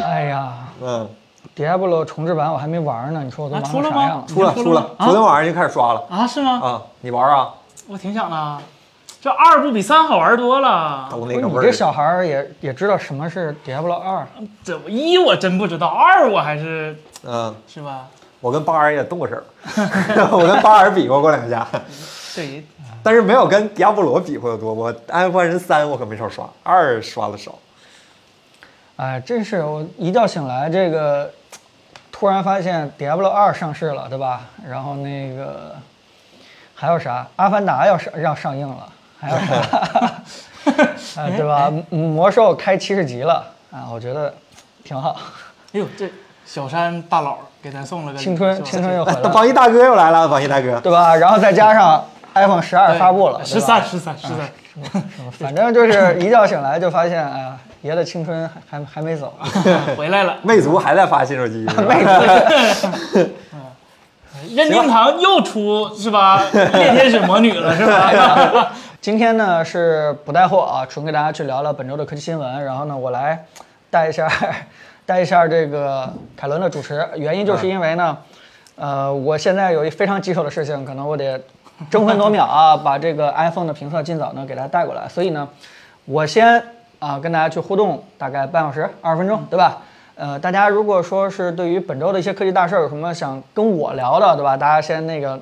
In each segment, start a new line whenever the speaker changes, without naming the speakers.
嗯，
哎 Diablo 重置版我还没玩呢，你说我都
啊
忙成
出了
啥
吗
样了？啊
出了出
你说了吗
了，昨天晚上就开始刷了
啊，是吗？
啊！你玩啊？
我挺想的，这二部比三好玩多了。
都
不
那
是
个
啊你
味
这
儿。
小孩儿也也知道什么是 Diablo 二，
这一我真不知道，二我还是
嗯，
是吧？
我跟巴尔也动过手儿， 我跟巴尔比划过两下，
对，
但是没有跟迪亚波罗比划的多。我《暗黑破坏神三》我可没少刷，二刷的少。
哎，真是我一觉醒来，这个突然发现 Diablo 二上市了，对吧？然后那个还有啥，《阿凡达》要上要上映了，还有 啥，啊，对吧？魔兽开七十级了啊，我觉得挺好，
哎呦，这小山大佬给咱送了个
青 春
礼物
青春又回来
哎，
了，
榜一大哥又来了，榜一大哥。
对吧？然后再加上 iPhone 十二
对
发布了，对
十
吧
三十三十三，
反正就是一觉醒来就发现，哎呀，爷的青春还还还没走。啊
啊回来 了。
魅族还在发新手机，是吧
任天堂又出是吧？夜天使魔女了是吧？
今天呢是不带货啊，纯给大家去聊聊本周的科技新闻。然后呢，我来带一下 带一下这个凯伦的主持，原因就是因为呢，呃，我现在有一非常棘手的事情，可能我得争分夺秒啊，把这个 iPhone 的评测尽早呢给大家带过来。所以呢，我先啊、跟大家去互动大概半小时二十分钟，对吧？呃，大家如果说是对于本周的一些科技大事儿有什么想跟我聊的，对吧？大家先那个。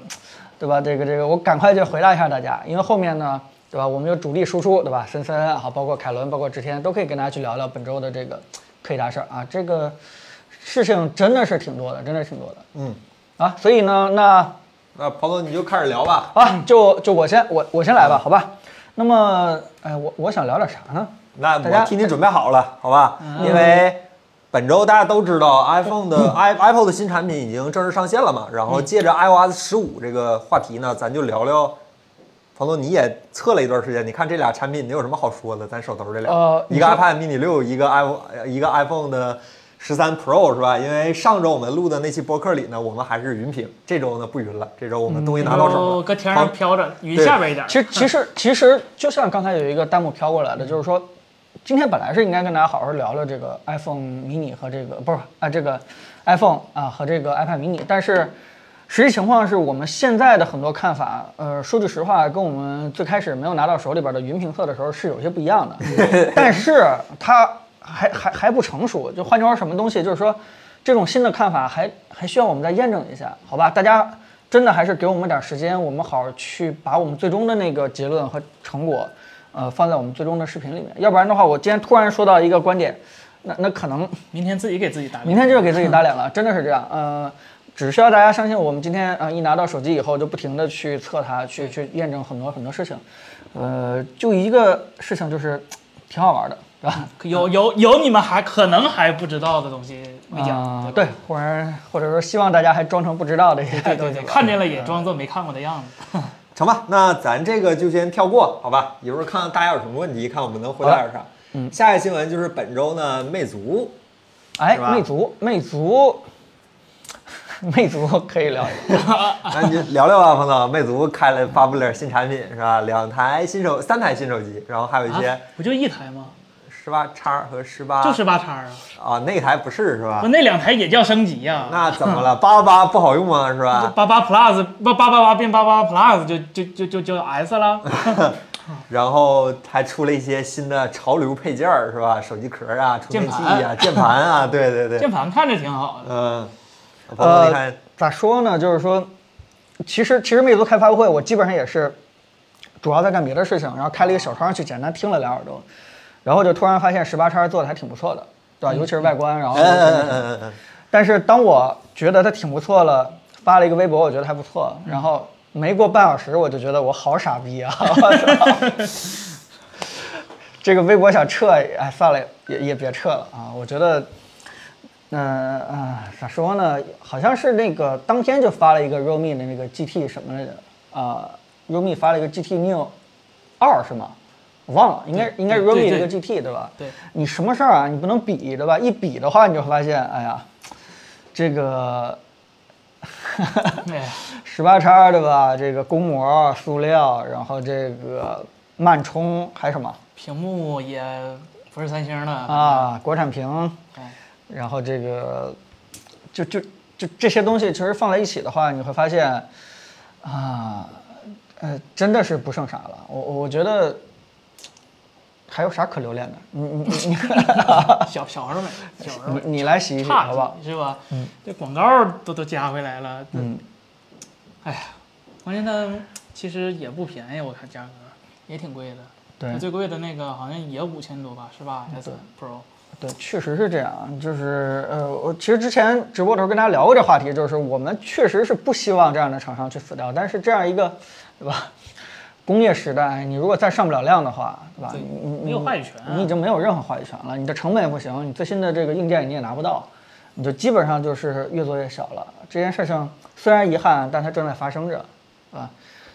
对吧？这个这个，我赶快就回答一下大家，因为后面呢，对吧？我们有主力输出，对吧？森森啊，包括凯伦，包括志天，都可以跟大家去聊聊本周的这个科技大事儿啊。这个事情真的是挺多的，真的是挺多的
嗯，
啊。所以呢，那
那庞总你就开始聊吧。
好吧，就就我先我我先来吧，好吧？那么，哎，我我想聊点啥呢？
那
大家
我替你准备好了，好吧？因为本周大家都知道 iPhone 的 i Apple 的新产品已经正式上线了嘛，然后借着 iOS 十五这个话题呢，咱就聊聊。彭总，你也测了一段时间，你看这俩产品，你有什么好说的？咱手头这俩，
呃
一个
你
iPad mini 六，一个 iPhone，一个 iPhone 的十三 Pro 是吧？因为上周我们录的那期播客里呢，我们还是云屏，这周呢不云了，这周我们东西拿到手
都
了。
搁天上
好
飘着，云
对
下边一点儿。
其实其实其实就像刚才有一个弹幕飘过来的，就是说，今天本来是应该跟大家好好聊聊这个 iPhone mini 和这个不是啊这个 iPhone 啊和这个 iPad mini，但是实际情况是我们现在的很多看法，呃，说句实话，跟我们最开始没有拿到手里边的云评测的时候是有些不一样的，但是它还还还不成熟，就换句话说，什么东西就是说。这种新的看法还还需要我们再验证一下，好吧？大家真的还是给我们点时间，我们好好去把我们最终的那个结论和成果，呃，放在我们最终的视频里面。要不然的话，我今天突然说到一个观点，那那可能
明天自己给自己打脸。
明天就给自己打脸了，真的是这样。呃，只需要大家相信我们今天啊、呃一拿到手机以后，就不停的去测它，去去验证很多很多事情。呃，就一个事情就是挺好玩的，对吧？
有有有你们还可能还不知道的东西没
啊
讲，
对
吧，
或者或者说希望大家还装成不知道的一些
对
东
对
西
对，
吧
看见了也装作没看过的样子。
成吧，那咱这个就先跳过，好吧？一会儿看看大家有什么问题，看我们能回答点啥。嗯，下一个新闻就是本周呢，魅族
哎
是，吧
魅族，魅族， 魅族可以聊一聊。
那你就聊聊吧，彭总。魅族开了发布了点新产品是吧？两台新手，三台新手机，然后还有一些
啊不就一台吗？
十八叉和十八，
就十八叉啊，
啊，那台不是是吧
不，？那两台也叫升级呀。
那怎么了？八八八不好用吗？是 吧？
八八 plus 八八八八变八八 plus 就就就就就 S 了。
然后还出了一些新的潮流配件儿是吧？手机壳啊，充电器啊，键盘啊，对对对，
键盘看着挺好的，
嗯，彭总你
呃
看，
咋说呢？就是说，其实其实魅族开发布会，我基本上也是主要在干别的事情，然后开了一个小窗去简单听了两耳朵，然后就突然发现十八叉做的还挺不错的，对吧？尤其是外观，然后
呃
嗯嗯嗯嗯嗯。
但是当我觉得它挺不错了，发了一个微博，我觉得还不错，然后没过半小时，我就觉得我好傻逼啊！ 我操这个微博想撤，哎，算了，也也别撤了啊！我觉得，嗯、呃、啊，咋说呢？好像是那个当天就发了一个 realme 的那个 GT 什么来着？啊、r e a l m e 发了一个 GT Neo 二是吗？我忘了，应该应该是
对
realme 的
对
一个 GT 对吧？
对，
你什么事儿啊？你不能比对吧？一比的话，你就会发现，哎呀，这个
哎呀，
十八叉对吧？这个公模、塑料，然后这个慢充，还有什么
屏幕也不是三星的，
啊啊？国产屏，
哎
然后这个就就就这些东西，其实放在一起的话，你会发现啊，呃，真的是不剩啥了。我我觉得还有啥可留恋的？你你你你
小小而美，小而
你
美，
你来洗一洗
呃差
好不好？
劲是吧？这广告都都加回来了，
嗯，
哎呀，关键它其实也不便宜，我看价格也挺贵的。
对
它最贵的那个好像也五千多吧，是吧？S Pro
对，确实是这样。就是呃，我其实之前直播的时候跟大家聊过这话题，就是我们确实是不希望这样的厂商去死掉，但是这样一个，对吧？工业时代，你如果再上不了量的话，对吧？
对
啊你你
没有话语权啊
你已经没有任何话语权了。你的成本也不行，你最新的这个硬件你也拿不到，你就基本上就是越做越小了。这件事情虽然遗憾，但它正在发生着，啊，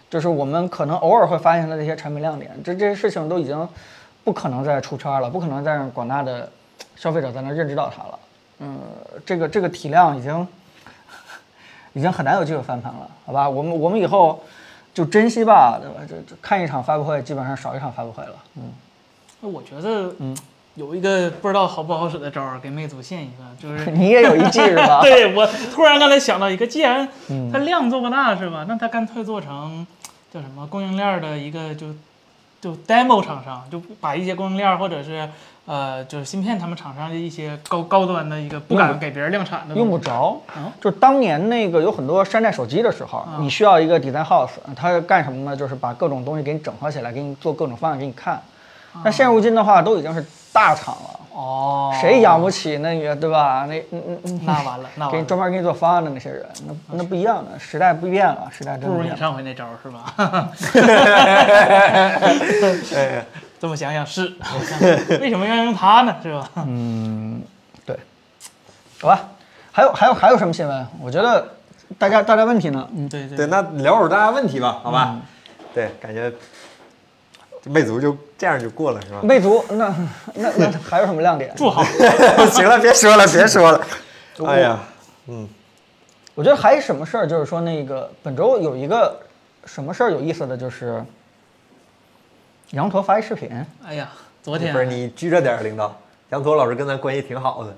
就是我们可能偶尔会发现它的一些产品亮点，这这些事情都已经不可能再出圈了，不可能再让广大的消费者在那认知到它了。嗯，这个这个体量已经已经很难有机会翻盘了，好吧？我们我们以后就珍惜吧，对吧？这这看一场发布会，基本上少一场发布会了。嗯，
那我觉得，嗯，有一个不知道好不好使的招儿，给魅族献一 个，就是，
你也有一计是吧？
对我突然刚才想到一个，既然
嗯
它量做不大是吧，那它干脆做成叫什么供应链儿的一个就就 demo 厂商，就把一些供应链儿或者是呃就是芯片他们厂商的一些高高端的一个不敢给别人量产的东西，
用不着
嗯，
就当年那个有很多山寨手机的时候，
啊
你需要一个 design house，它干什么呢？就是把各种东西给你整合起来，给你做各种方案给你看。但现如今的话，都已经是大厂了，
啊哦，
谁养不起那个对吧？那嗯嗯嗯，
那完了，那
给
完
你
了。
专门给你做方案的那些人，那那不一样的，时代不变了，时代真
不
的
如
变
你
了
上回那招儿是 吧？
哎
这么想 想是，为什么要用它呢？是吧？
嗯
对，好吧。还有还有还有什么新闻？我觉得大家大家问题呢？嗯，
对对
对，那聊会儿大家问题吧，好吧？对，感觉魅族就这样就过了是吧？
魅族那那那还有什么亮点？
不好，
行了，别说了，别说了。哎呀，
我觉得还有什么事儿，就是说那个本周有一个什么事儿有意思的，就是羊驼发一视频，
哎呀，昨天
不是你拘着点儿，领导。杨驼老师跟咱关系挺好的，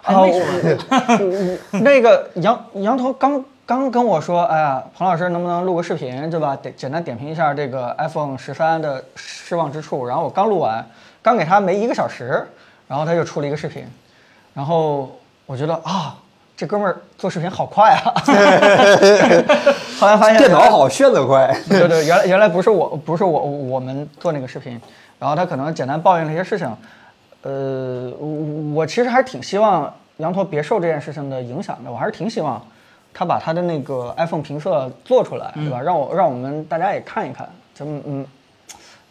还
啊
没
我我我 那个羊羊驼刚刚跟我说，哎呀，彭老师能不能录个视频，对吧？得简单点评一下这个 iPhone 十三的失望之处。然后我刚录完，刚给他没一个小时，然后他就出了一个视频，然后我觉得啊，这哥们儿做视频好快啊！ 后来发现
电脑好，炫得快。
对对，原来原来不是我，不是我，我们做那个视频，然后他可能简单抱怨了一些事情，呃，我我其实还是挺希望羊驼别受这件事情的影响的，我还是挺希望他把他的那个 iPhone 评测做出来，对吧？让我让我们大家也看一看，就嗯嗯，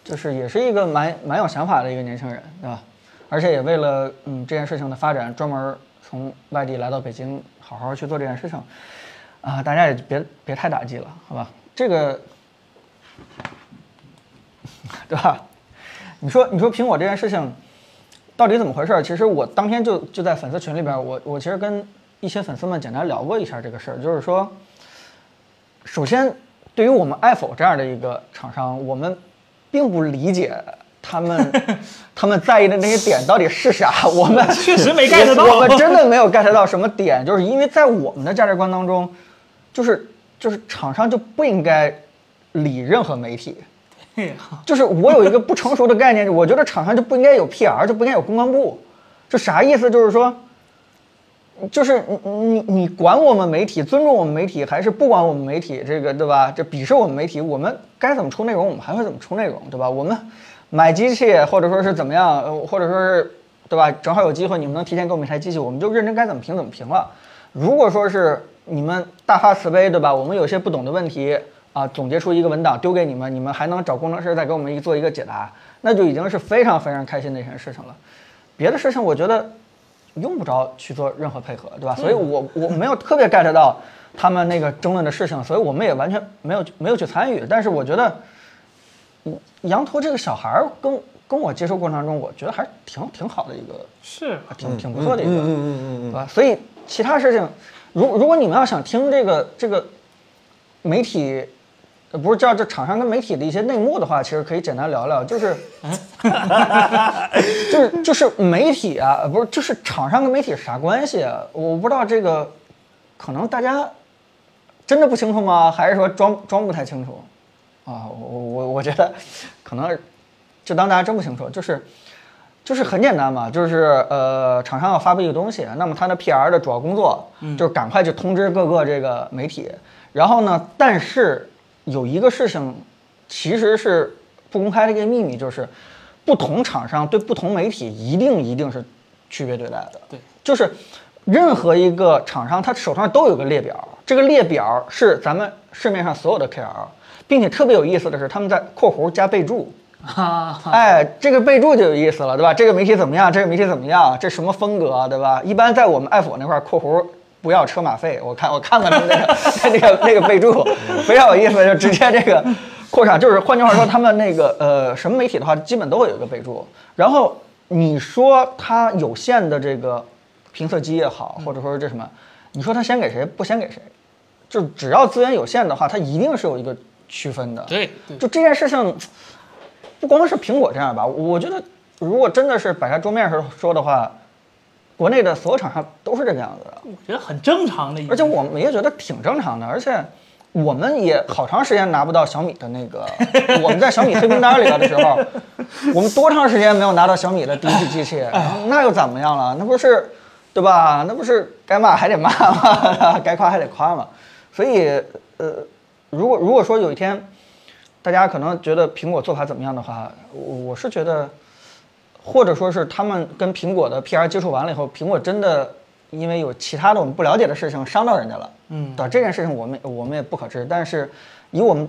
就是也是一个蛮蛮有想法的一个年轻人，对吧？而且也为了嗯这件事情的发展，专门从外地来到北京，好好去做这件事情，啊、大家也别别太打击了，好吧？这个，对吧？你说你说苹果这件事情到底怎么回事儿？其实我当天就就在粉丝群里边儿，我我其实跟一些粉丝们简单聊过一下这个事儿，就是说，首先对于我们爱否这样的一个厂商，我们并不理解他们 他们在意的那些点到底是啥，我们
确实没 get 到
我们真的没有 get 到什么点，就是因为在我们的价值观当中，就是就是厂商就不应该理任何媒体。
哎呀
就是我有一个不成熟的概念， 我觉得厂商就不应该有 PR，就不应该有公关部，就啥意思？就是说，就是你你你管我们媒体，尊重我们媒体，还是不管我们媒体，这个对吧？这鄙视我们媒体，我们该怎么出内容，我们还会怎么出内容，对吧？我们买机器，或者说是怎么样，呃或者说是对吧？正好有机会，你们能提前给我们一台机器，我们就认真该怎么评怎么评了。如果说是你们大发慈悲，对吧？我们有些不懂的问题啊，总结出一个文档丢给你们，你们还能找工程师再给我们一做一个解答，那就已经是非常非常开心的一件事情了。别的事情我觉得用不着去做任何配合，对吧？
嗯
所以我我没有特别 get 到他们那个争论的事情，所以我们也完全没有没有去参与。但是我觉得，嗯羊驼这个小孩儿跟跟我接触过程中，我觉得还是挺挺好的一个
是
还挺挺不错的一个，
嗯嗯嗯嗯
对吧？所以其他事情，如如果你们要想听这个这个媒体呃不是叫这厂商跟媒体的一些内幕的话，其实可以简单聊聊， 就是，就是就是媒体啊，呃不是就是厂商跟媒体是啥关系啊？我不知道这个，可能大家真的不清楚吗？还是说装装不太清楚？啊，我我我我觉得可能就当大家真不清楚，就是就是很简单嘛，就是呃，厂商要发布一个东西，那么它的 PR 的主要工作就是赶快去通知各个这个媒体。然后呢，但是有一个事情其实是不公开的一个秘密，就是不同厂商对不同媒体一定一定是区别对待的。
对，
就是任何一个厂商，他手上都有个列表，这个列表是咱们市面上所有的 KR，并且特别有意思的是，他们在括弧加备注。
啊，
哎，这个备注就有意思了，对吧？这个媒体怎么样？这个媒体怎么样？这什么风格，啊对吧？一般在我们爱否那块儿（括弧不要车马费），我看我看看他们那个那个那个备注，非常有意思，就直接这个 扩场，就是换句话说，他们那个呃什么媒体的话，基本都会有一个备注。然后你说它有限的这个评测机也好，或者说是这什么，你说它先给谁不先给谁，就只要资源有限的话，它一定是有一个区分的。
对对
就这件事情，不光是苹果这样吧，我觉得如果真的是摆在桌面上说的话，国内的所有厂商都是这个样子的，
我觉得很正常的一个，
而且我们也觉得挺正常的，而且。我们也好长时间拿不到小米的那 个，我们在小米黑名单里边的时候，我们多长时间没有拿到小米的第一批机器？
哎
那又怎么样了？那不是，对吧？那不是该骂还得骂嘛， 该夸还得夸嘛。所以，呃，如果如果说有一天大家可能觉得苹果做法怎么样的话，我我是觉得，或者说是他们跟苹果的 PR 接触完了以后，苹果真的因为有其他的我们不了解的事情伤到人家了，
嗯
对吧这件事情我们我们也不可知，但是以我们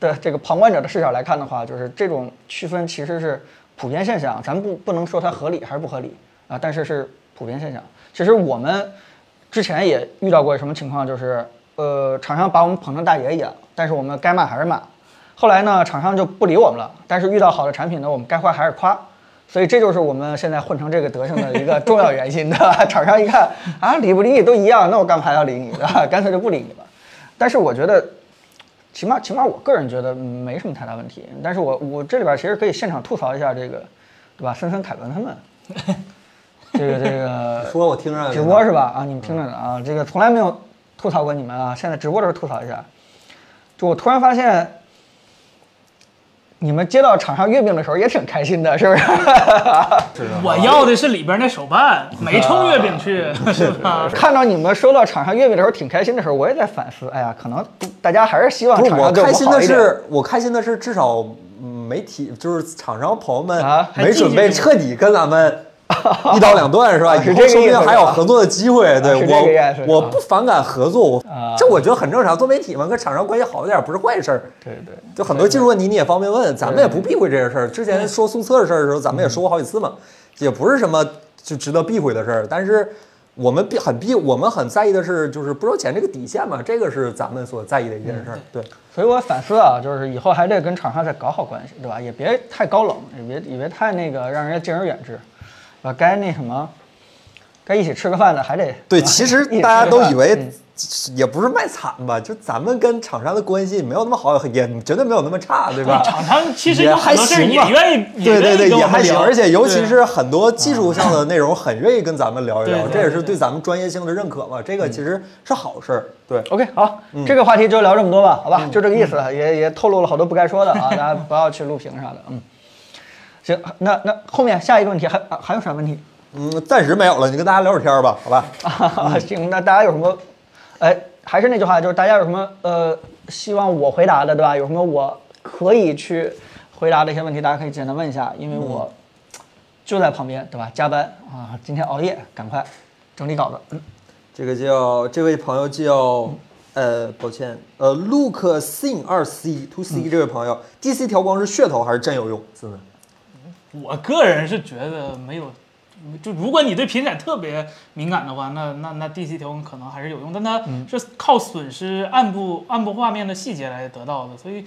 的这个旁观者的视角来看的话，就是这种区分其实是普遍现象，咱不不能说它合理还是不合理啊，但是是普遍现象。其实我们之前也遇到过什么情况，就是呃，厂商把我们捧成大爷一样，但是我们该骂还是骂。后来呢，厂商就不理我们了，但是遇到好的产品呢，我们该夸还是夸。所以这就是我们现在混成这个德行的 一个重要原因，对吧？厂商一看啊，理不理你都一样，那我干嘛还要理你，对吧？ 干脆就不理你吧。但是我觉得起码起码我个人觉得没什么太大问题。但是我我这里边其实可以现场吐槽一下这个，对吧？森森、凯文他们，这个这个
说我听着
直嗯播是吧？啊，你们听着呢啊，这个从来没有吐槽过你们啊，现在直播的时候吐槽一下。就我突然发现，你们接到厂商月饼的时候也挺开心的，是不是？
是啊的
我要的是里边那手办，没冲月饼 去，是吧？
看到你们收到厂商月饼的时候挺开心的时候，我也在反思，哎呀，可能大家还是希望
不是
厂
我
商对
开
们
心
好
的
一点。
是，我开心的是至少嗯媒体就是厂商朋友们
啊
没准备彻底跟咱们一刀两断是吧？
啊是
以
这个
后说不
意思
定还有
吧
合作的机会。对
是这个意思
我，我
啊
不反感合作，我
啊
这我觉得很正常。做媒体嘛，跟厂商关系好一点不是坏事儿。
对对。
就很多技术问题你也方便问，咱们也不避讳这件事儿。之前说宿测的事儿的时候，咱
嗯
们也说过好几次嘛，也不是什么就值得避讳的事儿。但是我们避很避，我们很在意的是就是不收钱这个底线嘛，这个是咱们所在意的一件事儿。
嗯
对，
所以我反思啊，就是以后还得跟厂商再搞好关系，对吧？也别太高冷，也别也别太那个让人家敬而远之，啊，该那什么，该一起吃个饭的还得
对，
啊
其实
一起吃
大家
个
都
饭
以为
嗯
也不是卖惨吧，就咱们跟厂商的关系没有那么好，也绝对没有那么差，对吧？
厂商其实
也
有
还
很多事儿
行
也
吧，
愿意，
对对
啊愿意
对，
跟
也
我
还
们
行，
聊，
而且尤其
对啊
是很多技术上的内容，很愿意跟咱们聊一聊，
对对
这也是
对嗯
对咱们专业性的认可嘛。这个其实是好事儿，对。
OK，好，这个话题就聊这么多吧，好吧，就这个意思，也也透露了好多不该说的啊，大 家不要去录屏啥的，嗯。行，那那后面下一个问题还啊还有啥问题？
嗯，暂时没有了，你跟大家聊会儿天儿吧，好吧？
啊，行，那大家有什么？哎，还是那句话，就是大家有什么呃，希望我回答的，对吧？有什么我可以去回答的一些问题，大家可以简单问一下，因为我就在旁边，对吧？加班啊，今天熬夜，赶快整理稿子。嗯，
这个叫这位朋友叫呃，抱歉，呃，Luke Sing 二 C to
嗯
C 这位朋友，DC 调光是噱头还是真有用？真的。
我个人是觉得没有，就如果你对频闪特别敏感的话，那那那 DC 调光可能还是有用，但它是靠损失暗部暗部画面的细节来得到的，所以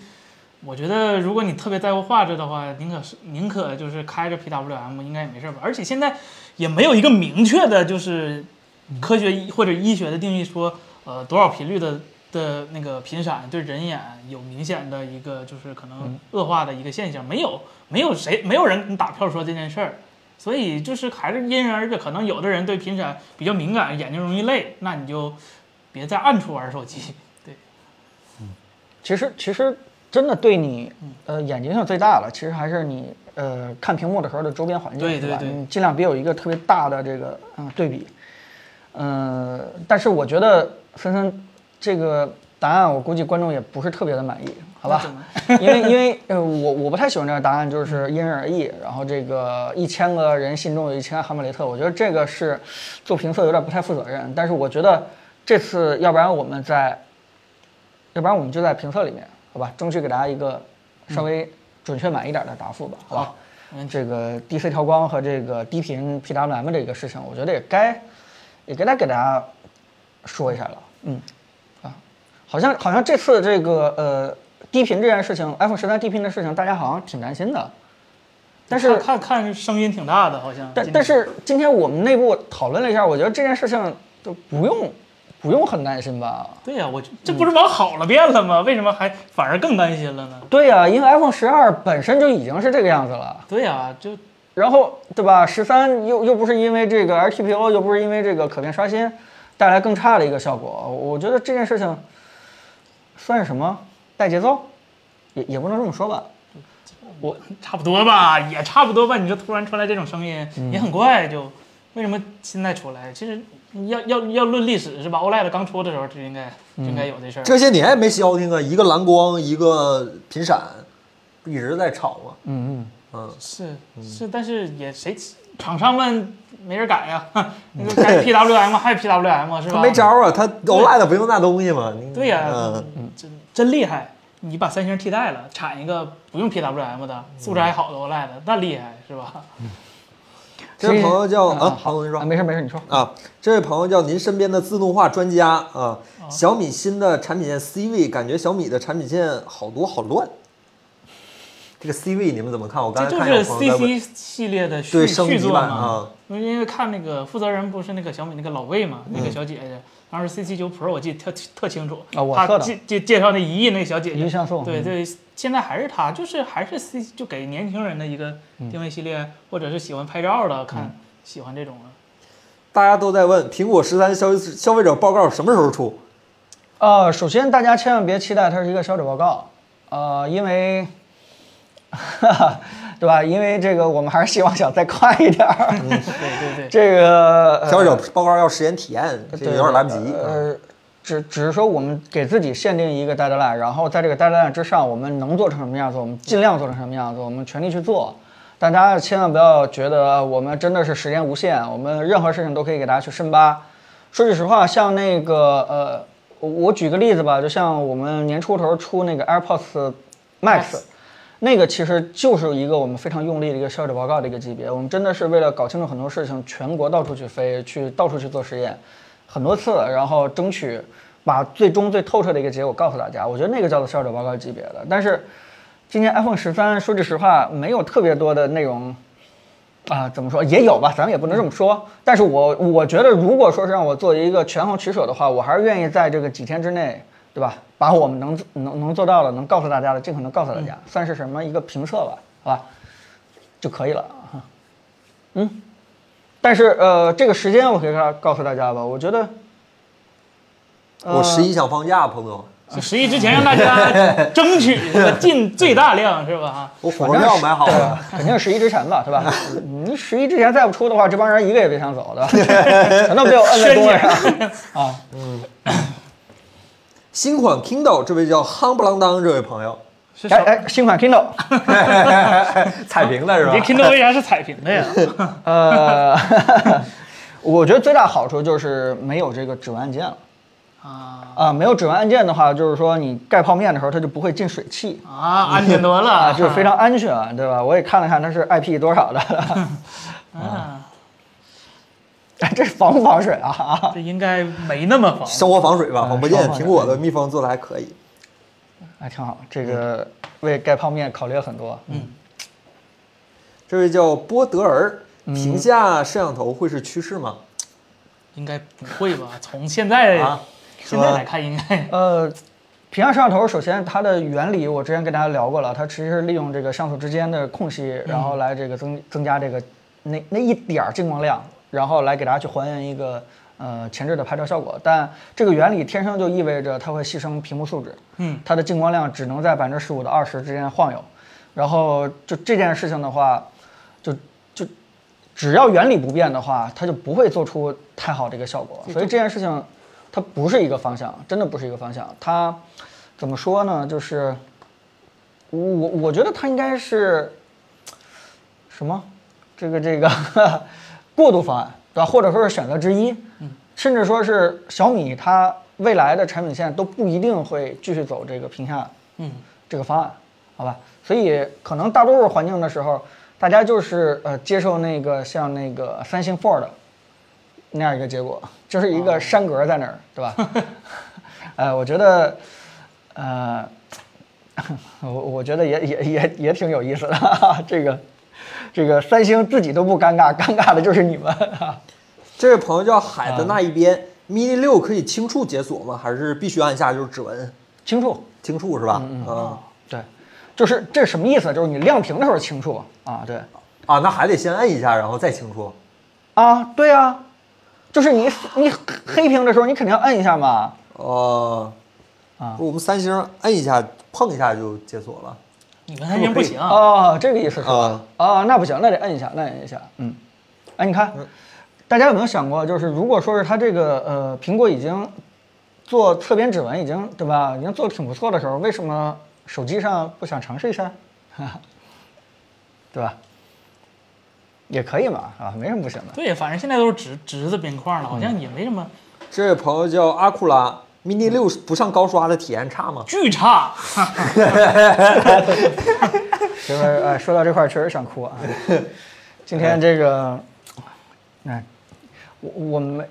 我觉得如果你特别在乎画质的话，宁可是宁可就是开着 PWM 应该也没事吧，而且现在也没有一个明确的就是科学医或者医学的定义说呃多少频率的。的那个频闪对人眼有明显的一个就是可
嗯
能恶化的一个现象，没有没有谁没有人打票说这件事儿，所以就是还是因人而别，可能有的人对频闪比较敏感，眼睛容易累，那你就别在暗处玩手机。对，
其实其实真的对你，呃，眼睛上最大的，其实还是你呃看屏幕的时候的周边环境，
对
是吧？
对对
你尽量别有一个特别大的这个嗯对比，嗯、但是我觉得森森这个答案，我估计观众也不是特别的满意，好吧
那怎 么？
因为因为呃我我不太喜欢这个答案，就是因人而异。然后这个一千个人心中有一千个哈姆雷特，我觉得这个是做评测有点不太负责任。但是我觉得这次要不然我们在要不然我们就在评测里面，好吧，争取给大家一个稍微准确满一点的答复吧，好吧
嗯好？嗯
这个 DC 调光和这个低频 PWM 这个事情，我觉得也该也该来给大家说一下了，嗯，啊，好像好像这次这个呃低频这件事情，iPhone 十三低频的事情，大家好像挺担心的， 但是
看看看声音挺大的，好像。
但
今天
但是今天我们内部讨论了一下，我觉得这件事情就不用不用很担心吧，
对呀、我就
嗯
这不是往好了变了吗？为什么还反而更担心了呢？
对呀、因为 iPhone 十二本身就已经是这个样子了，
对呀、就
然后对吧？十三又又不是因为这个 LTPO，又不是因为这个可变刷新带来更差的一个效果，我觉得这件事情算是什么带节奏，也也不能这么说吧。
我差不多吧，也差不多吧。你就突然出来这种声音，
嗯
也很怪。就为什么现在出来？其实要要要论历史是吧？OLED 刚出的时候就应该就
嗯
应该有这事儿。
这些年也没消停啊，一个蓝光，一个频闪，一直在炒嘛。
嗯嗯，
嗯，
是是，但是也谁厂商们没人 敢呀，哼那个该 PWM 还 PWM 是
他
吧？
没招啊，他 OLED 不用那东西嘛。你
对呀、
嗯，
真真厉害！你把三星替代了，产一个不用 PWM 的，
嗯
素质还好的 OLED，那厉害是吧？
这位朋友叫
嗯
啊，
啊，黄总您说
啊，没事没事，你说。
啊，这位朋友叫您身边的自动化专家啊。
嗯
小米新的产品线 C 位，感觉小米的产品线好多好乱。这个 C 位你们怎么看？我刚才
这就
看有
是
朋友在问
CC 系列的续
对升
续
级
作
版
嘛。
啊，
因为看那个负责人不是那个小米那个老魏嘛，那个小姐姐，当时 CC 九 Pro 我记得特特清楚，
嗯啊我
她
测的
介介介绍那一亿那个小姐
一亿嗯
姐，
像素
对对，现在还是她，就是还是 C 就给年轻人的一个
嗯
定位系列，或者是喜欢拍照的看喜欢这种的。
大家都在问苹果十三消消费者报告什么时候出？
呃，首先大家千万别期待它是一个消费者报告，呃，因为， 对吧？因为这个我们还是希望想再快一点儿。
对对 对，
这个、呃
消费者报告要实验体验，这
对
有点来不及。嗯
呃，只只是说我们给自己限定一个 deadline，然后在这个 deadline 之上，我们能做成什么样子，我们尽量做成什么样子，我们全力去做。但大家千万不要觉得我们真的是时间无限，我们任何事情都可以给大家去深扒。说句实话，像那个呃，我我举个例子吧，就像我们年初头出那个 AirPods Max，那个其实就是一个我们非常用力的一个消费者报告的一个级别。我们真的是为了搞清楚很多事情，全国到处去飞，去到处去做实验，很多次，然后争取把最终最透彻的一个结果告诉大家。我觉得那个叫做消费者报告级别的。但是今年 iPhone 十三，说句实话，没有特别多的内容。啊，怎么说也有吧，咱们也不能这么说。但是我我觉得，如果说是让我做一个权衡取舍的话，我还是愿意在这个几天之内，对吧？把我们能能能做到的，能告诉大家的，尽可能告诉大家，算是什么一个评测吧，好吧，就可以了啊。嗯，但是呃，这个时间我可以告告诉大家吧，我觉得，呃
我十一想放假，彭总，
就十一之前让 大家争取这个尽最大量是吧？啊
哎
我火车票买好
对
了
吧。肯定是十一之前吧，对吧？你十一之前再不出的话，这帮人一个也别想走，对吧？全都被我摁在工位上啊。
新款 Kindle，这位叫夯不啷当这位朋友，
是
哎
啥
哎，新款 Kindle，
彩屏的是
你这
吧？
Kindle 为啥是彩屏 的呀？
呃， 我觉得最大好处就是没有这个指纹按键了
啊
啊、没有指纹按键的话，就是说你盖泡面的时候它就不会进水汽
啊，安全多了
啊，就是非常安全，对吧？我也看了看它是 IP 多少的，
啊，
哎这防不防水啊啊？
这应该没那么防。
生活防水吧，防不见
嗯生。活防水
苹果的密封做的还可以。
哎，挺好，这个为盖泡面考虑了很多。嗯，
这位叫波德尔，
嗯
屏下摄像头会是趋势吗？
应该不会吧？从现在
啊，
现在来看应该
呃，屏下摄像头首先它的原理我之前跟大家聊过了，它其实是利用这个像素之间的空隙，然后来这个增增加这个那那一点儿进光量，然后来给大家去还原一个呃前置的拍照效果。但这个原理天生就意味着它会牺牲屏幕素质，
嗯，
它的进光量只能在百分之十五到二十之间晃悠。然后就这件事情的话，就就只要原理不变的话，它就不会做出太好的一个效果。所以这件事情，它不是一个方向，真的不是一个方向。它怎么说呢？就是我我我觉得它应该是什么？这个这个过渡方案，对吧？或者说是选择之一，甚至说是小米它未来的产品线都不一定会继续走这个屏下
嗯
这个方案，好吧？所以可能大多数环境的时候，大家就是呃接受那个像那个三星 Fold 那样一个结果，就是一个山格在那儿，对吧？ 呃，我觉得，呃， 我我觉得也也也也挺有意思的，这个这个三星自己都不尴尬，尴尬的就是你们。啊
这位朋友叫海
嗯
的那一边、m i n i 六可以轻触解锁吗？还是必须按下就是指纹
清楚，
轻触是吧？嗯
对，就是这是什么意思？就是你亮屏的时候清楚啊，对。
啊，那还得先摁一下，然后再轻触。
啊，对啊，就是你你黑屏的时候，你肯定要摁一下嘛。
哦、
啊
我们三星摁一下碰一下就解锁了。
你们三星不行啊，
哦，这个意思是吧
啊？
啊，那不行，那得摁一下，那得摁一下。嗯，哎，你看，大家有没有想过，就是如果说是它这个呃，苹果已经做侧边指纹已经对吧，已经做的挺不错的时候，为什么手机上不想尝试一下？ 对吧？也可以嘛，啊，没什么不行的。
对，反正现在都是直直的边框了，好像也没什么
这位朋友叫阿库拉，mini 六不上高刷的体验差吗？
巨差。
这边哎，说到这块儿确实想哭啊。今天这个，哎，我我没，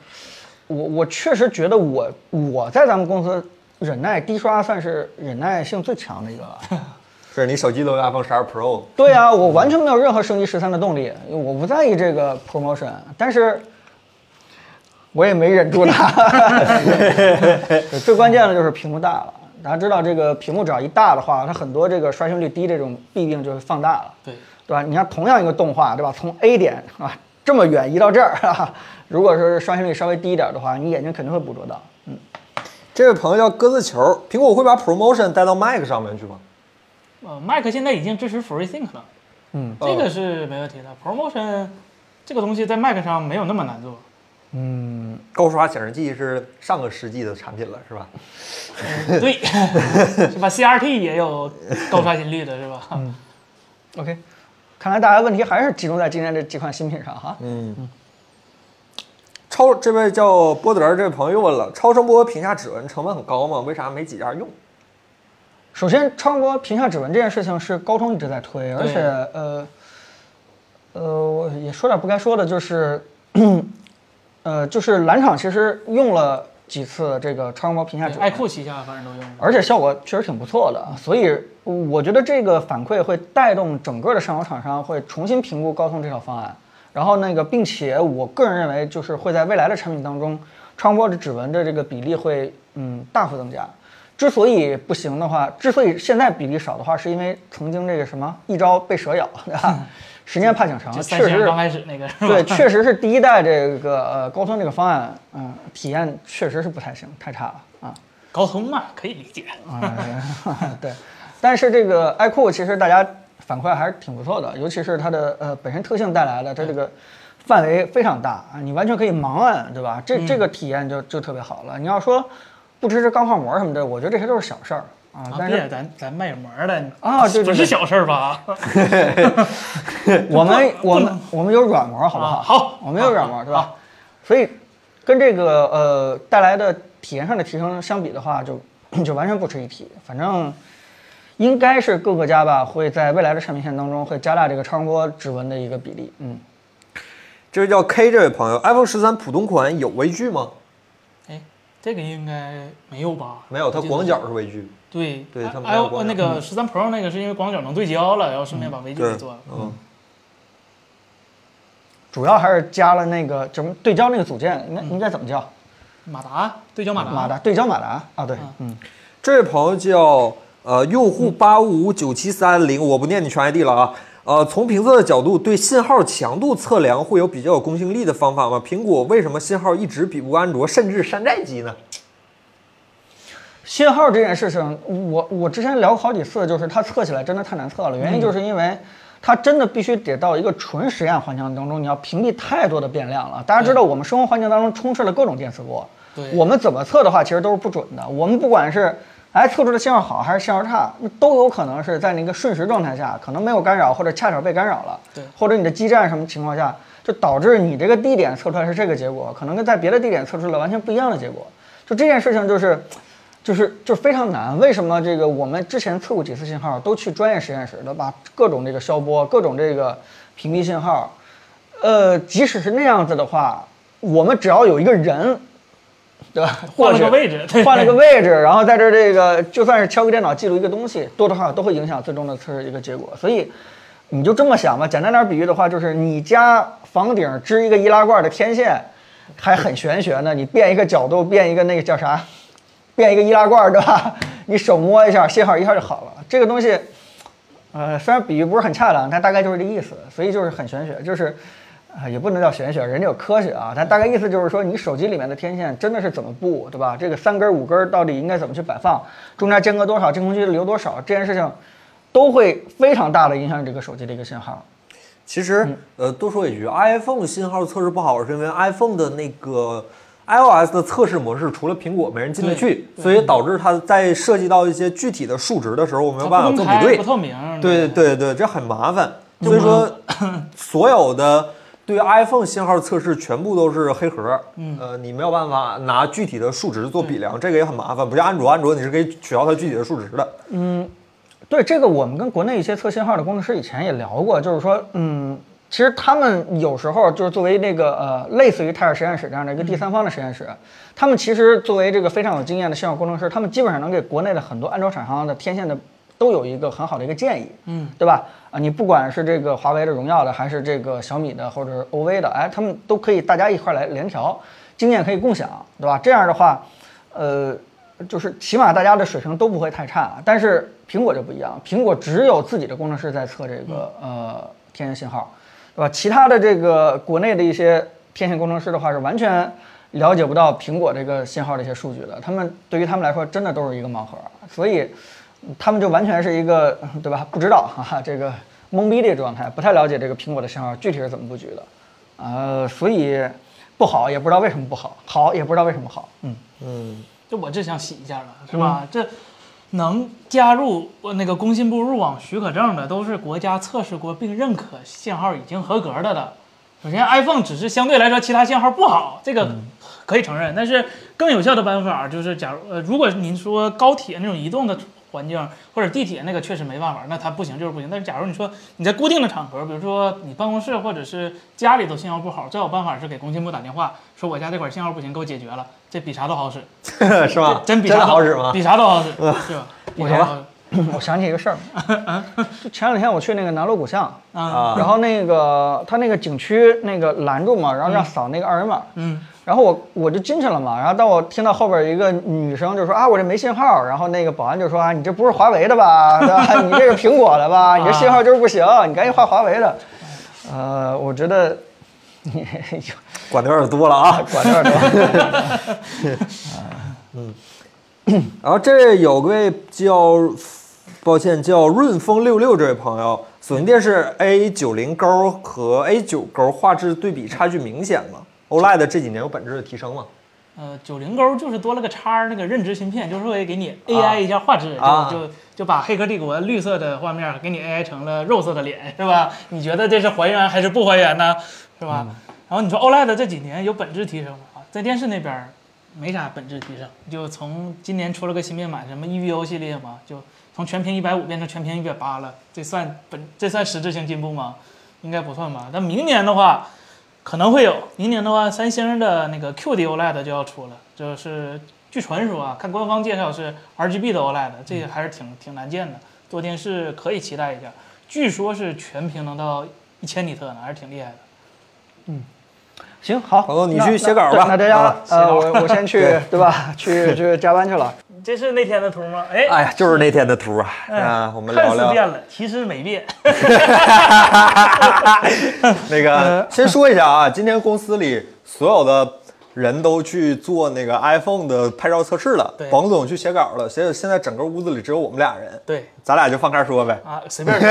我我确实觉得我我在咱们公司忍耐低刷算是忍耐性最强的一个了。
是你手机都有 iPhone 十二 Pro，
对啊，我完全没有任何升级十三的动力，因为我不在意这个 promotion，但是我也没忍住它。对最关键的就是屏幕大了，大家知道这个屏幕只要一大的话，它很多这个刷新率低这种弊病就会放大了。
对，
对吧？你看同样一个动画，对吧？从 A 点啊这么远移到这儿啊，如果说是刷新率稍微低一点的话，你眼睛肯定会捕捉到。嗯，
这位朋友叫鸽子球，苹果会把 Promotion 带到 Mac 上面去吗？
呃，Mac 现在已经支持 FreeSync 了，
嗯，
这个是没问题的。Promotion 这个东西在 Mac 上没有那么难做，
高刷显示器是上个世纪的产品了，是吧？
嗯对， 是吧？CRT 也有高刷新率的，是吧？
OK，看来大家问题还是集中在今天这几款新品上哈。
嗯。超这位叫波德儿这位朋友问了，超声波屏下指纹成本很高吗？为啥没几家用？
首先，超声波屏下指纹这件事情是高通一直在推，而且呃呃，我也说点不该说的，就是呃，就是蓝厂其实用了几次这个超声波屏下指
对
纹
爱，酷旗下反正都用。
而且效果确实挺不错的，所以我觉得这个反馈会带动整个的上游厂商会重新评估高通这套方案，然后那个，并且我个人认为就是会在未来的产品当中，超声波的指纹的这个比例会嗯大幅增加。之所以不行的话，之所以现在比例少的话，是因为曾经这个什么一朝被蛇咬，对吧？十年怕井绳，
嗯就
啊确
三星
实
刚开始那个 是吧？
对，确实是第一代这个呃高通这个方案，嗯、体验确实是不太行，太差了啊。
高通嘛，可以理解。
啊，对，但是这个爱酷其实大家反馈还是挺不错的，尤其是它的呃本身特性带来的，它这个范围非常大啊，你完全可以盲按，对吧？这这个体验就就特别好了。你要说不支持钢化膜什么的，我觉得这些都是小事儿啊，
啊，
但
别，
是
咱咱卖膜的
啊对对对
不是小事儿吧？
我们
不
我们我们有软膜，好不好？
啊好
我们有软膜，对吧？所以跟这个呃带来的体验上的提升相比的话，就 就完全不值一提。反正应该是各个家吧会在未来的产品线当中会加大这个超声波指纹的一个比例。嗯，
这位叫 K 这位朋友，iPhone 十三普通款有微距吗？
哎，这个应该没有吧？
没有，它
我记得
广角是微距。
对
对它没
哎
有
哎
广角
那个十三 Pro 那个是因为广角能对焦了，然后顺便把微距
对
给做了，。
嗯，
主要还是加了那个什么对焦那个组件，应该应该怎么叫？
马达对嗯焦马达，
马达对焦马达啊，对，嗯，
这位朋友叫呃用户八五五九七三零，我不念你全 ID 了啊。呃，从评测的角度，对信号强度测量会有比较有公信力的方法吗？苹果为什么信号一直比不过安卓，甚至山寨机呢？
信号这件事情，我我之前聊过好几次，就是它测起来真的太难测了，原因就是因为它真的必须得到一个纯实验环境当中，你要屏蔽太多的变量了。大家知道我们生活环境当中充斥了各种电磁波，
对
我们怎么测的话，其实都是不准的。我们不管是哎测出的信号好还是信号差，那都有可能是在那个瞬时状态下，可能没有干扰或者恰巧被干扰了，
对
或者你的基站什么情况下，就导致你这个地点测出来是这个结果，可能跟在别的地点测出了完全不一样的结果。就这件事情就是。就是就是非常难，为什么这个我们之前测过几次信号，都去专业实验室都把各种这个消波、各种这个屏蔽信号，呃，即使是那样子的话，我们只要有一个人，对吧？
换
过
了
去
个位置对
换了个位置，然后在这儿这个就算是敲个电脑记录一个东西，多多少少都会影响最终的测试一个结果。所以你就这么想吧，简单点比喻的话，就是你家房顶支一个易拉罐的天线，还很玄学呢，你变一个角度，变一个那个叫啥，变一个易拉罐，对吧？你手摸一下，信号一下就好了。这个东西。呃，虽然比喻不是很恰当，但大概就是这意思，所以就是很玄学，就是，呃，也不能叫玄学，人家有科学啊，但大概意思就是说，你手机里面的天线真的是怎么布，对吧？这个三根儿五根儿到底应该怎么去摆放，中间间隔多少，真空区留多少，这件事情都会非常大的影响你这个手机的一个信号。
其实，呃，多说一句，iPhone 信号测试不好，是因为 iPhone 的那个 iOS 的测试模式，除了苹果没人进得去，
嗯
所以导致它在涉及到一些具体的数值的时候，我没有
它
办法
不
做
公
比
开
对
不。透明，
对对对，这很麻烦。所以说， 所有的对 iPhone 信号测试全部都是黑盒，嗯，呃，你没有办法拿具体的数值做比量，这个也很麻烦。不像安卓，安卓你是可以取消它具体的数值的。
对这个，我们跟国内一些测信号的工程师以前也聊过，就是说，嗯，其实他们有时候就是作为那个呃，类似于泰尔实验室这样的一个第三方的实验室，他们其实作为这个非常有经验的信号工程师，他们基本上能给国内的很多安卓厂商的天线的都有一个很好的一个建议，嗯，对吧？啊，你不管是这个华为的、荣耀的，还是这个小米的或者是 OV 的，哎，他们都可以大家一块儿来联调，经验可以共享，对吧？这样的话，呃，就是起码大家的水平都不会太差。啊但是苹果就不一样，苹果只有自己的工程师在测这个呃天线信号，对吧？其他的这个国内的一些天线工程师的话是完全了解不到苹果这个信号的一些数据的，他们对于他们来说真的都是一个盲盒，啊所以嗯他们就完全是一个对吧？不知道哈哈这个懵逼的状态，不太了解这个苹果的信号具体是怎么布局的，呃，所以不好也不知道为什么不好，好也不知道为什么好，嗯。
就我这想洗一下了，是吧？这能加入呃那个工信部入网许可证的，都是国家测试过并认可信号已经合格的了。首先，iPhone 只是相对来说其他信号不好，这个可以承认。但是更有效的办法就是，假如呃，如果您说高铁那种移动的环境或者地铁那个确实没办法，那它不行就是不行。但是假如你说你在固定的场合，比如说你办公室或者是家里头信号不好，最好办法是给工信部打电话，说我家这块信号不行，给我解决了，这比啥都好使。
嗯 是吧？
真比
真
啥都
好使吗？嗯
比啥都好使，是吧？比啥都好
我想起一个事儿，就前两天我去那个南锣鼓巷，
使啊，
啊
然后那个他那个景区那个拦住嘛，
嗯
然后让扫那个二维码，
嗯，
然后我我就进去了嘛，然后当我听到后边一个女生就说啊我这没信号，然后那个保安就说啊你这不是华为的吧， 对吧？你这是苹果的 吧？你这信号就是不行，
啊
你赶紧换华为的。呃，我觉得你
管的有点多了啊。
管这多，
然后这位有位叫，抱歉叫润风六六这位朋友，索尼电视 A 九零勾和 A 九勾画质对比差距明显吗？OLED 这几年有本质的提升吗？
呃，九零勾就是多了个叉儿，那个认知芯片，就是为给你 AI 一下画质，
啊
就就就把《黑客帝国》绿色的画面给你 AI 成了肉色的脸，是吧？你觉得这是还原还是不还原呢？是吧？
嗯
然后你说 OLED 这几年有本质提升吗？啊在电视那边儿没啥本质提升，就从今年出了个新面板，什么 EVO 系列嘛，就从全屏一百五变成全屏一百八了，这算本这算实质性进步吗？应该不算吧。但明年的话，可能会有。明年的话，三星的那个 QD OLED 就要出了，就是据传说啊，看官方介绍是 RGB 的 OLED，这个还是挺挺难见的。做电视可以期待一下，据说是全屏能到一千尼特呢，还是挺厉害的。
行，好，
彭总你
那
去写稿
那
吧
那大家
啊
呃，我我先去对吧？去去加班去了。
这是那天的图吗？哎，
哎呀，就是那天的图啊！啊，我们
看
聊
似变
聊
了，其实没变。
那个，先说一下啊，今天公司里所有的人都去做那个 iPhone 的拍照测试了
对，
王总去写稿了，所以现在整个屋子里只有我们俩人，
对
咱俩就放开 说呗，
啊，随 便说。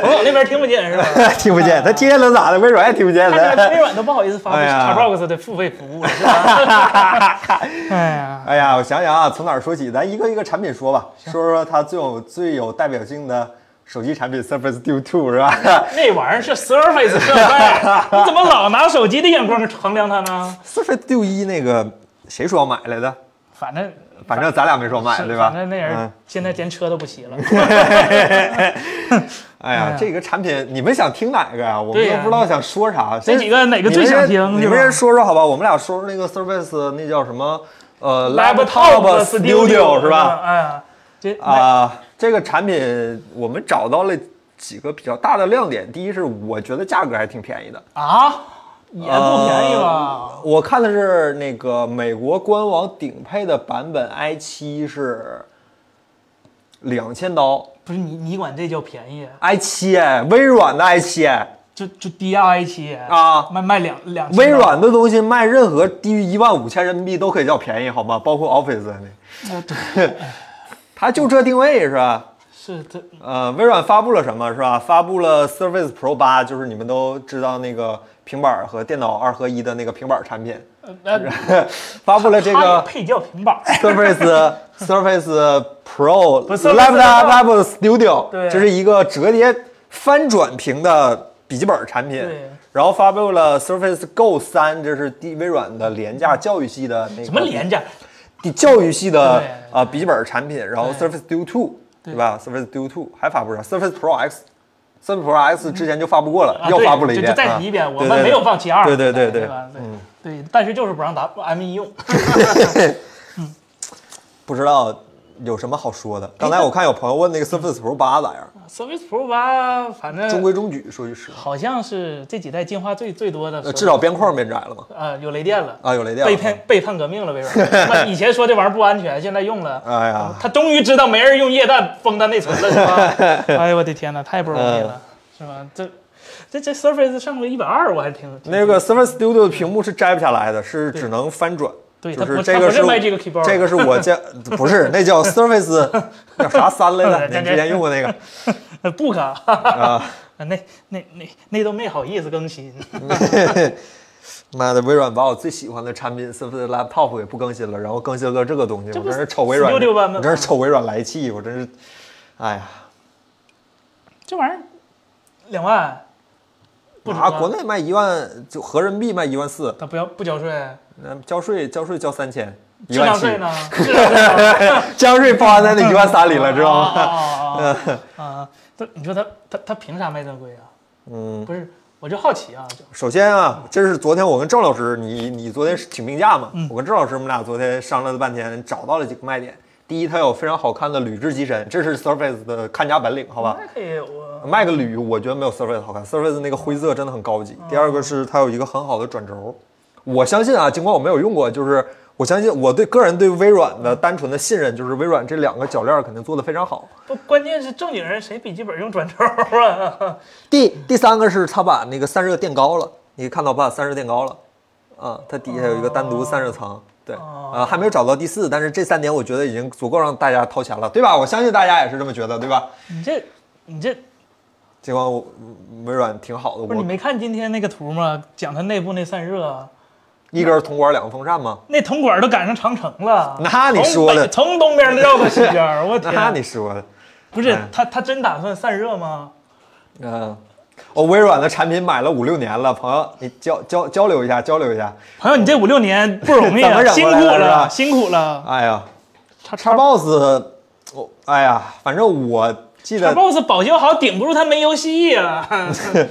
彭总那边听不见是吧？
听不见，他听见了咋的？微软也听不见
看 来微
了。
软都不好意思发布
哎呀
Xbox 的付费服务了，是吧？ 哎呀，
哎呀，我想想啊，从哪儿说起？咱一个一个产品说吧，说说它最有最有代表性的手机产品 Surface Duo 2是吧？
那玩意儿是 Surface 设备，你怎么老拿手机的眼光衡量它呢？
Surface Duo 一那个谁说要买来的？
反正
反正咱俩没说买，
是
哎对吧？
反正那
嗯
人现在连车都不骑了。
哎呀，这个产品你们想听哪个呀？我们
对
都
呀
不知道想说啥。
这几个哪个最想听
你们先你
是
们
吧
先说说好吧，我们俩说说那个 Surface 那叫什么？呃
Laptop
Studio 是吧？？
哎呀，这啊，
啊，这个产品我们找到了几个比较大的亮点。第一是我觉得价格还挺便宜的，
啊也不便宜
呃
吧？
我看的是那个美国官网顶配的版本 i 7是两千刀
不是你，你管这叫便宜？
，i 7哎，微软的 i 7哎。
就就低 i 七
啊
卖卖两两千刀
微软的东西卖任何低于一万五千人民币都可以叫便宜，好吗？包括 Office 在内，
呃对，
它就这定位是吧？
是这
呃，微软发布了什么是吧？发布了 Surface Pro 八，就是你们都知道那个平板儿和电脑二合一的那个平板儿产品，
呃那
发布了这
它也
个
配叫平板儿。
Surface Surface Pro
不是
Laptop Laptop Studio，
对
这是一个折叠翻转屏的笔记本产品
对。
然后发布了 Surface Go 三，这是低微软的廉价教育系的那个
什么廉价？
低教育系的
对
呃笔记本产品，然后 Surface Duo Two 对吧？Surface Duo Two 还发布上 Surface Pro X。Surface Pro X 之前就发布过了，
啊
又
对
发布了一
就
遍，
就再
啊
提一遍，我
对
们
对
没有放弃二，
对对对嗯
对
对，
吧？对对，但是就是不让打 M 一用，
不知道有什么好说
哎
的。刚才我看有朋友问那个 Surface Pro 八咋样，
Surface Pro 八，反
中
正
规中矩，说句实话。
好像是这几代进化最最多的
呃，
手机，
至少边框变窄了嘛？
啊有雷电了
啊，有雷电了
背叛背叛革命了微软。那以前说这玩意儿不安全，现在用了，
哎呀
他终于知道没人用液氮封它内存了，是 吧？哎呦我的天哪，太不容易
嗯
了，是吧？这这这 Surface 上过一百二，我还挺挺
那个 Surface Studio 的屏幕是摘不下来的，是只能翻转。
对
就
它不
是这个
它
是
不是卖这个 keyboard
这个是我 家不是那叫 Surface 叫啥三来着？
对对
你之前用过那个
呃不卡，
啊？
那那那那都没好意思更新。
妈的，微软把我最喜欢的产品 Surface Laptop 也不更新了，然后更新了这个东西，
这
我
不
真是瞅微软，
16版本吗
我真是瞅微软来气，我真是，哎呀，
这玩意儿两万，不止
啊，
吧
国内卖一万就合人民币卖一万四，
他不要不交税，
那交税交税交三千，一
智
万
商
七，
税呢？啊智商税呢
交税包含在那一万三里 了，知道
哦
吗？
吗？ 啊啊！他你说他他他凭啥卖这么贵啊？嗯，不是，我就好奇啊，就
首先啊，这是昨天我跟郑老师，你你昨天请病假嘛？
嗯
我跟郑老师我们俩昨天商量了半天，找到了几个卖点。第一，它有非常好看的铝制机身，这是 Surface 的看家本领，好吧？
那可以我
卖个铝，我觉得没有 Surface 好看，Surface 那个灰色真的很高级。
嗯
第二个是它有一个很好的转轴，我相信啊，尽管我没有用过，就是我相信我对个人对微软的单纯的信任，就是微软这两个铰链肯定做得非常好。
不，关键是正经人谁笔记本用转轴啊？
第第三个是它把那个散热垫高了，你看到把散热垫高了，啊，它底下有一个单独散热
哦
层，对，啊，还没有找到第四，但是这三点我觉得已经足够让大家掏钱了，对吧？我相信大家也是这么觉得，对吧？
你这你这
尽管我嗯微软挺好的，
不是你
我
没看今天那个图吗？讲它内部那散热啊。
一根铜管两个风扇吗？
那铜管都赶上长城了，
那你说的
从北从东边绕到西 边，我天！
那你说的，
不是
哎
他他真打算散热吗？
嗯。我微软的产品买了五六年了，朋友，你交交交流一下，交流一下。
朋友，你这五六年不容 易
怎么
啊，
忍
辛
过
苦
来了是吧
了，辛苦 了。
哎呀
叉叉
，Xbox，我哎呀，反正我记得
boss 保修好顶不住他没游戏啊。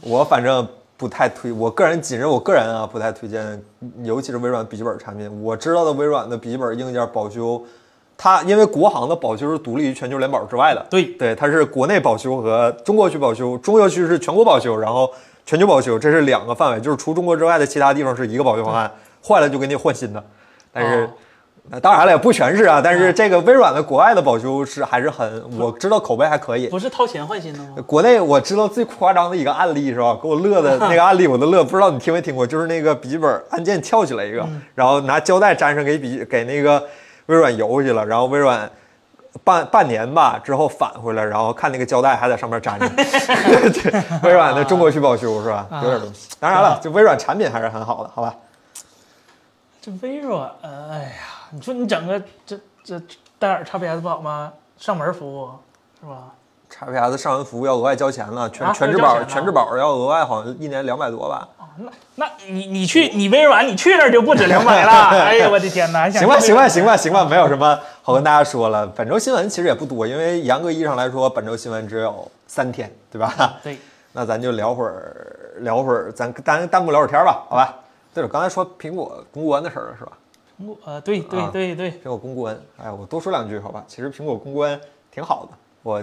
我反正不太推，我个人谨慎，我个人啊不太推荐，尤其是微软笔记本产品。我知道的微软的笔记本硬件保修，它因为国行的保修是独立于全球联保之外的，
对
对，它是国内保修和中国区保修，中国区是全国保修，然后全球保修，这是两个范围，就是除中国之外的其他地方是一个保修方案，坏了就给你换新的。但是
哦，嗯
呃当然了，也不全是啊，但是这个微软的国外的保修是还是很，我知道口碑还可以。
不是掏钱换新的吗？
国内我知道最夸张的一个案例是吧？给我乐 的那个案例我都乐，不知道你听没听过，就是那个笔记本按键翘起来一个，
嗯
然后拿胶带粘上给笔给那个微软邮去了，然后微软半半年吧之后返回来，然后看那个胶带还在上面粘 着，对微软的中国区保修是吧？
啊
有点东西。当然了，就微软产品还是很好的，好吧？
这微软，哎呀，你说你整个这这戴尔 XPS 不好吗？上门服务是吧？
XPS 上门服务要额外交钱了，全
啊
全
要
质
交
保
钱呢
全质保要额外好像一年两百多吧？
哦，那那你你去你微软，你去那儿就不止两 百了。哎呀，我的天哪！还想
行吧，
去
行
微
吧，
软
行吧，行吧，没有什么好跟大家说了。本周新闻其实也不多，因为严格意义上来说，本周新闻只有三天，对吧？
对，
那咱就聊会儿，聊会儿，咱单单独聊会儿天儿吧，好吧？对了，刚才说苹果公关的事儿了，是吧？
苹果呃，对对
啊
对对，
苹果公关，哎，我多说两句，好吧？其实苹果公关挺好的，我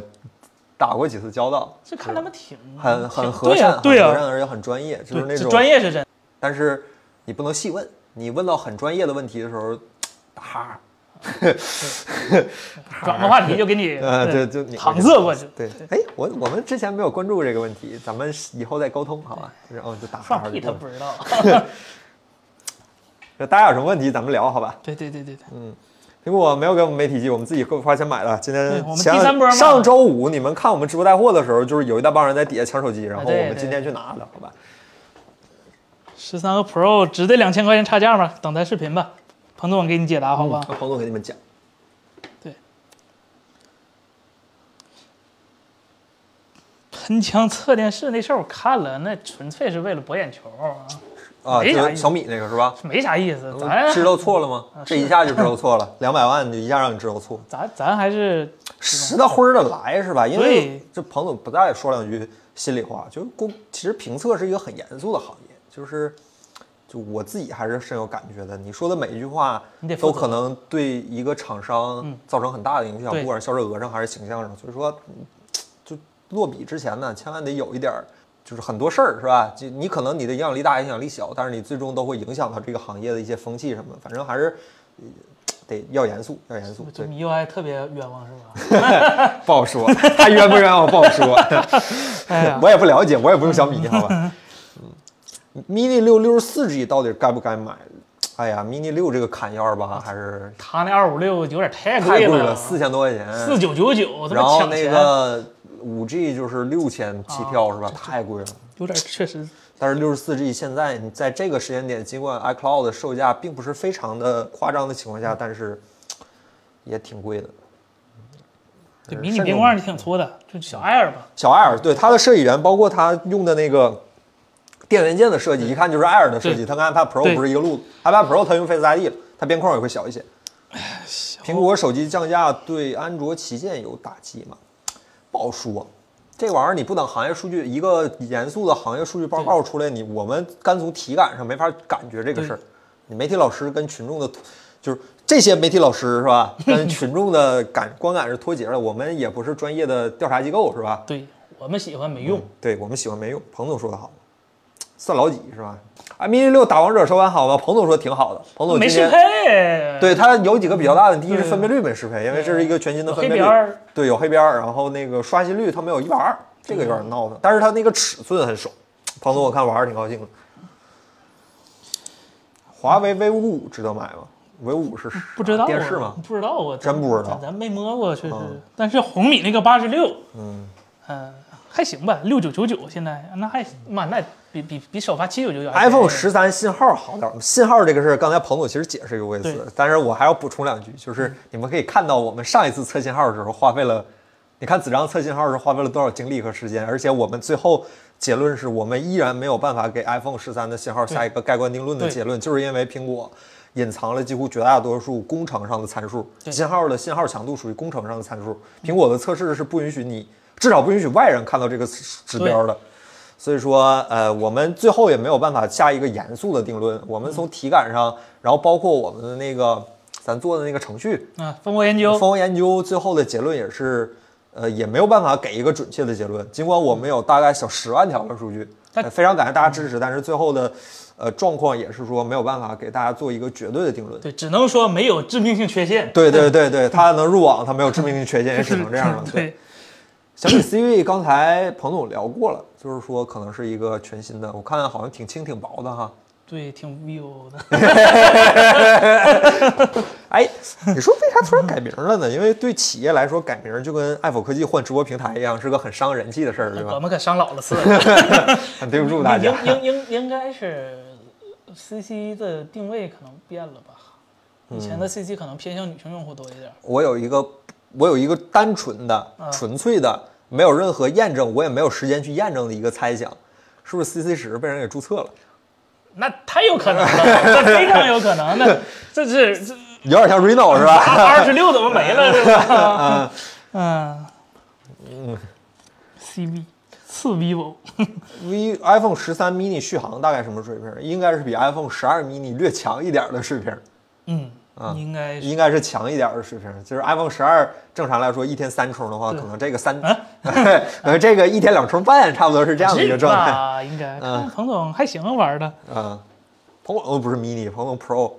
打过几次交道，
这看他们挺
很
挺
很和
对呀
善，
对
很和
呀，
善，而且很专业，就是那
对，这
种
专业是真。
但是你不能细问，你问到很专业的问题的时候，打哈儿。
转个话题就给你
呃，对，
对
就你
搪塞过去。
对，哎，我我们之前没有关注这个问题，咱们以后再沟通好吧？就是哦，就打哈
放
哈
屁
就
他
过去
不知道。
就大家有什么问题咱们聊好吧？
对对对对对，
嗯苹果没有给我们媒体机，我们自己花钱买的。今
对
天
我们
前
第三波嘛
上周五你们看我们直播带货的时候，就是有一大帮人在底下抢手机，然后
啊对
我们今
对
天去拿的，好吧？
十三个 Pro 值这两千块钱差价吗？等待视频吧，彭总我给你解答好吧？
那彭总给你们讲，
喷枪测电视那事儿我看了，那纯粹是为了博眼球啊，
啊，
没
就
啥
是
意思
小米那个是吧？
没啥意思。咱
嗯知道错了
啊
吗？这一下就知道错了，两百万就一下让你知道错，
咱咱还是
实的灰儿的来是吧？因为
对
这彭总不在说两句心里话，就是公其实评测是一个很严肃的行业，就是就我自己还是深有感觉的。你说的每一句话
你得负
都
责嗯
可能对一个厂商造成很大的影响，
对
不管是销售额上还是形象上。所以说，嗯就落笔之前呢，千万得有一点儿。就是很多事儿是吧？就你可能你的影响力大，影响力小，但是你最终都会影响到这个行业的一些风气什么的。反正还是呃得要严肃，要严肃。
这
对，
MIUI 特别冤枉是吧？
不好说，他冤不冤枉不好说。
哎呀，
我也不了解，我也不用小米，好吧？ 嗯，mini 六六十四 G 到底该不该买？哎呀，mini 六这个砍幺二八还是
他那二五六有点太
太贵
了，
四千多块钱。
四九九九，他
然
妈
后
抢
那
钱，啊
个五 G 就是六千起跳是吧？太贵了。
有点确实
但是六十四 G 现在你在这个时间点，尽管 iCloud 的售价并不是非常的夸张的情况下，但是也挺贵的。
对
是
迷你
慎
边
重
框儿挺粗的，就小
嗯
Air 吧。
小艾尔对它的设计员，包括它用的那个电源键的设计，一看就是艾尔的设计。
对
它跟 iPad
对
Pro 不是一个路子，iPad Pro 它用 Face ID 了，它边框也会小一些。
哎
苹果手机降价对安卓旗舰有打击吗？不好说，这玩意儿你不等行业数据，一个严肃的行业数据报告出来，你我们单从体感上没法感觉这个事儿。你媒体老师跟群众的，就是这些媒体老师是吧，跟群众的感观感是脱节的。我们也不是专业的调查机构是吧？
对我们喜欢没用，
对我们喜欢没用。彭总说的好，算老几是吧？啊，mini 六打王者手感好吗？彭总说挺好的。彭总
没
今
适
天
配。
对它有几个比较大的，第一是
对
分辨率没适配，因为这是一个全新的
有
分
嗯黑
辨
边
率
儿，
对，有黑边儿，然后那个刷新率它没有一百二，这个有点闹腾，但是它那个尺寸很爽。彭总我看玩儿挺高兴的。
嗯
华为 V 五五值得买吗？V 五是
不知道啊
电视吗？
不知道啊，
真不知道
咱咱没摸过，确实
嗯。
但是红米那个八十六，
嗯，
嗯，还行吧，六九九九现在那还妈那比比比首发七九九九
iPhone 十三信号好点儿吗？信号这个事儿，刚才彭总其实解释过一
对嗯
次，但是我还要补充两句，就是你们可以看到我们上一次测信号的时候花费了，你看子章测信号的时候花费了多少精力和时间，而且我们最后结论是我们依然没有办法给 iPhone 十三的信号下一个盖棺定论的
对
结论，就是因为苹果。隐藏了几乎绝大多数工程上的参数，信号的信号强度属于工程上的参数。苹果的测试是不允许你，至少不允许外人看到这个指标的。所以说，呃，我们最后也没有办法下一个严肃的定论。我们从体感上，然后包括我们的那个咱做的那个程序
啊，蜂窝研究
蜂窝研究，最后的结论也是，呃，也没有办法给一个准确的结论。尽管我们有大概小十万条的数据，
但
呃非常感谢大家支持，但是最后的呃状况也是说没有办法给大家做一个绝对的定论。
对，只能说没有致命性缺陷。
对对对对，它能入网，它没有致命性缺陷，也只能这样了。 对，
对，
小米 CV 刚才彭总聊过了，就是说可能是一个全新的，我看好像挺轻挺薄的哈。
对，挺 vivo 的。
哎，你说为啥突然改名了呢？因为对企业来说，改名就跟爱否科技换直播平台一样，是个很伤人气的事儿，对
我
吧？
们可伤老了似的。
很对不住大家。
应应应应该是 CC 的定位可能变了吧？
嗯
以前的 CC 可能偏向女性用户多一点。
我有一个，我有一个单纯的、纯粹的，没有任何验证，我也没有时间去验证的一个猜想，是不是 CC 十被人给注册了？
那太有可能了，这非常有可能的，这是这
有点像 Reno 是 吧？
二十六怎么没了 是
啊
吧？嗯，CB 次 vivo，
v iPhone 十三 mini 续航大概什么水平？应该是比 iPhone 十二 mini 略强一点的水平，
嗯，应该是
应该是强啊一点的水平。就是 iPhone 十二正常来说一天三充的话，可能这个三，
嗯
呃，这个一天两充半，差不多是这样的一个状态。
吧？应该，看彭总还行啊，玩的。
嗯，彭总不是 mini，彭总 Pro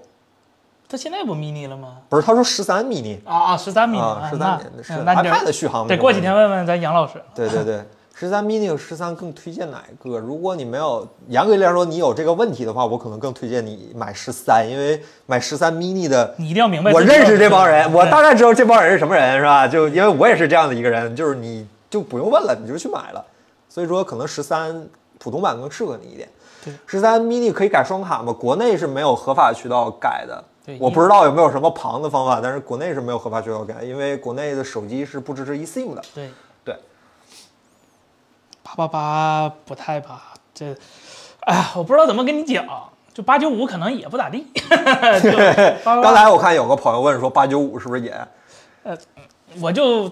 他现在不 mini 了吗？
不是，他说十三 mini
啊啊，十三 mini，
啊，十三
那
是
嗯那你得
iPad 的续航。
得过几天。问问咱杨老师。
对对对，十三 mini 和十三更推荐哪一个？如果你没有严格来说你有这个问题的话，我可能更推荐你买十三，因为买十三 mini 的。
你一定要明白，
我认识这帮
嗯
人，我大概知道这帮人是什么人，是吧？就因为我也是这样的一个人，就是你就不用问了，你就去买了。所以说，可能十三普通版更适合你一点
对。
十三 mini 可以改双卡吗？国内是没有合法渠道改的
对。
我不知道有没有什么旁的方法，但是国内是没有合法渠道改，因为国内的手机是不支持 eSIM 的。
对
对，
八八八不太吧，这，哎呀，我不知道怎么跟你讲，就八九五可能也不咋地。 就八八
刚才我看有个朋友问说，八九五是不是也？
我就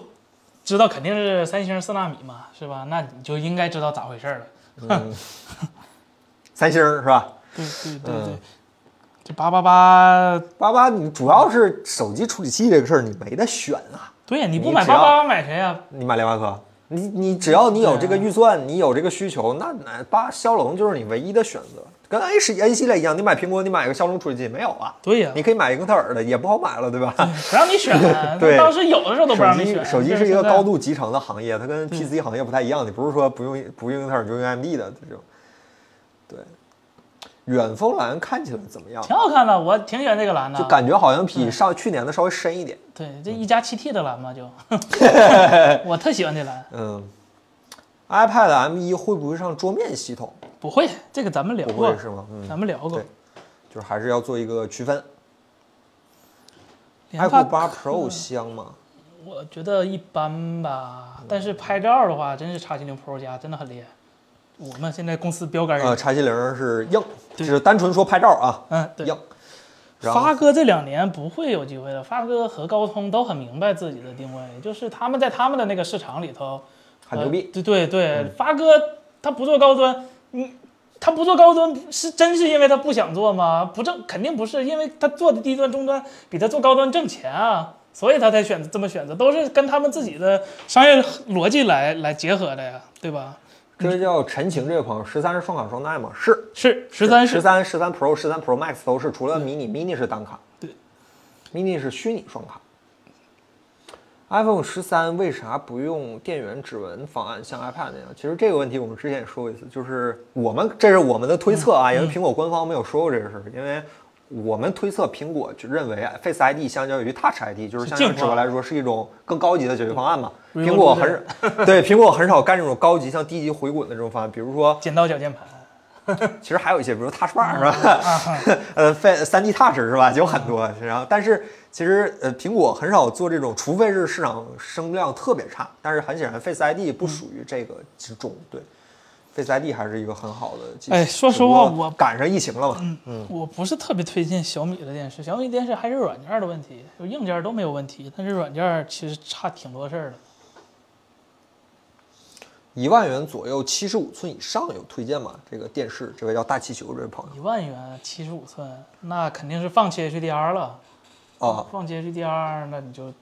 知道肯定是三星四纳米嘛，是吧？那你就应该知道咋回事儿了。
三星儿是吧？
对对对对，这八八八，
八八，你主要是手机处理器这个事儿，你没得选啊。
对呀，你不
你
买
只要
八八八买谁呀、
你买联发科，你你只要你
啊
有这个预算，你有这个需求，那那八骁龙就是你唯一的选择。跟 A 十 N 系列一样，你买苹果，你买个骁龙处理器没有啊？
对呀、
你可以买一个英特尔的，也不好买了，对吧？
不让你选，啊
对
当时有的时 候都不
手
让你选。
机手机
这
是一
现
个
在
高度集成的行业，它跟 PC 行业不太一样，你不是说不用不用英特尔就用 AMD 的这种。对，远峰蓝看起来怎么样？
挺好看的，我挺喜欢这个蓝的。
就感觉好像比上去年的稍微深一点。
对，
嗯
这一加七 T 的蓝 嘛，就我特喜欢这蓝。
嗯，iPad M 一会不会上桌面系统？
不会，这个咱们聊
不
过
会，是吗？嗯，
咱们聊过
对。就是还是要做一个区分。
联发
iQOO 八 Pro 香吗？
我觉得一般
嗯
吧，但是拍照的话，真是叉七零 Pro 加真的很厉害。我们现在公司标杆人
呃，叉七零是硬，就是单纯说拍照啊，
嗯，对
硬。。然后
发哥这两年不会有机会的，发哥和高通都很明白自己的定位，就是他们在他们的那个市场里头
很牛逼嗯
呃对对对，发哥他不做高端，你他不做高端是真是因为他不想做吗？不挣肯定不是，因为他做的低端、中端比他做高端挣钱啊，所以他才选这么选择，都是跟他们自己的商业逻辑来来结合的呀，对吧？
这叫陈情这位朋友，十三是双卡双待吗？是，
是十三
十
是
三、十三 Pro、十三 Pro Max 都是，除了 mini，mini 是单卡，
对
，mini 是虚拟双卡。iPhone 十三为啥不用电源指纹方案，像 iPad 那样？其实这个问题我们之前也说过一次，就是我们这是我们的推测啊，
嗯
因为苹果官方没有说过这个事儿，因为我们推测苹果就认为 Face ID 相较于 Touch ID，就是相较于
进化
指纹来说是一种更高级的解决方案嘛。
嗯
苹果很对苹果很少干这种高级像低级回滚的这种方案，比如说
剪刀脚键盘，
其实还有一些，比如 Touch
嗯
Bar 是吧？ 呃，非三 D Touch 是吧？有很多。然后，但是其实呃，苹果很少做这种，除非是市场声量特别差。但是很显然，Face ID
嗯
不属于这个之中。对，Face ID 还是一个很好的技术。
哎说
只
实
不
话
过
我嗯
赶上疫情了嘛。
我不是特别推荐小米的电视，小米电视还是软件的问题，就硬件都没有问题，但是软件其实差挺多事儿的。
一万元左右，七十五寸以上有推荐吗？这个电视，这位叫大气球这位朋
一
友
万元七十五寸，那肯定是放弃 HDR 了。
啊，
放弃 HDR，那你就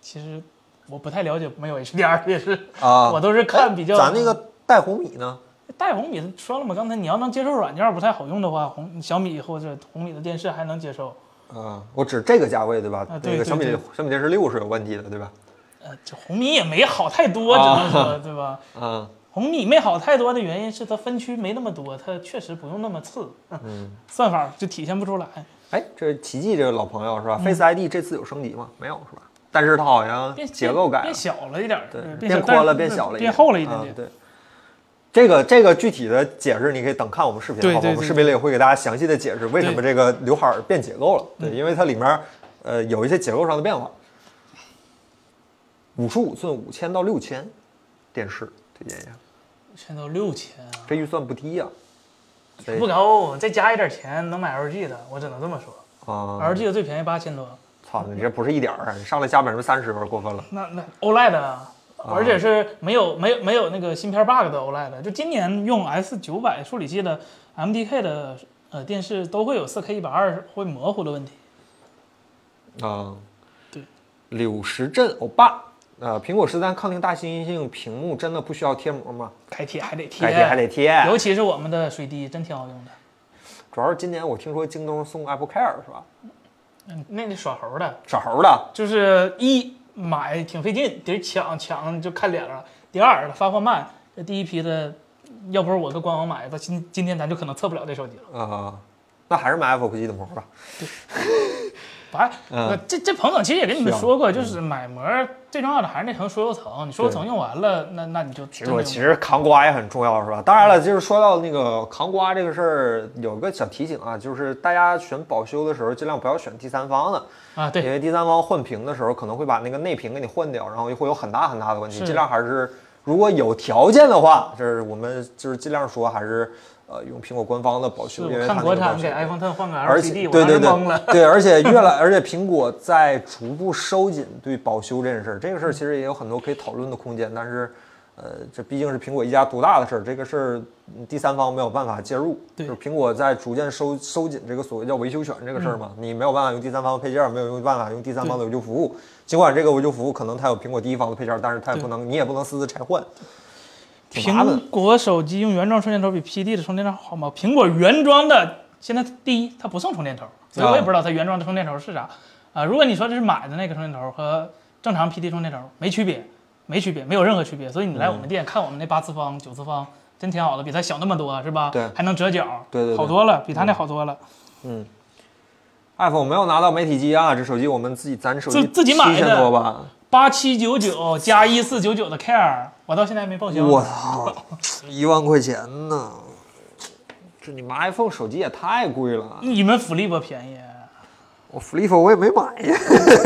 其实我不太了解没有 HDR 的电视，
啊哎
我都是看比较
咱那个带红米呢？
带红米说了嘛，刚才你要能接受软件不太好用的话，红小米或者红米的电视还能接受。
啊，我指这个价位对吧？
啊对
那个
对
小米
对
小米电视六是有问题的对吧？
呃，这红米也没好太多，只能说对吧？
啊，
红米没好太多的原因是它分区没那么多，它确实不用那么次，嗯，算法就体现不出来。
哎，这是奇迹这个老朋友是
嗯
吧？Face ID 这次有升级吗？没有是吧？但是它好像
变
结构改
变
了
变，小了一点儿，
对
嗯，
变
小但
宽
是
了，变小了一点，
变厚了一点
啊
点。
对，这个这个具体的解释你可以等看我们视频，
对
好吧？
对
我们
对
视频里也会给大家详细的解释为什么
对嗯
这个刘海儿变结构了。对，因为它里面呃有一些结构上的变化。五十五寸五千到六千电视推荐一下，
全都六千啊，
这预算不低呀、所以
不高，再加一点钱能买 LG 的，我只能这么说。
啊，
LG 的最便宜八千多，
操，你这不是一点儿啊，你上来加百分之三十，有点过分了。
那那 OLED 啊，而且是没有没有没有那个芯片 bug 的 OLED，就今年用 S 九百处理器的 MDK 的呃电视都会有 4K 一百二会模糊的问题。
啊，
对，
柳石镇欧巴，呃，苹果十三抗定大猩猩屏幕真的不需要贴膜吗？
改贴还得贴，
改贴还得贴，
尤其是我们的水滴真挺好用的，
主要是今年我听说京东送 Apple Care 是吧？
嗯，那得耍猴的，
耍猴的，
就是一买挺费劲，得抢抢就看脸了。第二，发货慢，这第一批的，要不是我搁官网买的，今今天咱就可能测不了这手机了。
啊，那还是买 Apple 机的膜吧。
反
嗯
正呃这这彭总其实也跟你们
是啊
说过，就是买膜最重要的还是那层疏油层，你疏油层用完了，那那你就
其实
真的
我
用
其实扛瓜也很重要是吧？当然了，就是说到那个扛瓜这个事儿，有个小提醒啊，就是大家选保修的时候尽量不要选第三方的，
啊对
因为第三方换屏的时候可能会把那个内屏给你换掉，然后会有很大很大的问题。
是
尽量还是如果有条件的话，就是我们就是尽量说还是呃用苹果官方的保
是
修，因为
我
它
看国
那个
产
保修
给 iPhone 10换个
而且
LCD，
对对
我当时
对
懵了。
对，而且越来，而且苹果在逐步收紧对保修这件事儿，这个事儿其实也有很多可以讨论的空间，但是，呃，这毕竟是苹果一家独大的事儿，这个事儿嗯第三方没有办法介入，就
对
是苹果在逐渐收收紧这个所谓叫维修权这个事儿嘛，
嗯
你没有办法用第三方配件儿，没有用办法用第三方的维修服务，尽管这个维修服务可能它有苹果第一方的配件儿，但是它也不能，你也不能私自拆换，挺麻烦的
苹果手机用原装充电头比 PD 的充电头好吗？苹果原装的现在第一它不送充电头，所
啊
以我也不知道它原装的充电头是啥啊、如果你说这是买的那个充电头和正常 PD 充电头没区别，没区别，没有任何区别。所以你来我们店、看我们那八次方、九次方，真挺好的，比它小那么多是吧？
嗯对
还能折角，
对对嗯对
好多了，比它那好多了。
iPhone 没有拿到媒体机啊，这手机我们自己咱手机
自自己买的
七千多吧，
八七九九加一四九九的 Care，我到现在还没报销呢。
我操，一万块钱呢！ 这你妈 iPhone 手机也太贵了，啊
你们福利不便宜，啊
我 Flip 我也没买呀。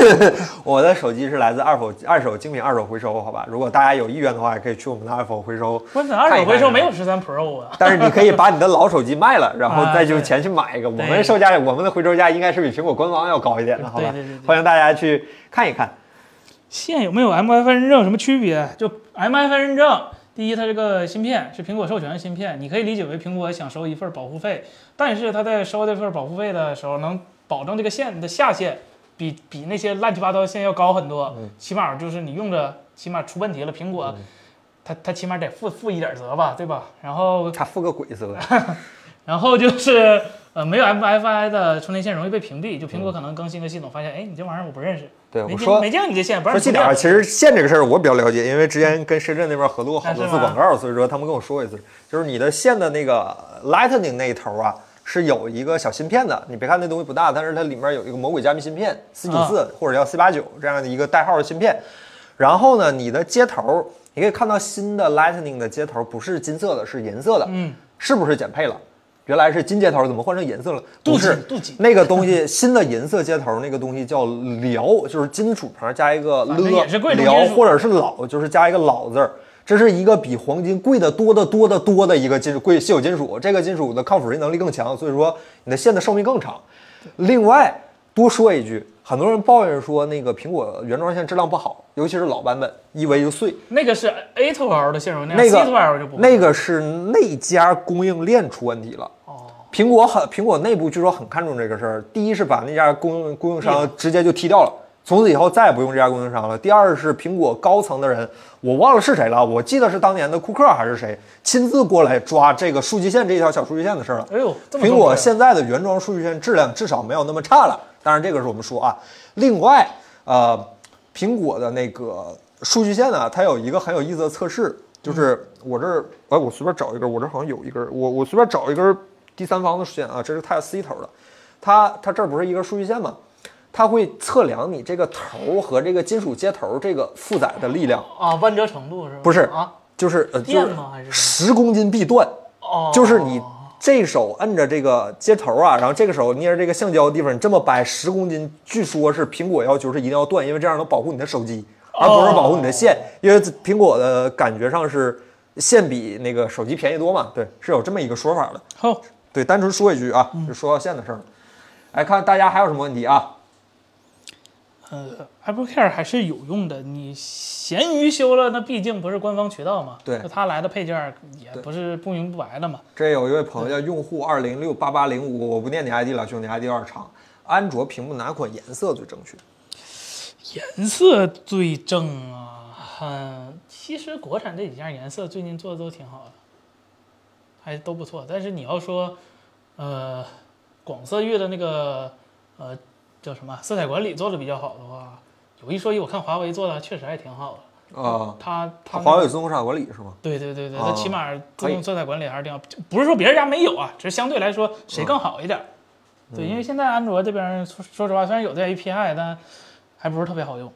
我的手机是来自二手二手精品二手回收，好吧？如果大家有意愿的话，也可以去我们的二手回收。
我怎么二手回收没有
看一看？
十三 Pro 啊？
但是你可以把你的老手机卖了，然后再就钱去买一个。我
对
们售价，我们的回收价应该是比苹果官方要高一点的，好吧
对对对？对
欢迎大家去看一看。
现有没有 MFI 认证有什么区别？就 MFI 认证，第一，它这个芯片是苹果授权的芯片，你可以理解为苹果想收一份保护费，但是它在收这份保护费的时候，能保证这个线的下限比比那些乱七八糟的线要高很多，
嗯
起码就是你用着，起码出问题了，苹果。它它起码得负负一点责吧，对吧？然后
他付个鬼色呀！
然后就是呃，没有 MFI 的充电线容易被屏蔽，就苹果可能更新个系统，发现哎，你这玩意儿我不认识，
嗯对
没
我
见
说
没见过你这线，不
说
让
细
你充
点
电
儿，其实线这个事儿我比较了解，因为之前跟深圳那边合作过好多
啊
次
是吗
广告，所以说他们跟我说过一次，就是你的线的那个 Lightning 那一头啊。是有一个小芯片的，你别看那东西不大，但是它里面有一个魔鬼加密芯片四九
嗯
四或者叫 C 八九这样的一个代号的芯片。然后呢，你的接头你可以看到新的 Lightning 的接头不是金色的，是银色的，
嗯，
是不是减配了？原来是金接头，怎么换成银色了？不
镀金
是
镀金
那个东西，新的银色接头那个东西叫辽，就是金属旁加一个
反正也是贵
了，
重
辽
金属
或者是老，就是加一个老字儿。这是一个比黄金贵得多得多得多的一个金属贵稀有金属，这个金属的抗腐蚀能力更强，所以说你的线的寿命更长。另外多说一句，很多人抱怨说那个苹果原装线质量不好，尤其是老版本，一围就碎。
那个是 A to L 的线容量
那
，C to L 就
个
不会
那个是那家供应链出问题了。
哦，
苹果很苹果内部据说很看重这个事儿，第一是把那家供应供应商直接就踢掉了，从此以后再也不用这家供应商了。第二是苹果高层的人，我忘了是谁了，我记得是当年的库克还是谁亲自过来抓这个数据线这一条小数据线的事儿了。
哎呦，这么
苹
重
果
要
现在的原装数据线质量至少没有那么差了，当然这个是我们说啊。另外，呃，苹果的那个数据线呢，它有一个很有意思的测试，就是我这儿，哎，我随便找一根，我这儿好像有一根，我我随便找一根第三方的数据线啊，这是 Type C 头的，它它这儿不是一根数据线吗？它会测量你这个头儿和这个金属接头儿这个负载的力量，
啊，弯折程度是吧？
不是
啊，
就是呃，就
电
是
吗还是
十公斤必断。
哦，
就是你这手摁着这个接头啊，然后这个手捏着这个橡胶的地方，你这么掰十公斤，据说是苹果要求是一定要断，因为这样能保护你的手机，而
哦
不是保护你的线，因为苹果的感觉上是线比那个手机便宜多嘛，对，是有这么一个说法的。
好，
对，单纯说一句
嗯
啊，就说到线的事儿了。哎，看大家还有什么问题啊？
呃，Apple Care 还是有用的。你闲鱼修了，那毕竟不是官方渠道嘛，
对
那它来的配件儿也不是不明不白的嘛。
这有一位朋友叫用户二零六八八零五，我不念你 ID 了，兄弟 ID 有点长。安卓屏幕哪款颜色最正确？
颜色最正啊，嗯，其实国产这几件颜色最近做的都挺好的，还都不错。但是你要说，呃，广色域的那个呃叫什么色彩管理做的比较好的话，有一说一，我看华为做的确实还挺好的。
啊、
它它
华为有自动生产管理是吗？
对对对对，
啊
它起码自
可以
动色彩管理还是挺好，不是说别人家没有啊，只是相对来说谁更好一点儿。
嗯
对，因为现在安卓这边说说实话，虽然有这 API，但还不是特别好用。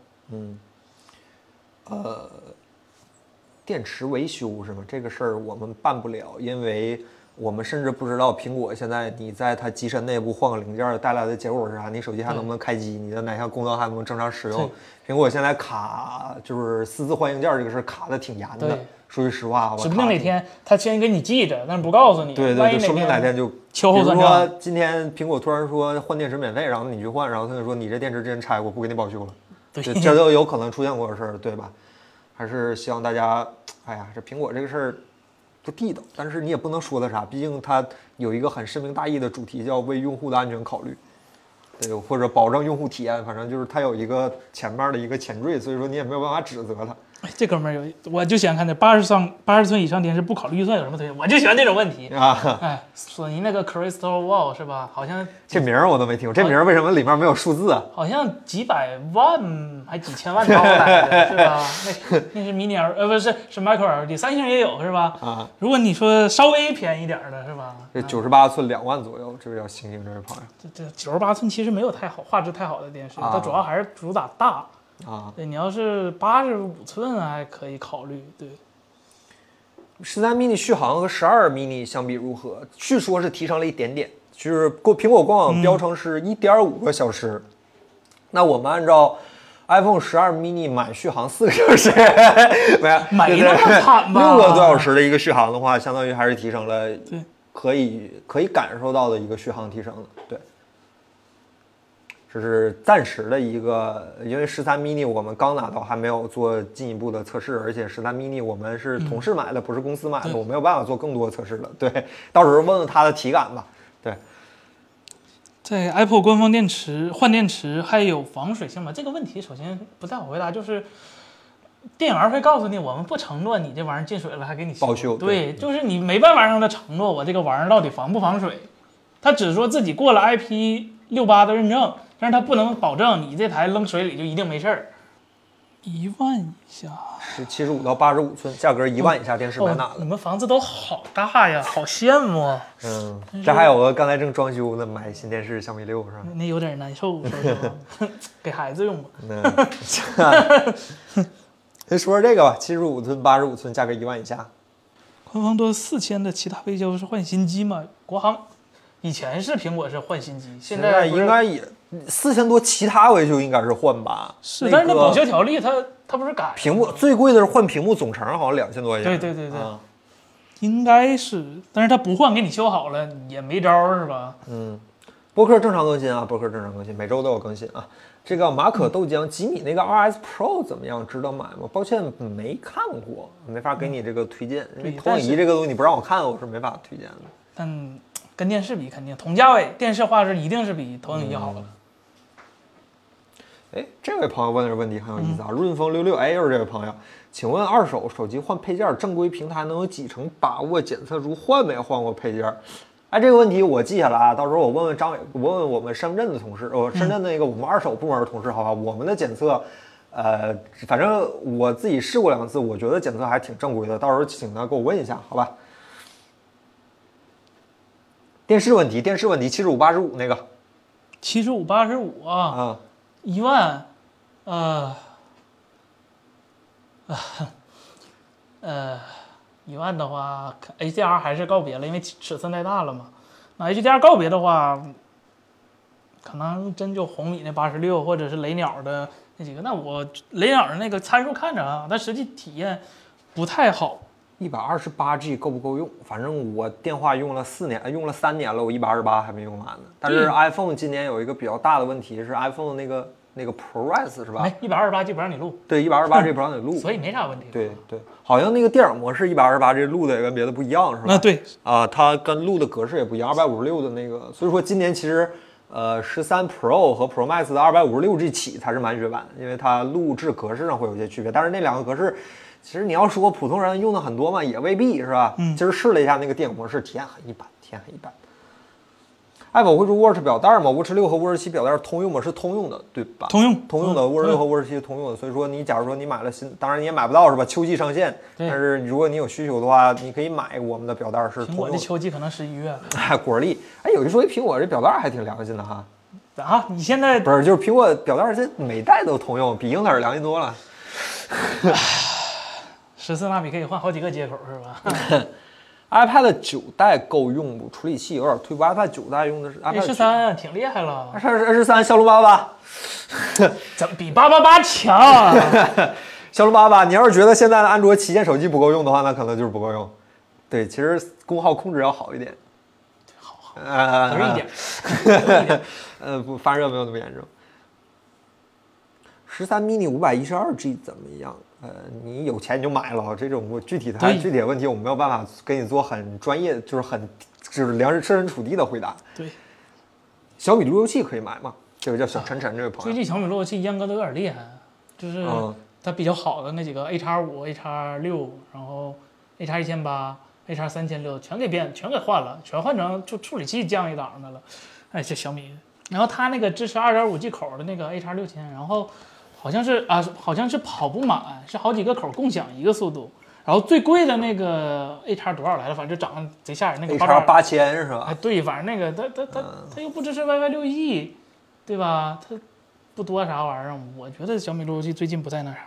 电池维修是吗？这个事儿我们办不了，因为我们甚至不知道苹果现在你在它机身内部换个零件儿带来的结果是啥，你手机还能不能开机，你的哪项功能还能不能正常使用
对？
苹果现在卡就是私自换硬件儿这个事儿卡的挺严的
对，
说句实话，我
指不定哪
卡
天他先给你记着，但是不告诉你。
对
万
对
一哎
对，说不定哪天就，比
秋后
如
算
说
账
今天苹果突然说换电池免费，然后你去换，然后他就说你这电池之前拆过，不给你保修了，
对
这这都有可能出现过的事儿，对吧？还是希望大家，哎呀，这苹果这个事儿不地道，但是你也不能说它啥，毕竟它有一个很深明大义的主题，叫为用户的安全考虑。对，或者保障用户体验，反正就是它有一个前面的一个前缀，所以说你也没有办法指责它。
哎这哥们儿有，我就喜欢看这八十寸八十寸以上电视不考虑预算有什么推荐，我就喜欢这种问题。
啊，
哎，索尼那个 Crystal Wall 是吧？好像
这名儿我都没听过，这名儿为什么里面没有数字啊？
好像几百万还几千万刀来的是吧？那是那是迷你 L 呃不是是 Micro LED，三星也有是吧？
啊，
如果你说稍微便宜点儿的是吧？
这九十八寸两万左右，这位叫星星这位朋友
这这九十八寸其实没有太好画质太好的电视，
啊
它主要还是主打大。
啊，
对，你要是八十五寸还可以考虑，对。
十三 mini 续航和十二 mini 相比如何？据说是提升了一点点，就是过苹果官网标称是一点五个小时，那我们按照 iPhone 十二 mini 满续航四个小 时，没有
没那么惨吧
六个多小时的一个续航的话，相当于还是提升了，
对，
可以可以感受到的一个续航提升了，对。这是暂时的一个，因为十三 mini 我们刚拿到，还没有做进一步的测试，而且十三 mini 我们是同
嗯
事买的，不是公司买的，我没有办法做更多的测试了。对，到时候问问它的体感吧。对，
在 Apple 官方电池换电池还有防水性吗？这个问题首先不太好回答，就是店员会告诉你，我们不承诺你这玩意儿进水了还给你
报修对
对，就是你没办法让他承诺我这个玩意儿到底防不防水，他只说自己过了 IP 六八的认证，但是他不能保证你这台扔水里就一定没事儿。一万以下，
是七十五到八十五寸，价格一万以下电视买哪
哦
个？
你们房子都好大呀，好羡慕 啊。
嗯，这还有个刚才正装修呢，买新电视小米六是吧？
那有点难受，说实 话，给孩子用吧。
嗯， 先说说这个吧，七十五寸、八十五寸，价格一万以下。
官方多四千的其他维修是换新机吗？国行以前是苹果是换新机，现在不是
应该也四千多，其他维修应该是换吧？
是，但是
那
那
个
保修条例它它不是改了吗
屏幕最贵的是换屏幕总成，好像两千多块钱。
对对对对
啊
应该是，但是它不换给你修好了也没招儿是吧？
播客正常更新啊，播客正常更新，每周都有更新啊。这个马可豆浆吉米那个 RS Pro 怎么样？值得买吗？抱歉，没看过，没法给你这个推荐。因为
对
投影
但
仪
是
这个东西你不让我看，我是没法推荐的。
但跟
嗯
电视比肯定同价位，电视画质一定是比投影仪好的。
哎，这位朋友问的问题很有意思啊，润风六六，哎，又是这位朋友，请问二手手机换配件儿，正规平台能有几成把握检测出换没换过配件儿？哎，这个问题我记下了啊，到时候我问问张伟，我问问我们深圳的同事，我、深圳那个我们二手部门的同事，好吧，我们的检测。呃，反正我自己试过两次，我觉得检测还挺正规的。到时候请他给我问一下，好吧？电视问题，电视问题，七十五八十五那个
七十五八十五啊，
啊，
一万，呃，呃，一万的话，HDR 还是告别了，因为尺寸太大了嘛。那 HDR 告别的话，可能真就红米那八十六，或者是雷鸟的那几个。那我雷鸟的那个参数看着啊，但实际体验不太好。
一百二十八 G 够不够用？反正我电话用了四年，呃用了三年了，我一百二十八还没用完呢。但是
嗯
iPhone 今年有一个比较大的问题是 iPhone 那个那个 Pro S 是吧？
没一百二十八 G 不让你录，
对，一百二十八 G 不让你录。
哎所以没啥问题。
对对，好像那个电影模式一百二十八 G 录的也跟别的不一样是吧？
那对，
啊，它跟录的格式也不一样，二百五十六的那个，所以说今年其实，呃，十三 Pro 和 Pro Max 的二百五十六 G 起才是满血版，因为它录制格式上会有一些区别，但是那两个格式，其实你要说普通人用的很多嘛，也未必是吧？嗯，今儿试了一下那个电影模式，体验很一般，体验很一般。Apple 会出 Watch 表带吗？Watch 六和 Watch 七表带通用吗？是通用的，对吧？
通用
通用的 Watch 六和 Watch 七是通用的，所以说你假如说你买了新，当然你也买不到是吧？秋季上线，
对
但是如果你有需求的话，你可以买我们的表带是
苹
通
果
用
的
的。
秋季可能十一月。
哎，果粒，哎，有一说一，苹果这表带儿还挺良心的哈。
啊，你现在
不是，就是苹果表带儿这每代都通用，比英特尔良心多了。
十四纳米可以换好几个接口是吧？
iPad 九代够用不？处理器有点退步。iPad 九代用的是
A
iPad
十三挺厉害了，
二二十三骁龙八八
怎么比八八八强 啊？
八，骁龙八八。你要是觉得现在的安卓旗舰手机不够用的话，那可能就是不够用。对，其实功耗控制要好一点。好，呃，
不是一点，
呃，不，发热没有那么严重。十三 mini 五百一十二 G 怎么样？呃，你有钱你就买了，这种我具体的
对
具体的问题我没有办法给你做很专业，就是很就是量身设身处地的回答。
对，
小米路由器可以买吗？这位叫小晨晨这位朋
最
友，
近小米路由器阉割的有点厉害，就是
嗯
它比较好的那几个 A 叉五、A 叉六，然后 A 叉一千八、A 叉三千六全给变，全给换了，全换成就处理器降一档的了。哎，这小米，然后它那个支持二点五 G 口的那个 A 叉六千，然后好像是啊，好像是跑不满，是好几个口共享一个速度。然后最贵的那个 A 叉多少来着？反正就涨得贼吓人，那个
A
八
叉
八
八千是吧
哎，？对，反正那个它它它
嗯
它又不支持 WiFi 六 E，对吧？它不多啥玩意儿，我觉得小米路由器最近不太那啥。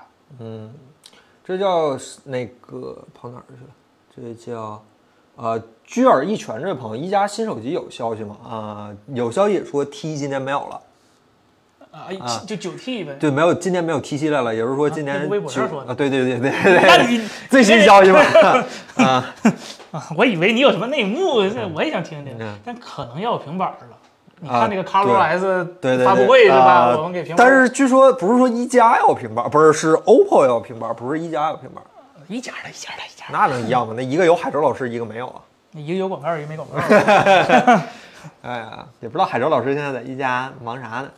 这叫那个跑哪儿去了？这叫呃居尔一拳这位朋友，一加新手机有消息吗？啊、有消息说 T 今年没有了。
啊，一就九 T 呗。
对，没有，今年没有 T 系列了，也就是说今年
那
九
不微博上说的
啊，对对对对
那
对，
你
最新消息嘛， 啊，
啊， 我以为你有什么内幕，这我也想听听
嗯，
但可能要有平板儿了。你
啊
看那个 ColorOS
对对对，
发布会是吧？
啊
我们给平板
但
儿，
是据说不是说一加要平板，不是是 OPPO 要平板，不是一加要平板，
一家的一家的一家的，
那能一样吗？那一个有海舟老师，一个没有啊。
一个有广告，一个没广告。
哎呀，也不知道海舟老师现在在一加忙啥呢？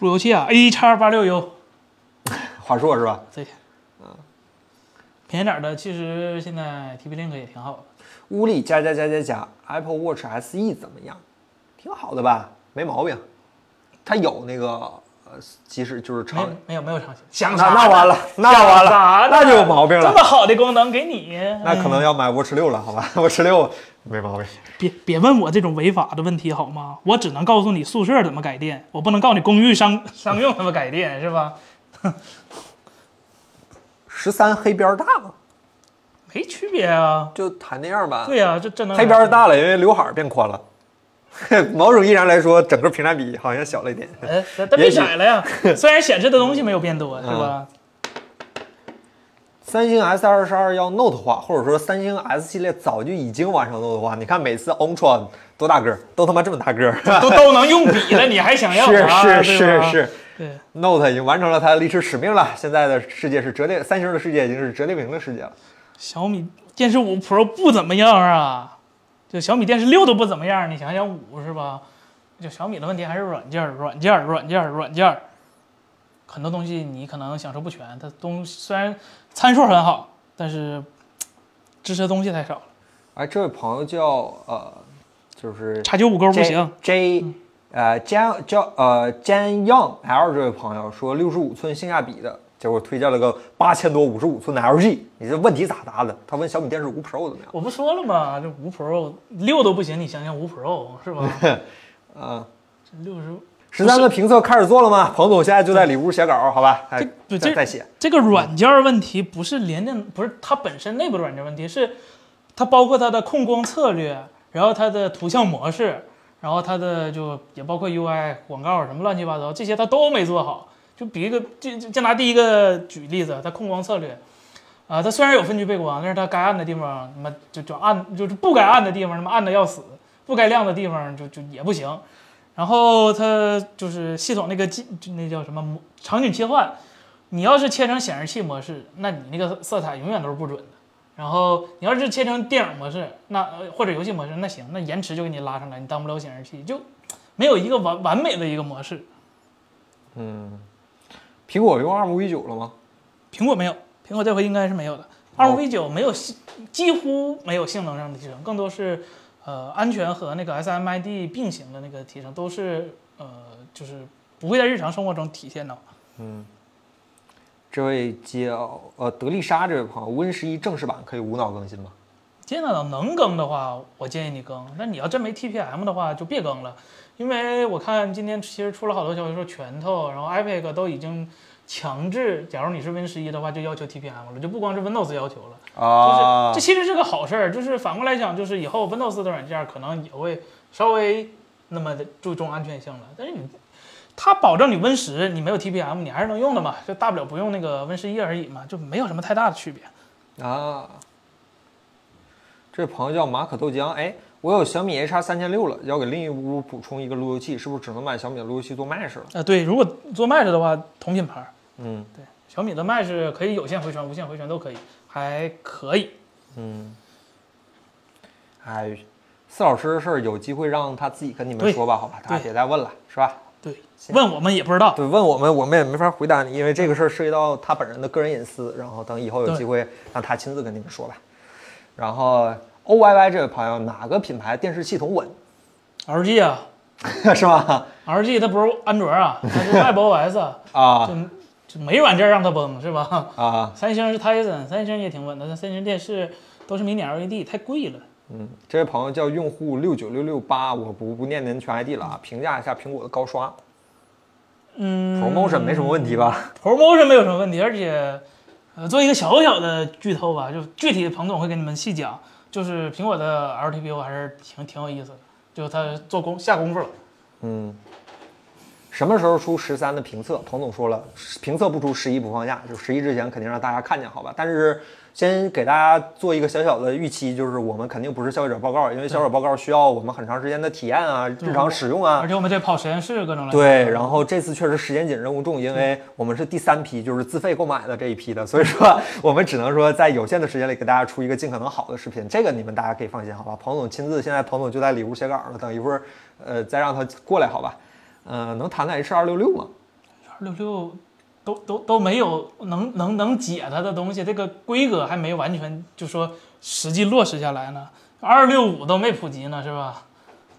路由器啊，A 叉八六 U，
华硕是吧？
对，啊，
嗯
便宜点儿的，其实现在 TP Link 也挺好的。
屋里加加加加加，Apple Watch SE 怎么样？挺好的吧，没毛病。它有那个呃，即使就是
没
长
有没有没有长想
那那完了，那完了，那就有毛病了
这。么好的功能给你，
那可能要买 Watch 六了，好吧 ？Watch 六没毛病。
别别问我这种违法的问题好吗？我只能告诉你宿舍怎么改电，我不能告诉你公寓商 商用怎么改电，是吧？
十三黑边儿大嘛，
没区别啊。
就还那样吧。
对呀、这这能
黑边儿大了，因为刘海儿变宽了。 某种意义上来说，整个屏占比好像小了一点。
哎，它它
也
被
许
改 了呀。虽然显示的东西没有变多，是吧？
三星 S 二十二要 Note 化，或者说三星 S 系列早就已经完成 Note 化。你看每次 Ultra 多大个儿，都他妈这么大个儿。
都都能用笔了，你还想要
嗯 是
啥？
哎是
对
是
吧
是
对，
，Note 已经完成了它的历史使命了。现在的世界是折叠，三星的世界已经是折叠屏的世界了。
小米电视五 Pro 不怎么样啊，就小米电视六都不怎么样，你想想五是吧？就小米的问题还是软件儿，软件儿，软件儿，软件儿。很多东西你可能享受不全。它东虽然参数很好，但是支持的东西太少了。
哎，这位朋友叫呃，就是
叉九五勾不行。嗯
J，呃，Jan 叫呃 Jan Young L 这位朋友说六十五寸性价比的，结果推荐了个八千多五十五寸的 LG，你这问题咋答的？他问小米电视五 Pro 怎么样？
我不说了吗？这五 Pro 六都不行，你想想五 Pro 是吧？
啊、
这六十
十三寸评测开始做了吗？彭总现在就在里屋写稿，好吧？哎
这
再
这
再写。
这个软件儿问题不是连电，不是它本身内部的软件问题，是它包括它的控光策略，然后它的图像模式，然后它的就也包括 UI 广告什么乱七八糟这些它都没做好。就比一个就就就拿第一个举例子，它控光策略，啊、它虽然有分区背光，但是它该暗的地方，他妈就就暗，就是不该暗的地方，他妈暗的要死；不该亮的地方就就也不行。然后它就是系统那个机，就那叫什么模场景切换，你要是切成显示器模式，那你那个色彩永远都是不准的。然后你要是切成电影模式，那呃或者游戏模式，那行，那延迟就给你拉上来，你当不了显示器，就没有一个完完美的一个模式。
苹果用 ARM V 九了吗？
苹果没有，苹果这回应该是没有的。
哦
ARM V 九没有性，几乎没有性能上的提升，更多是呃安全和那个 SMID 并行的那个提升，都是呃就是不会在日常生活中体现到。
这位叫呃德丽莎这位朋友，Win 十一正式版可以无脑更新吗？
电脑能更的话，我建议你更。但你要真没 TPM 的话，就别更了，因为我看今天其实出了好多消息说拳头，然后 IPAC 都已经强制，假如你是 Win 十一的话，就要求 TPM 了，就不光是 Windows 要求了。
啊
就是这其实是个好事儿，就是反过来讲，就是以后 Windows 的软件儿可能也会稍微那么的注重安全性了。但是你，它保证你 Win 十你没有 TPM 你还是能用的嘛，就大不了不用那个 Win 十一而已嘛，就没有什么太大的区别。
啊，这位朋友叫马可豆浆，哎，我有小米 H R 三千六了，要给另一屋补充一个路由器，是不是只能买小米的路由器做 Mesh 了？
啊、对，如果做 Mesh 的话，同品牌儿，
嗯
对，小米的 Mesh 可以有线回传、无线回传都可以，还可以。
嗯，哎，四老师的事儿有机会让他自己跟你们
对
说吧，好吧，大家
对
别再问了，是吧？
对，
行
问我们也不知道。
对，问我们我们也没法回答你，因为这个事儿涉及到他本人的个人隐私。然后等以后有
对
机会让他亲自跟你们说吧。然后 O Y Y 这位朋友，哪个品牌电视系统稳，
LG 啊
是吧？
，LG 它不是安卓啊，它 是 WebOS，啊
啊
就就没软件让它崩是吧？
啊，
三星是 Tizen，三星也挺稳的，但三星电视都是迷你 LED，太贵了。
嗯，这位朋友叫用户六九六六八，我不不念您全 ID 了啊，评价一下苹果的高刷
嗯
promotion 没什么问题吧？
promotion 没有什么问题，而且，呃，做一个小小的剧透吧，就具体彭总会给你们细讲。就是苹果的 LTPO 还是挺挺有意思的，就他做工下功夫了。
嗯，什么时候出十三的评测？彭总说了，评测不出十一不放下，就十一之前肯定让大家看见，好吧？但是先给大家做一个小小的预期，就是我们肯定不是消费者报告，因为消费者报告需要我们很长时间的体验啊，日常使用啊
而。且我们这跑实验室各种来。嗯
对，然后这次确实时间紧任务重，因为我们是第三批，就是自费购买的这一批的，所以 说我们只能说在有限的时间里给大家出一个尽可能好的视频，这个你们大家可以放心，好吧？彭总亲自现在彭总就在里屋写稿了，等一会儿呃再让他过来，好吧？呃，能谈谈 H 二六六吗？
六六都都都没有能能能解它的东西，这个规格还没完全就说实际落实下来呢。二六五都没普及呢，是吧？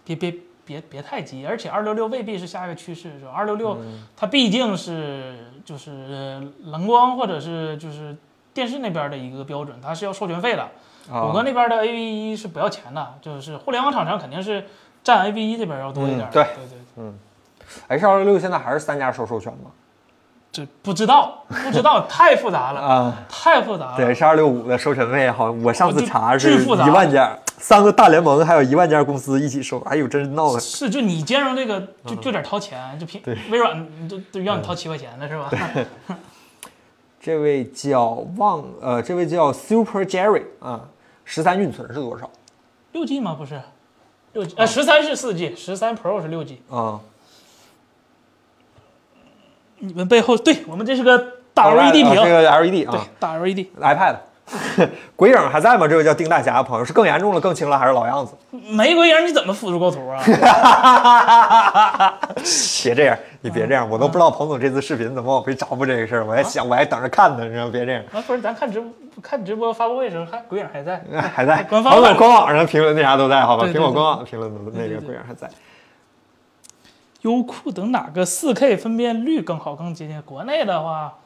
别别别别太急，而且二六六未必是下一个趋势，是吧？二
嗯
六六它毕竟是就是蓝光或者是就是电视那边的一个标准，它是要授权费的。谷
啊
歌那边的 AV 一是不要钱的，就是互联网厂商肯定是占 AV 一这边要多一点儿
嗯
的。
对
对对。
H 二六六现在还是三家收授权吗？
这不知道，不知道，太复杂了，
啊、
太复杂了。哦
对 H 二六五的授权费好，我上次查
巨
是
复杂
一万家，三个大联盟还有一万家公司一起收，哎呦，真是闹的。
是就你兼容这个，就就得掏钱，就苹微软就就让你掏七块钱的是吧？
这位叫忘呃，这位叫 Super Jerry 啊，十三运存是多少
六 G 吗？不是，六 G 呃十三是四 G，十三 Pro 是六 G。
啊？
你们背后对我们这是个大
啊这
LED 屏，
个 LED
对
啊
大 LED。
，iPad 鬼影还在吗？这位叫丁大侠的朋友是更严重了、更轻了，还是老 样子？
玫瑰影你怎么辅助构图啊？
别这样，你别这样，我都不知道彭总这次视频怎么往回找补这个事儿，我
啊
还想，我还等着看呢，你知道吗？别这样，
啊，不是，咱看直播看直播发布会的时候，还鬼影还在。
哎还在
官
彭
方
总官网上评论那啥都在，好吧？
对对
苹
对
果官网评论的那个
对对对
鬼影还在。
优酷等哪个 4K 分辨率更好、更接近？国内的话，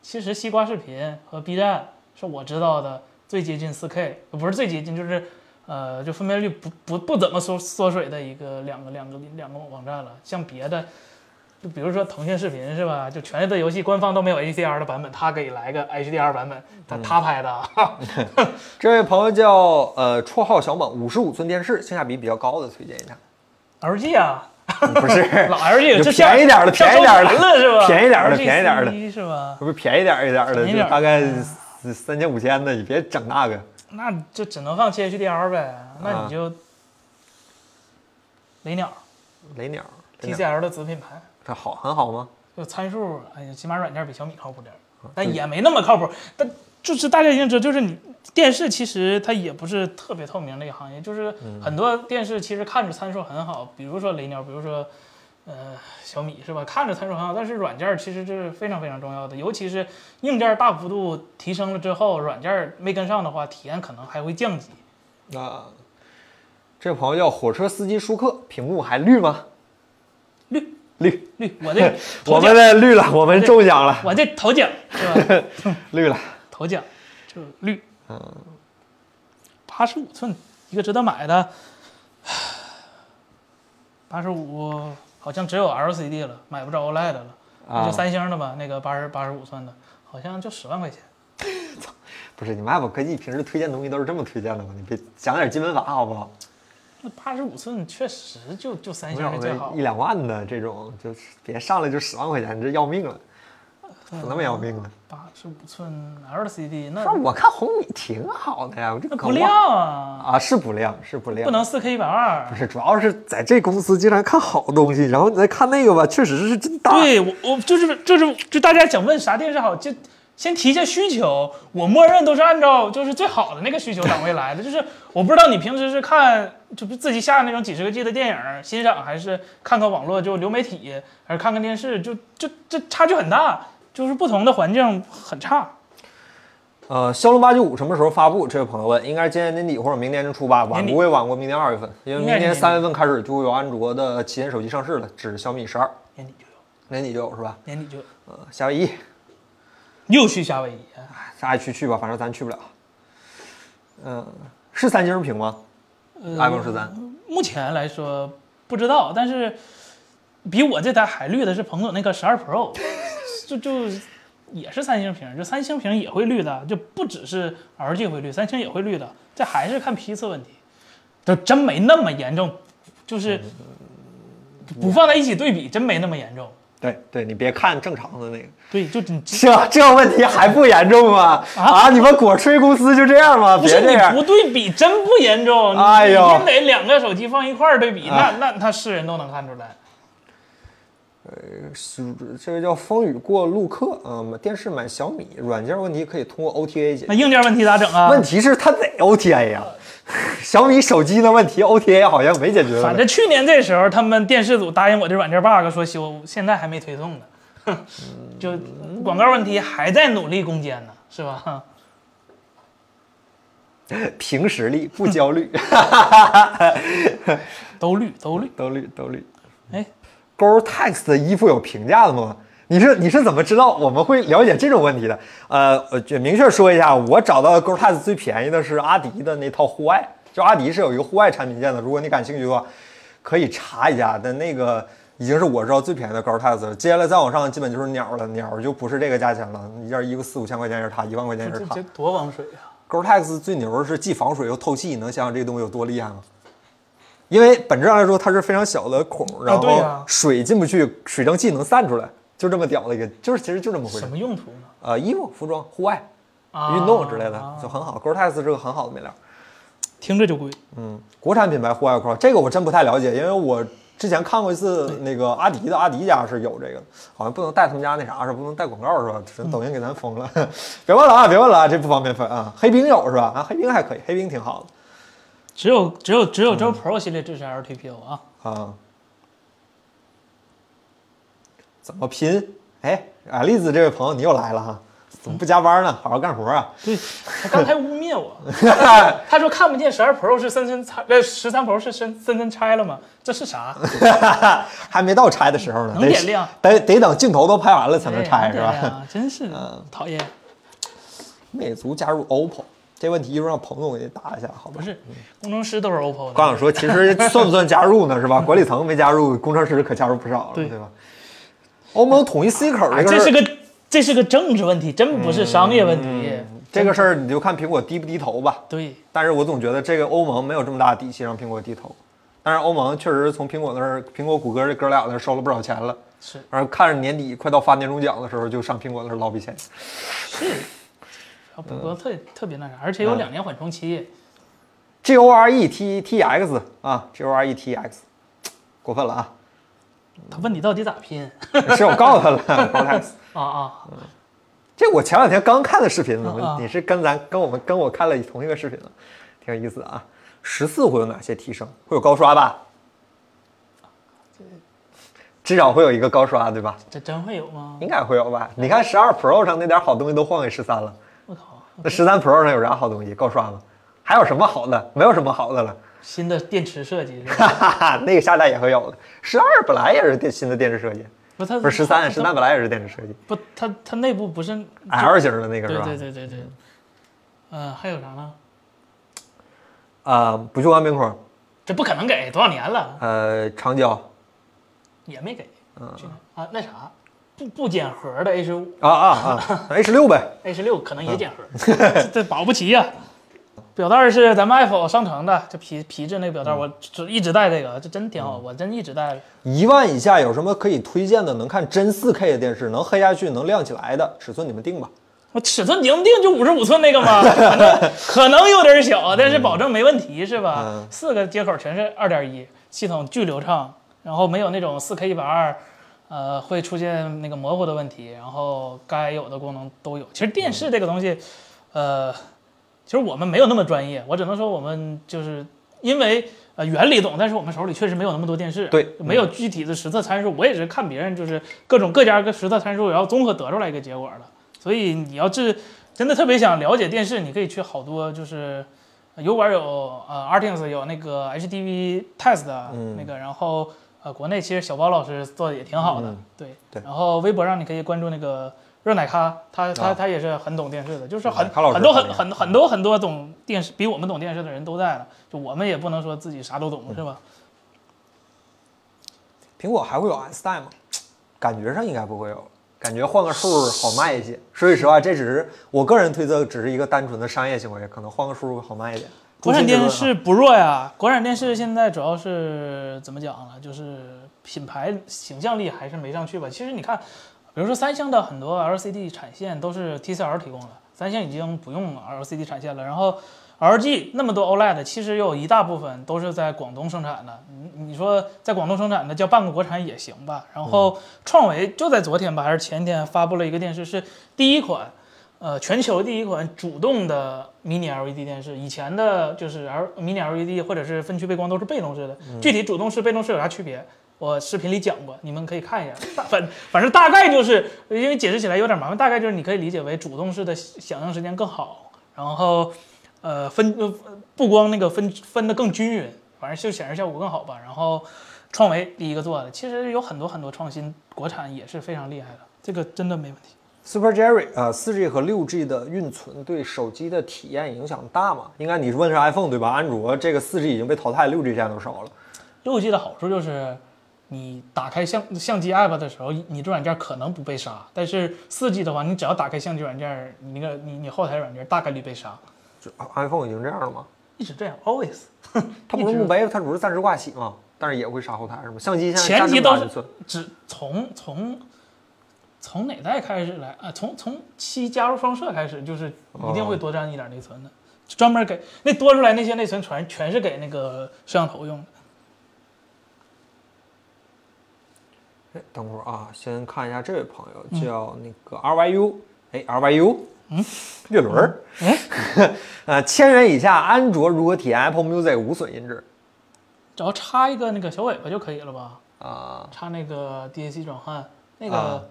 其实西瓜视频和 B 站是我知道的最接近 4K，呃不是最接近，就是呃，就分辨率不不不怎么缩缩水的一个两个两个两个网站了。像别的，就比如说腾讯视频是吧？就《权力的游戏》官方都没有 HDR 的版本，他给来个 HDR 版本，
嗯
他他拍的 啊。
这位朋友叫呃绰号小猛，五十五寸电视，性价比比较高的推荐一下。
LG 啊，
不是，
老 LG
就
这下
便宜点儿的
下
便宜点儿的
周年了是吧？
便宜点儿的
LG
便宜点儿的
C1 是吧？
不是便宜点儿一点儿的，
便
就
宜点儿
大概三三千五千的，你别整那个。
那就只能放弃 HDR 呗，那你就啊雷鸟
雷鸟雷鸟
TCL 的子品牌，
这好很好吗？
就参数，哎呀，起码软件比小米靠谱点儿，但也没那么靠谱。但就是大家已经知道，就是你电视其实它也不是特别透明的一个行业，就是很多电视其实看着参数很好，比如说雷鸟，比如说呃小米是吧？看着参数很好，但是软件其实这是非常非常重要的，尤其是硬件大幅度提升了之后，软件没跟上的话，体验可能还会降级。
那、这位朋友叫火车司机舒克，屏幕还绿吗？
绿
绿，
绿，我这
我
头
们
奖，
的绿了，我们中奖了，
我这头奖是 吧？
绿了。
头奖，这绿，嗯，八十五寸一个值得买的，八十五好像只有 LCD 了，买不着 OLED 了，那
啊
就三星的吧，那个八十八十五寸的，好像就十万块钱。
不是你们 Apple 科技平时推荐东西都是这么推荐的吗？你别讲点基本法好不好？
那八十五寸确实就就三
没
星是
有
最好
一，两万的这种，就是别上来就十万块钱，你这要命了，
呃
怎么要命了？
八十五寸 LCD 那
不是我看红米挺好的呀，我这
那
搞
呃不亮啊，
啊，是不亮，是不亮，
不能四 K 一百二
不。是，主要是在这公司经常看好东西，然后你再看那个吧，确实是真大。
对我，我就是就是就大家想问啥电视好，就先提一下需求。我默认都是按照就是最好的那个需求档位来的，就是我不知道你平时是看就是自己下那种几十个 G 的电影欣赏，还是看看网络就流媒体，还是看看电视，就就这差距很大，就是不同的环境很差。
呃，骁龙八九五什么时候发布？这位朋友问，应该是今年年底或者明年年初吧，晚
年底
不会晚过明年二月份，因为
应该
明
是
年
年底
三月份开始就会有安卓的旗舰手机上市了，指小米十二，
年底就有，
年底就有是吧？
年底就有，
呃，夏威夷，
又去夏威夷，啊
大家去去吧，反正咱去不了。嗯、是三星屏吗、
呃
i p h o n e 十三。
目前来说不知道，但是比我这台还绿的是彭总那个十二 Pro，就 就也是三星屏，就三星屏也会绿的，就不只是 LG 会绿，三星也会绿的，这还是看批次问题，就真没那么严重，就是
嗯
不放在一起对比，真没那么严重。
对对，你别看正常的那 个，
对，就你
这这问题还不严重吗？啊，你们果吹公司就这样吗？
不
别
是
这
你
样
不，对比，真不严重。你
哎呦
你得两个手机放一块儿对比，
啊
那那他是人都能看出来。
是这个叫风雨过路客，嗯，电视买小米，软件问题可以通过 OTA 解
那
决。
硬件问题咋整啊？
问题是它得 OTA 呀、 小米手机的问题 OTA 好像没解决。
反正去年这时候，他们电视组答应我这软件 bug 说修，现在还没推送呢。 就广告问题还在努力攻坚呢，是吧？
凭实力不焦虑，
都绿都绿，
都绿都绿。
哎，
Go Text 的衣服有评价的吗？你是你是怎么知道我们会了解这种问题的？呃，我就明确说一下，我找到的 Go Text 最便宜的是阿迪的那套户外，就阿迪是有一个户外产品线的，如果你感兴趣的话，可以查一下。但那个已经是我知道最便宜的 Go Text，了接下来再往上基本就是鸟了，鸟就不是这个价钱了，一件衣服四五千块钱是它，一万块钱
这
是它
这。多防水啊！
Gore Tex 最牛的是既防水又透气，你能想想这个东西有多厉害吗？因为本质上来说，它是非常小的孔，然
啊对
后
呀
水进不去，水蒸气能散出来，就这么屌的一个，就是其实就这么回事
什。么用途呢？
呃，衣服、服装、户外、
啊
运动之类的、
啊
就很好。Gore Tex 是个很好的面料。
听着就贵。
嗯，国产品牌户外裤，这个我真不太了解，因为我之前看过一次那个阿迪的，阿迪家是有这个，好像不能带他们家那啥是吧不能带广告是吧？只
嗯
能抖音给咱封了， 别问了啊，别问了啊，这不方便分啊。黑冰有是吧？啊，黑冰还可以，黑冰挺好
只有只有只有周 Pro 系列支持 LTPO 啊，
的啊。怎么拼？哎，啊，栗子这位朋友你又来了哈，怎么不加班呢？好好干活 啊！
对他刚才污 蔑我，他说看不见十二 Pro 是深深拆，呃，十三 Pro 是深深深拆了吗？这 是啥？
还没到拆的时候呢，
能
得
点亮
得得等镜头都拍完了才能拆是
哎呀
吧？？嗯
真是讨厌。
魅族加入 OPPO 这问题，一会儿让彭总给答一下，好吧
不？是，工程师都是 OPPO 的。
刚想说，其实算不算加入呢？是吧？管理层没加入，工程师可加入不少了，对
对
吧？欧盟统一 C 口
哎
这
这
个事
是
儿，
个这是个政治问题，真不是商业问题。
这个事儿你就看苹果低不低头吧。
对，
但是我总觉得这个欧盟没有这么大的底气让苹果低头。但是欧盟确实从苹果那儿、苹果、谷歌这哥俩那儿收了不少钱了，
是
然后看着年底快到发年终奖的时候，就上苹果那儿捞笔钱。
是，啊谷歌特特别那啥，而且有
嗯
两年缓冲期。
G O R E T T X 啊，G O R E T X，过分了啊！
他问你到底咋拼
是我告诉他了，Cortex。
啊啊？
E 这我前两天刚看的视频呢，
嗯嗯
你是跟咱跟我们跟我看了同一个视频呢，挺有意思的啊。十四会有哪些提升？会有高刷吧？至少会有一个高刷，对吧？
这真会有吗？
应该会有吧？你看十二 Pro 上那点好东西都换给十三了，
我靠，
那十三 Pro 上有啥好东西？高刷吗？还有什么好的？没有什么好的了，
新的电池设计是吧？
哈哈哈，那个下代也会有的。十二本来也是电新的电池设计，
不，它
不是十三，十
它
三本来也是电池设计
不，它它内部不是
，L 型的那个
对
是吧？
对对对对。嗯，还有啥呢？
啊、不锈钢边框，
这不可能给，多少年了
呃，长焦
也没给。
嗯
去年啊，那啥，不不减核的 H 五
啊啊啊，H 六呗。
H 六可能也减核，这这保不齐呀、表带是咱们 Apple 商城的，这皮皮质那个表带，我只一直戴这个，这真挺好，我真一直戴着。
一万以下有什么可以推荐的？能看真4 K 的电视，能黑下去、能亮起来的尺寸你们定吧。
我尺寸你能定就五十五寸那个吗？可能可能有点小，但是保证没问题，是吧
嗯？
四个接口全是二点一，系统巨流畅，然后没有那种四 K 一百二，呃，会出现那个模糊的问题，然后该有的功能都有。其实电视这个东西，呃，其实我们没有那么专业，我只能说我们就是因为呃原理懂，但是我们手里确实没有那么多电视，
对嗯
没有具体的实测参数，我也是看别人就是各种各家各实测参数，然后综合得出来一个结果的。所以你要是真的特别想了解电视，你可以去好多就是呃油管有呃 Artings 有那个 HDV Test 的
嗯
那个，然后呃国内其实小包老师做的也挺好的，
嗯
对
对
然后微博上你可以关注那个热奶咖，他他、
啊
他也是很懂电视的，就是
热
很
奶咖老师
很多
很厉
很
害
很很多很多懂电视比我们懂电视的人都在了，就我们也不能说自己啥都懂、是吧？
苹果还会有 S 代吗？感觉上应该不会有了，感觉换个数好卖一些。说句实话，这只是我个人推测，只是一个单纯的商业行为，可能换个数好卖一点。
国产电
中心之
视
论啊
不弱呀，国产电视现在主要是怎么讲呢？就是品牌形象力还是没上去吧。其实你看，比如说三星的很多 LCD 产线都是 TCL 提供的，三星已经不用 LCD 产线了。然后 LG 那么多 OLED，其实有一大部分都是在广东生产的。你你说在广东生产的叫半个国产也行吧。然后创维就在昨天吧，还是前天发布了一个电视，是第一款。呃，全球第一款主动的 mini LED E 电视，以前的就是 L mini LED 或者是分区背光都是被动式的，具体主动式、被动式有啥区别？我视频里讲过，你们可以看一下。大反反正大概就是，因为解释起来有点麻烦，大概就是你可以理解为主动式的响应时间更好，然后呃分呃布光那个分分的更均匀，反正就显示效果更好吧。然后创维第一个做的，其实有很多很多创新，国产也是非常厉害的，这个真的没问题。
啊 Super Jerry，呃，4 G 和6 G 的运存对手机的体验影响大吗？应该你问是 iPhone 对吧？安卓这个4 G 已经被淘汰，6 G 现在都少了。
六 G 的好处就是，你打开相相机 app 的时候，你这软件可能不被杀，但是四 G 的话，你只要打开相机软件，你那个你你后台软件大概率被杀，
就啊 iPhone 已经这样了吗？
一直这样，always。
它不是墓碑，它只是暂时挂起嘛，但是也会杀后台是吗？相机现在
前提
价值不
都
大
是
就算
只从从从哪代开始来啊？从从七加入双摄开始，就是一定会多占一点内存的，专门给那多出来那些内存全全是给那个摄像头用的。
哎，等会儿啊，先看一下这位朋
嗯
友叫那个 RYU，哎，RYU，嗯，月轮儿，
哎
呃，千元以下，安卓如何体验 Apple Music 无损音质
只要插一个那个小尾巴就可以了吧？
啊？
插那个 DAC 转换，那
啊
个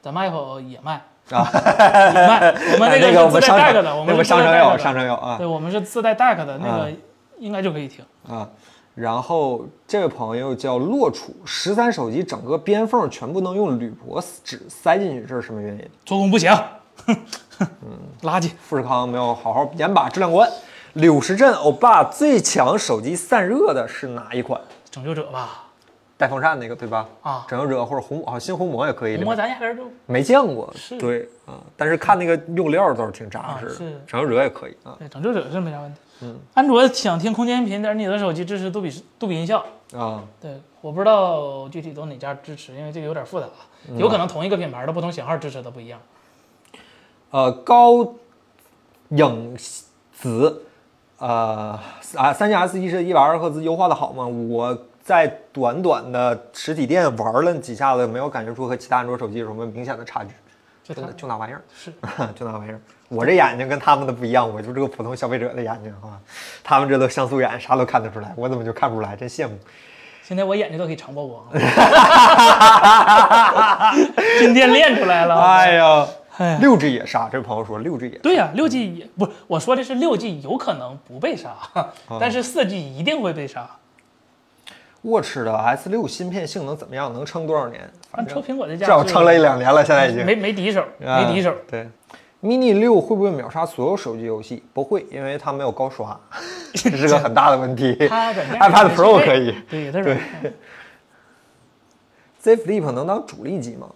咱们 Apple 也卖
啊，
也卖。我们
哎那
那
个
是自带
商
tag
城
的，，我
那
们
个
是自
商
带
城
tag
有，
的
商城有啊
对，我们是自带 tag 的，那
啊
个应该就可以听。
啊。然后这位朋友叫洛楚，十三手机整个边缝全部能用铝箔纸塞进去，这是什么原因？
做工不行，
嗯
垃圾。
富士康没有好好严把质量关。柳石镇欧巴最强手机散热的是哪一款？
拯救者吧，
带风扇那个对吧？
啊
拯救者或者红啊，新红魔也可以。
红魔咱压根儿就
没见过，
是
对啊、但是看那个用料倒是挺扎实的
啊。是
拯救者也可以啊
对拯救者是没啥问题。嗯，安卓想听空间音频，但是你的手机支持杜比杜比音效。
啊
对，我不知道具体都哪家支持，因为这个有点复杂，
嗯
有可能同一个品牌的不同型号支持的不一样。
呃高影子呃啊三星 S 一是一百二十赫兹优化的好吗？我在短短的实体店玩了几下子，没有感觉出和其他安卓手机有什么明显的差距。
这
就
它
那就那玩意儿，
是
就那玩意儿。我这眼睛跟他们的不一样，我就是个普通消费者的眼睛啊。他们这都像素眼，啥都看得出来，我怎么就看不出来？真羡慕。
现在我眼睛都可以长 曝光了，今天练出来了。
哎呀
哎，
六 G 也杀，这位朋友说六 G 也
对呀、六 G 也不是，我说的是六 G 有可能不被杀，
啊
但是四 G 一定会被杀。
Watch 的 S 六芯片性能怎么样？能撑多少年？反
按抽
正
苹果的
至
价，
少撑了一两年了，现在已经
没没敌手，没敌手。
啊对。mini 六会不会秒杀所有手机游戏？不会，因为它没有高刷，这是个很大的问 题。
它软件
iPad Pro 可以，
对，它软件
Z Flip 能当主力机吗？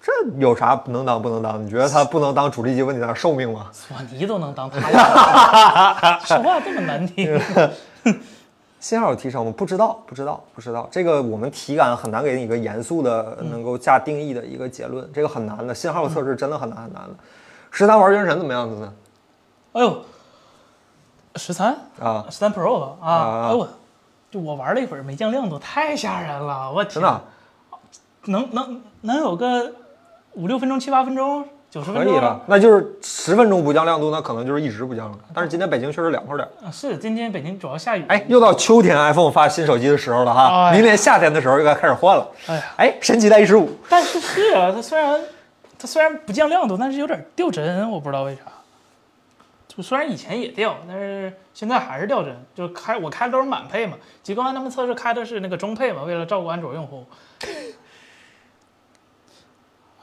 这有啥不能当不能当？你觉得它不能当主力机，问题在哪寿命吗？
索尼都能当他了， 说话这么难
嗯
听。
信号有提升吗？不知道，不知道，不知道。这个我们体感很难给你一个严肃的、
嗯
能够下定义的一个结论，这个很难的。信号测试真的很难很难
嗯
的。十三玩原神怎么样子呢？
哎呦，十三
啊，
十三 Pro 吧
啊
啊！哎呦我，就我玩了一会儿没降亮度，太吓人了！我天，
真的啊
能能能有个五六分钟、七八分钟、九十
啊可
分
以
钟啊
了，那就是十分钟不降亮度，那可能就是一直不降了。但是今天北京确实凉快点儿。
啊是今天北京主要下雨，
哎，又到秋天 iPhone 发新手机的时候了哈，
哎
明年夏天的时候又该开始换了。
哎呀
哎，神奇的 A 十五，
但是是啊，它虽然它虽然不降亮度，但是有点掉帧，我不知道为啥。就虽然以前也掉，但是现在还是掉帧。就开我开的都是满配嘛，极光安他们测试开的是那个中配嘛，为了照顾安卓用户。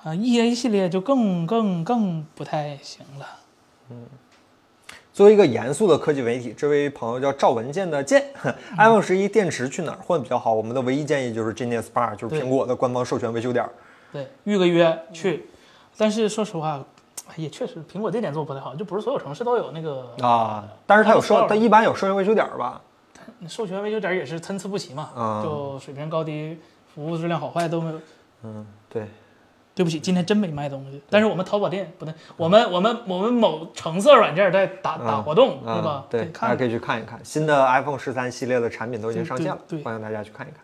啊，E A 系列就更更更不太行了。
作为一个严肃的科技媒体，这位朋友叫赵文健的健
嗯
，iPhone 十一电池去哪儿换比较好？我们的唯一建议就是 Genius Bar，就是
对
苹果的官方授权维修点儿。
对，预个约
嗯
去。但是说实话，哎也确实苹果这点做不太好，就不是所有城市都有那个
啊，但是它有授，
Apple Store
它一般有授权维修点儿吧？
授权维修点也是参差不齐嘛，
啊
就水平高低、服务质量好坏都没有。
嗯，对，
对不起，今天真没卖东西。但是我们淘宝店不对，我们我们我们某橙色软件在打打活动，
啊
对吧？
对，
得
大家
看
可以去看一看，新的 iPhone 十三系列的产品都已经
对
上线了，
对对
欢迎大家去看一看。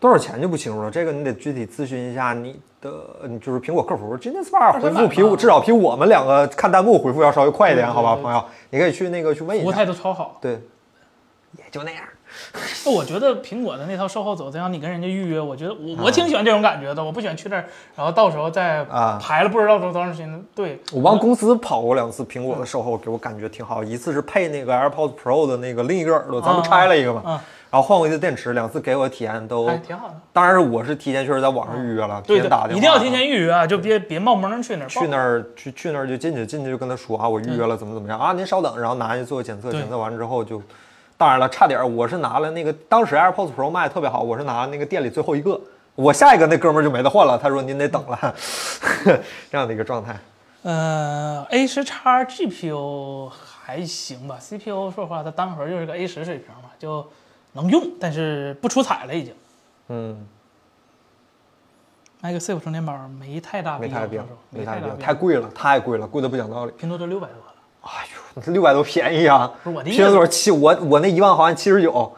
多少钱就不清楚了，这个你得具体咨询一下你的，你就是苹果客服。Genius Bar 回复比
买
我
吧
至少比我们两个看弹幕回复要稍微快一点，
对对
好吧，
对
朋友？你可以去那个去问
服
一
务
下。
态度超 好。
对，也就那样。
我觉得苹果的那套售后走向，你跟人家预约，我觉得我我挺喜欢这种感觉的。我不喜欢去那儿，然后到时候再
啊
排了不知道多多长时间的队。
我帮公司跑过两次苹果的售后，给我感觉挺好。一次是配那个 AirPods Pro 的那个另一个耳朵，咱们
啊
拆了一个嘛，
啊
然后换过一次电池，两次给我的体验都
哎，挺好的。
当然是我是提前确实在网上预约了，提
对
前打电
对，
话，
一定要提前预约啊，就别别冒蒙去那儿。
去那儿去去那儿就进去，进去就跟他说啊，我预约了怎么怎么样啊，您稍等，然后拿去做检测，
嗯对
检测完之后就，当然了，差点儿我是拿了那个当时 AirPods Pro 卖的特别好，我是拿了那个店里最后一个，我下一个那哥们儿就没得换了，他说您得等了， 这样的一个状态。
呃，A 十叉 GPU 还行吧，CPU 说实话，它单核就是个 A 十水平嘛，就能用，但是不出彩了已经。
嗯，
那个 C 五充电宝没太大啊
没
必要，
太
说
必
实
要
话，
没
没太
必要，
大
太贵了，太贵了，贵的不讲道理。
拼多多六百多了，
哎呦，六百多便宜啊！
不是我的意
拼
思
多多七，我我那一万好像七十九，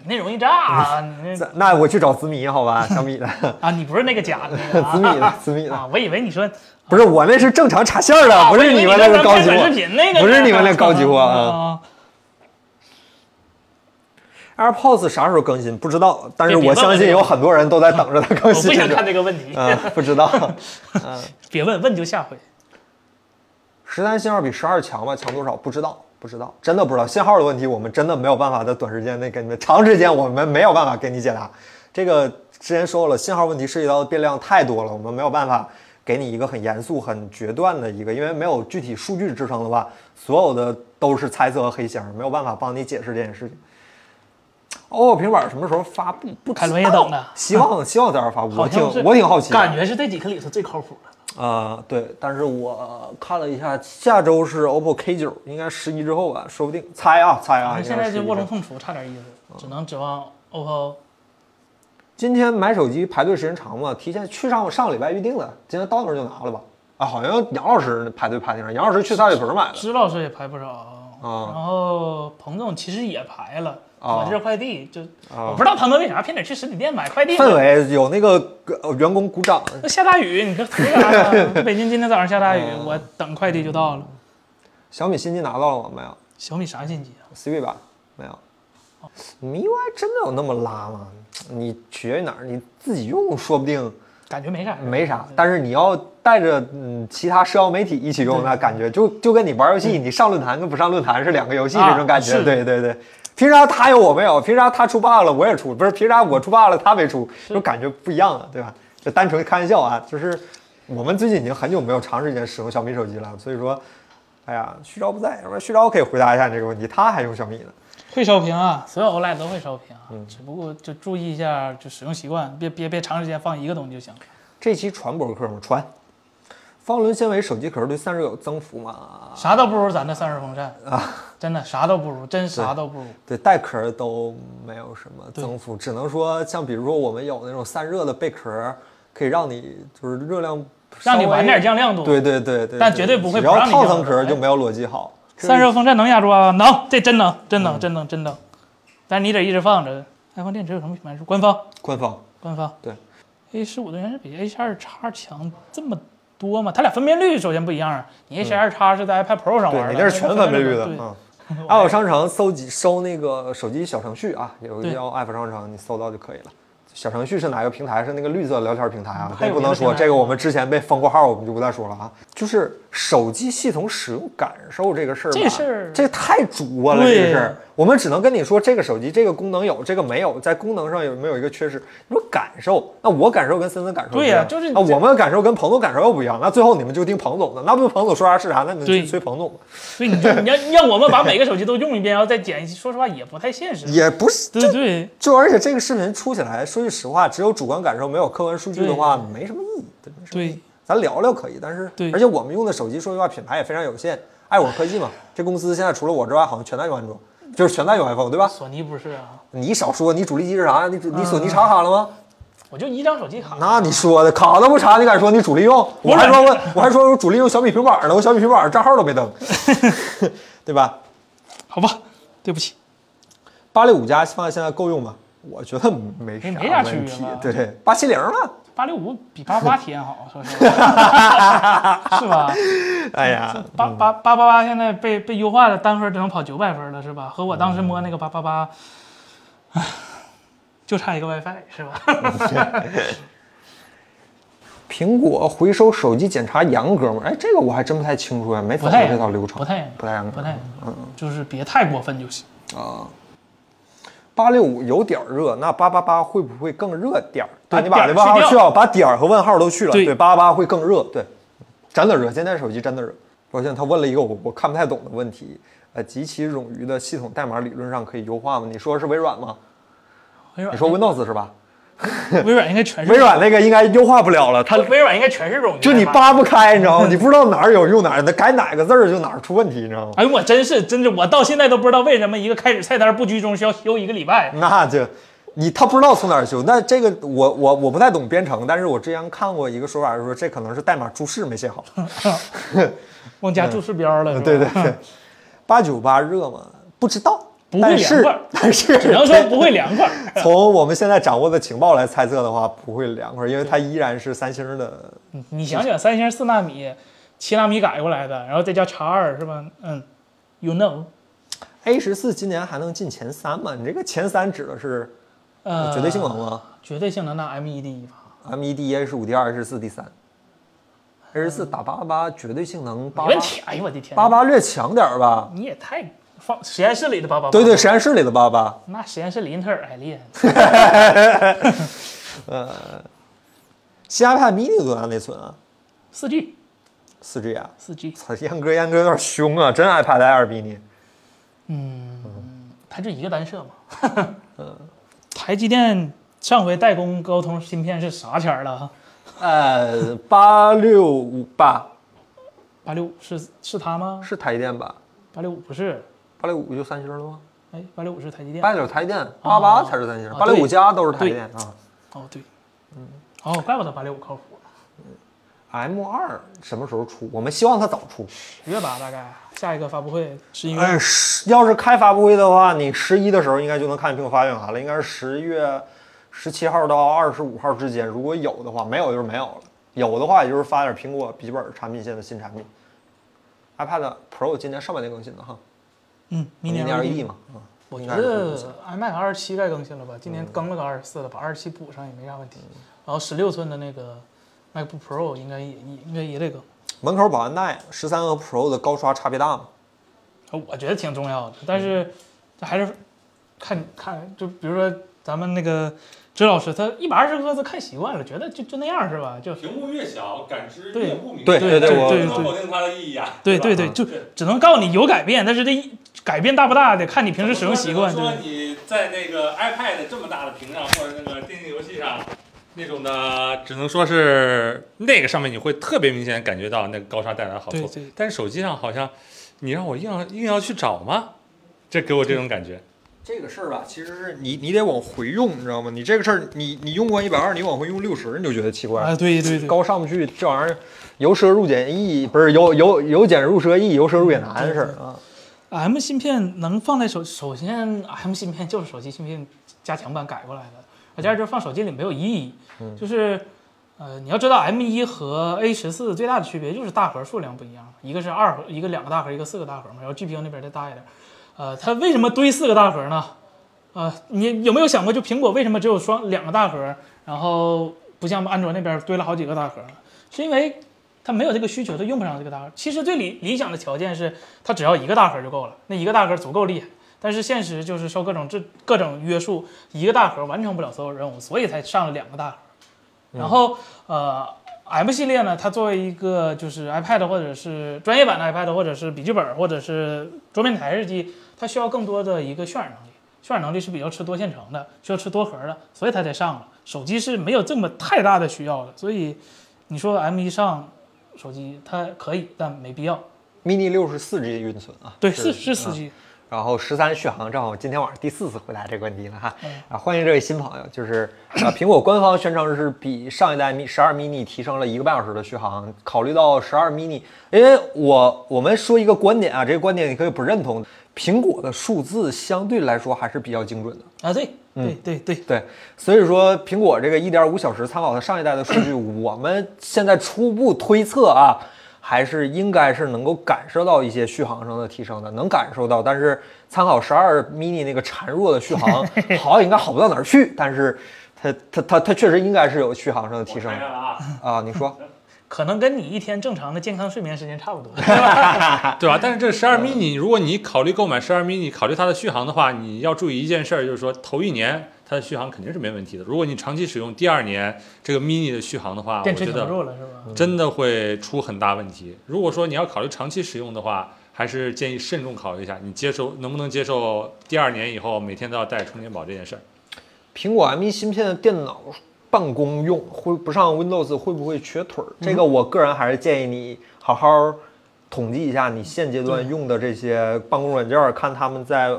你那容易炸啊！你那
咱那我去找紫米好吧，小米的，
啊，你不是那个假的那个啊，
紫米的，紫米的，
啊，我以为你说
不是我那是正常插线儿的，
啊
不
我
是
以为
你
你
们
说
那个
咱
高
看
级
短
货
视频那个，
不是你们那高级货啊
啊。
AirPods 啥时候更新不知道，但是
别别
我
问
相信有很多人都在等着它更
我
新。
不想看这个问题，
嗯，不知道。
别问，问就下回。
十三信号比十二强吗？强多少？不知道，不知道，真的不知道。信号的问题，我们真的没有办法在短时间内给你们，长时间我们没有办法给你解答。这个之前说了，信号问题涉及到的变量太多了，我们没有办法给你一个很严肃、很决断的一个，因为没有具体数据支撑的话，所有的都是猜测和黑箱，没有办法帮你解释这件事情。OPPO 哦平板什么时候发布？不知道，
凯伦也等着
希望希望早点发布。我
好
挺
像是
我挺好奇的，
感觉是这几个里头最靠谱的。
啊、对，但是我、看了一下，下周是 OPPO K 9应该十一之后吧，说不定。猜啊猜啊，应该
现
是
在
嗯
这
11
卧龙
之后
凤雏差点意思，只能指望哦 OPPO。
今天买手机排队时间长吗？提前去上上个礼拜预定的，今天到那儿就拿了吧。啊，好像杨老师排队排那儿，杨老师去三里屯买的。
支老师也排不少，然后彭总其实也排了，
啊
我这是快递就
啊
我不知道彭总为啥偏得去实体店买快递呢。
氛围有那个呃员工鼓掌，
那下大雨，你说图 啥呢？北京今天早上下大雨，
嗯
我等快递就到了。
小米新机拿到了吗？没有
小米啥信息啊？
，CV 版没有。MIUI 真的有那么拉吗？你取决于哪儿，你自己用说不定。
感觉没啥事儿，
没啥，但是你要带着嗯其他社交媒体一起用，那感觉就就跟你玩游戏，你上论坛跟不上论坛是两个游戏
嗯啊
这种感觉。
是
对对对，凭啥他有我没有？凭啥他出 bug 了我也出？不是凭啥我出 bug 了他没出？就感觉不一样了，对吧？这单纯开玩笑啊，就是我们最近已经很久没有长时间使用小米手机了，所以说，哎呀，旭钊不在，要不然旭钊可以回答一下你这个问题，他还用小米呢。
会烧屏啊，所有 OLED 都会烧屏啊，
嗯
只不过就注意一下就使用习惯，别别别长时间放一个东西就行了。
这期传播课吗？传。方纶纤维手机壳对散热有增幅吗？
啥都不如咱的散热风扇啊，真的啥都不如，真啥都不如。
对，带壳儿都没有什么增幅，只能说像比如说我们有那种散热的贝壳儿，可以让你就是热量
让你
稍微
晚点降亮度
对对对对，
但绝对不会
只要
不让你
套
降
层壳儿
温
就没有裸机好。
散热风扇能压住啊？能，这真能，
嗯
真能，真能，真能。但是你得一直放着。iPhone 电池有什么品牌是官方？
官方
官方
对
A 十五的原始比 A 十二叉强这么多吗？它俩分辨率首先不一样啊。你 A 十二叉是在 iPad Pro 上玩
对
的，
你这是全分辨率的
对
啊。嗯 App 商城搜集搜那个手机小程序啊，有一个
对
叫 App 商城，你搜到就可以了。小程序是哪个平台？是那个绿色聊天平台啊，
嗯还
这
有
不能
别
说，
的平台
这个我们之前被封过号，我们就不再说了啊。就是手机系统使用感受这个事儿吧，
这事儿
这太主观了，
对
这个事儿。我们只能跟你说，这个手机这个功能有，这个没有，在功能上有没有一个缺失？你说感受，那我感受跟森森感受
对呀
呀、
就是
啊，
这
我们的感受跟彭总感受又不一样。那最后你们就听彭总的，那不彭总说啥是啥，那你们
对
就随彭总吧。
所以你就你要让我们把每个手机都用一遍，然后再剪一期，说实话也不太现实。
也不是
对对，
就而且这个视频出起来，说句实话，只有主观感受，没有客观数据的话，没什么意义，对，没什么意义
对。
咱聊聊可以，但是
对
而且我们用的手机，说实话，品牌也非常有限。爱我科技嘛，这公司现在除了我之外，好像全在用安卓，就是全在用 iPhone，对吧？
索尼不是啊，
你少说，你主力机是啥呀？你主你索尼插卡了吗？
我就一张手机卡。
那你说的卡都不插，你敢说你主力用？我还说我我还说我主力用小米平板呢，我小米平板账号都没 登，对吧？
好吧，对不起，
八六五加放在现在够用吗？我觉得没
没
啥
啥区别
问题
吧，
对，八七零了。
八六五比八八体验好， 说实话，是吧？
哎呀，
八八八八八现在被被优化的单分只能跑九百分了，是吧？和我当时摸那个八八八，唉就差一个 WiFi 是吧？
苹果回收手机检查严格吗？哎，这个我还真不太清楚呀，啊没走过
不太
这套流程，
不太
不太啊严
不
格
太，
嗯
就是别太过分 就行。
啊。八六五有点儿热，那八八八会不会更热点儿？对
把
你把
点儿
这问号
去掉
去掉，把点儿和问号都去了，
对
对，八八八会更热，对，真的热，现在手机真的热。抱歉，他问了一个我我看不太懂的问题，呃，极其冗余的系统代码理论上可以优化吗？你说是微软吗？
微软
你说 Windows 是吧？
微软应该全是
微软那个应该优化不了了，它
微软应该全是冗余的吧。
就你扒不开，你知道吗？你不知道哪儿有用哪儿，那改哪个字儿就哪儿出问题，你知道吗？
哎呦，我真是真是，我到现在都不知道为什么一个开始菜单不居中需要修一个礼拜。
那就你他不知道从哪儿修。那这个我我我不太懂编程，但是我之前看过一个说法是说这可能是代码注释没写好。
忘加注释标了，是吧
嗯对对，对，八九八热吗？不知道，
不会
但是
凉快儿
但是
只能说不会凉快儿。
从我们现在掌握的情报来猜测的话，不会凉快儿，因为它依然是三星的。
你想想，三星四纳米、七纳米改过来的，然后再加叉二是吧？嗯，you know，
A 十四今年还能进前三吗？你这个前三指的是
呃，
绝对性能吗
绝对性能那 M 一第一吧。
？M 一第一，H 五第二，H 四第三，H 四打八八，绝对性能八
嗯没问题。哎呦我的天，
八，八略强点儿吧？
你也太放实验室里的八八。
对对，，实验室里的八八。
那实验室里英特尔还厉害。
新 iPad mini 有多大内存啊？
四 G，
四 G 啊？
四 G，
操，阉割阉割有点凶啊！真 iPad Air 比你
它就一个单摄嘛。
嗯
台积电上回代工高通芯片是啥钱儿了啊？
呃，八六五八
八六五是是它吗？
是台积电吧？
八六五不是，
八六五就三星了吗？
哎，八六五是台积电。
八九台积电，八八才是三星，
啊
八六五加都是台积电啊。
哦对，嗯，哦，怪不得八六五靠谱。
M 二什么时候出？我们希望它早出。
十月吧，大概下一个发布会是因为
哎，十要是开发布会的话，你十一的时候应该就能看苹果发表函了，应该是十月十七号到二十五号之间，如果有的话，没有就是没有了，有的话也就是发点苹果笔记本产品线的新产品。iPad Pro 今年上半年更新的哈，
嗯，明
年
年
LED 嘛，嗯
我
应
觉
该是会
得
更新
iMac 二十七该更新了吧？今年更了个二十四了，把二十七补上也没啥问题。然后十六寸的那个 MacBook Pro 应该也应该也得更，
门口保安带十三和 Pro 的高刷差别大吗？
我觉得挺重要的。但是这还是看看，就比如说咱们那个周老师，他一百二十赫兹看习惯了，觉得就就那样是吧？就
屏幕越小，感知
对
越不明
对
显，
对
对
不
对
能
对
否定它的意义啊。
对嗯
吧
对对，就只能告诉你有改变，但是这一改变大不大得看你平时使用习惯。
怎么
对
说呢你在那个 iPad 这么大的屏上，或者那个电竞游戏上，那种的，只能说是那个上面你会特别明显感觉到那个高刷带来的好
对
处。
对
但是手机上好像，你让我硬要硬要去找吗？这给我这种感觉。
这个事儿吧，其实是你你得往回用，你知道吗？你这个事儿，你你用过一百二，你往回用六十，你就觉得奇怪。
啊，对对对，
高上不去，这玩意儿由奢入俭易，不是由由由俭入奢易，由奢入俭
嗯
难的事儿啊。
M 芯片能放在手，首先 M 芯片就是手机芯片加强版改过来的，加上就是放手机里没有意义，就是呃，你要知道 M 一和 A 十四最大的区别就是大核数量不一样，一个是二核，一个两个大核，一个四个大核嘛，然后 GPU 那边再大一点，呃，它为什么堆四个大核呢？呃，你有没有想过，就苹果为什么只有双两个大核，然后不像安卓那边堆了好几个大核呢？是因为它没有这个需求，它用不上这个大核。其实最理理想的条件是，它只要一个大核就够了，那一个大核足够厉害。但是现实就是受各种这各种约束，一个大核完成不了所有任务，所以才上了两个大核。然后呃，M 系列呢，它作为一个就是 iPad 或者是专业版的 iPad 或者是笔记本或者是桌面台式机，它需要更多的一个渲染能力。渲染能力是比较吃多线程的，需要吃多核的，所以它才上了。手机是没有这么太大的需要的，所以你说 M 一上手机它可以，但没必要。
mini 六十四 G 运存啊，
对，
是
是是四 G，
然后十三续航，正好今天晚上第四次回答这个问题了哈。
嗯
啊，欢迎这位新朋友，就是啊，苹果官方宣称是比上一代 Mi 十二 mini 提升了一个半小时的续航。考虑到十二 mini，因为我我们说一个观点啊，这个观点你可以不认同，苹果的数字相对来说还是比较精准的。
啊，对
嗯
对对对，
对，所以说苹果这个一点五小时参考它上一代的数据，我们现在初步推测啊，还是应该是能够感受到一些续航上的提升的，能感受到。但是参考十二 mini 那个孱弱的续航，好像应该好不到哪儿去，但是它它它它确实应该是有续航上的提
我
升
看见了啊，
啊。你说，
可能跟你一天正常的健康睡眠时间差不多。
对
嗯
吧？但是这十二 mini，如果你考虑购买十二 mini，考虑它的续航的话，你要注意一件事儿，就是说头一年它的续航肯定是没问题的。如果你长期使用，第二年这个 mini 的续航的话，我
电池
觉
挺不
得
住了是吧？
真的会出很大问题。如果说你要考虑长期使用的话，还是建议慎重考虑一下，你接受能不能接受第二年以后每天都要带充电宝这件事儿。
苹果 M1 芯片的电脑办公用会不上 Windows 会不会瘸腿
嗯
儿？这个我个人还是建议你好好统计一下你现阶段用的这些办公软件儿，看他们在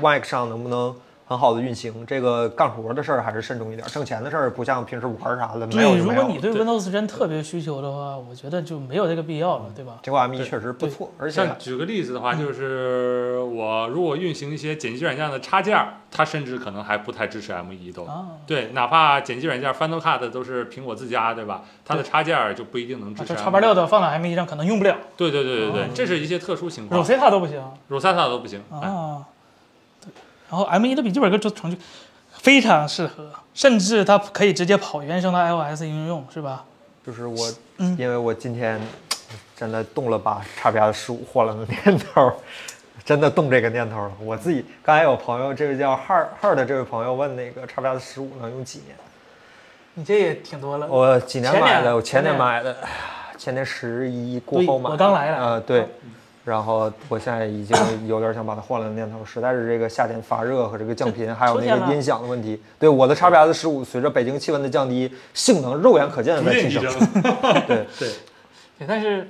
Mac 上能不能很好的运行。这个干活的事儿还是慎重一点，挣钱的事儿不像平时玩儿啥的，没有
对，
就
如
没
果
有
你对
对
Windows 10特别需求的话，我觉得就没有这个必要了，对吧？
这款 M1 确实不错，而且
像举个例子的话，就是我如果运行一些剪辑软件的插件儿，它甚至可能还不太支持 M1 都。
啊，
对，哪怕剪辑软件 Final Cut 都是苹果自家，对吧？它的插件儿就不一定能支
啊
持
这
M1。
叉八六的放到 M1 上可能用不了
对对对对对
哦，
这是一些特殊情况
，Rosetta 都不行
，Rosetta 都不行。哎
啊。对，然后 M1 的笔记本跟这程序非常适合，甚至它可以直接跑原生的 iOS 应用，是吧？
就是我，
嗯
因为我今天真的动了把叉 P S 十五换了的念头儿，真的动这个念头儿了。我自己刚才有朋友，这位叫哈尔哈尔的这位朋友问那个叉 P S 十五能用几年？
你这也挺多了。
我几年买
前年
的？我前年
前年
买的，前年十一过后
对
买的。
我刚来了嗯
呃，对。然后我现在已经有点想把它换了的念头，实在是这个夏天发热和这个降频，还有
出
那
现
个
了
音响的问题。对我的叉 P S 十五，随着北京气温的降低，性能肉眼可见的
逐
在
渐
提
提
升。
升。
对，
对，
对，但是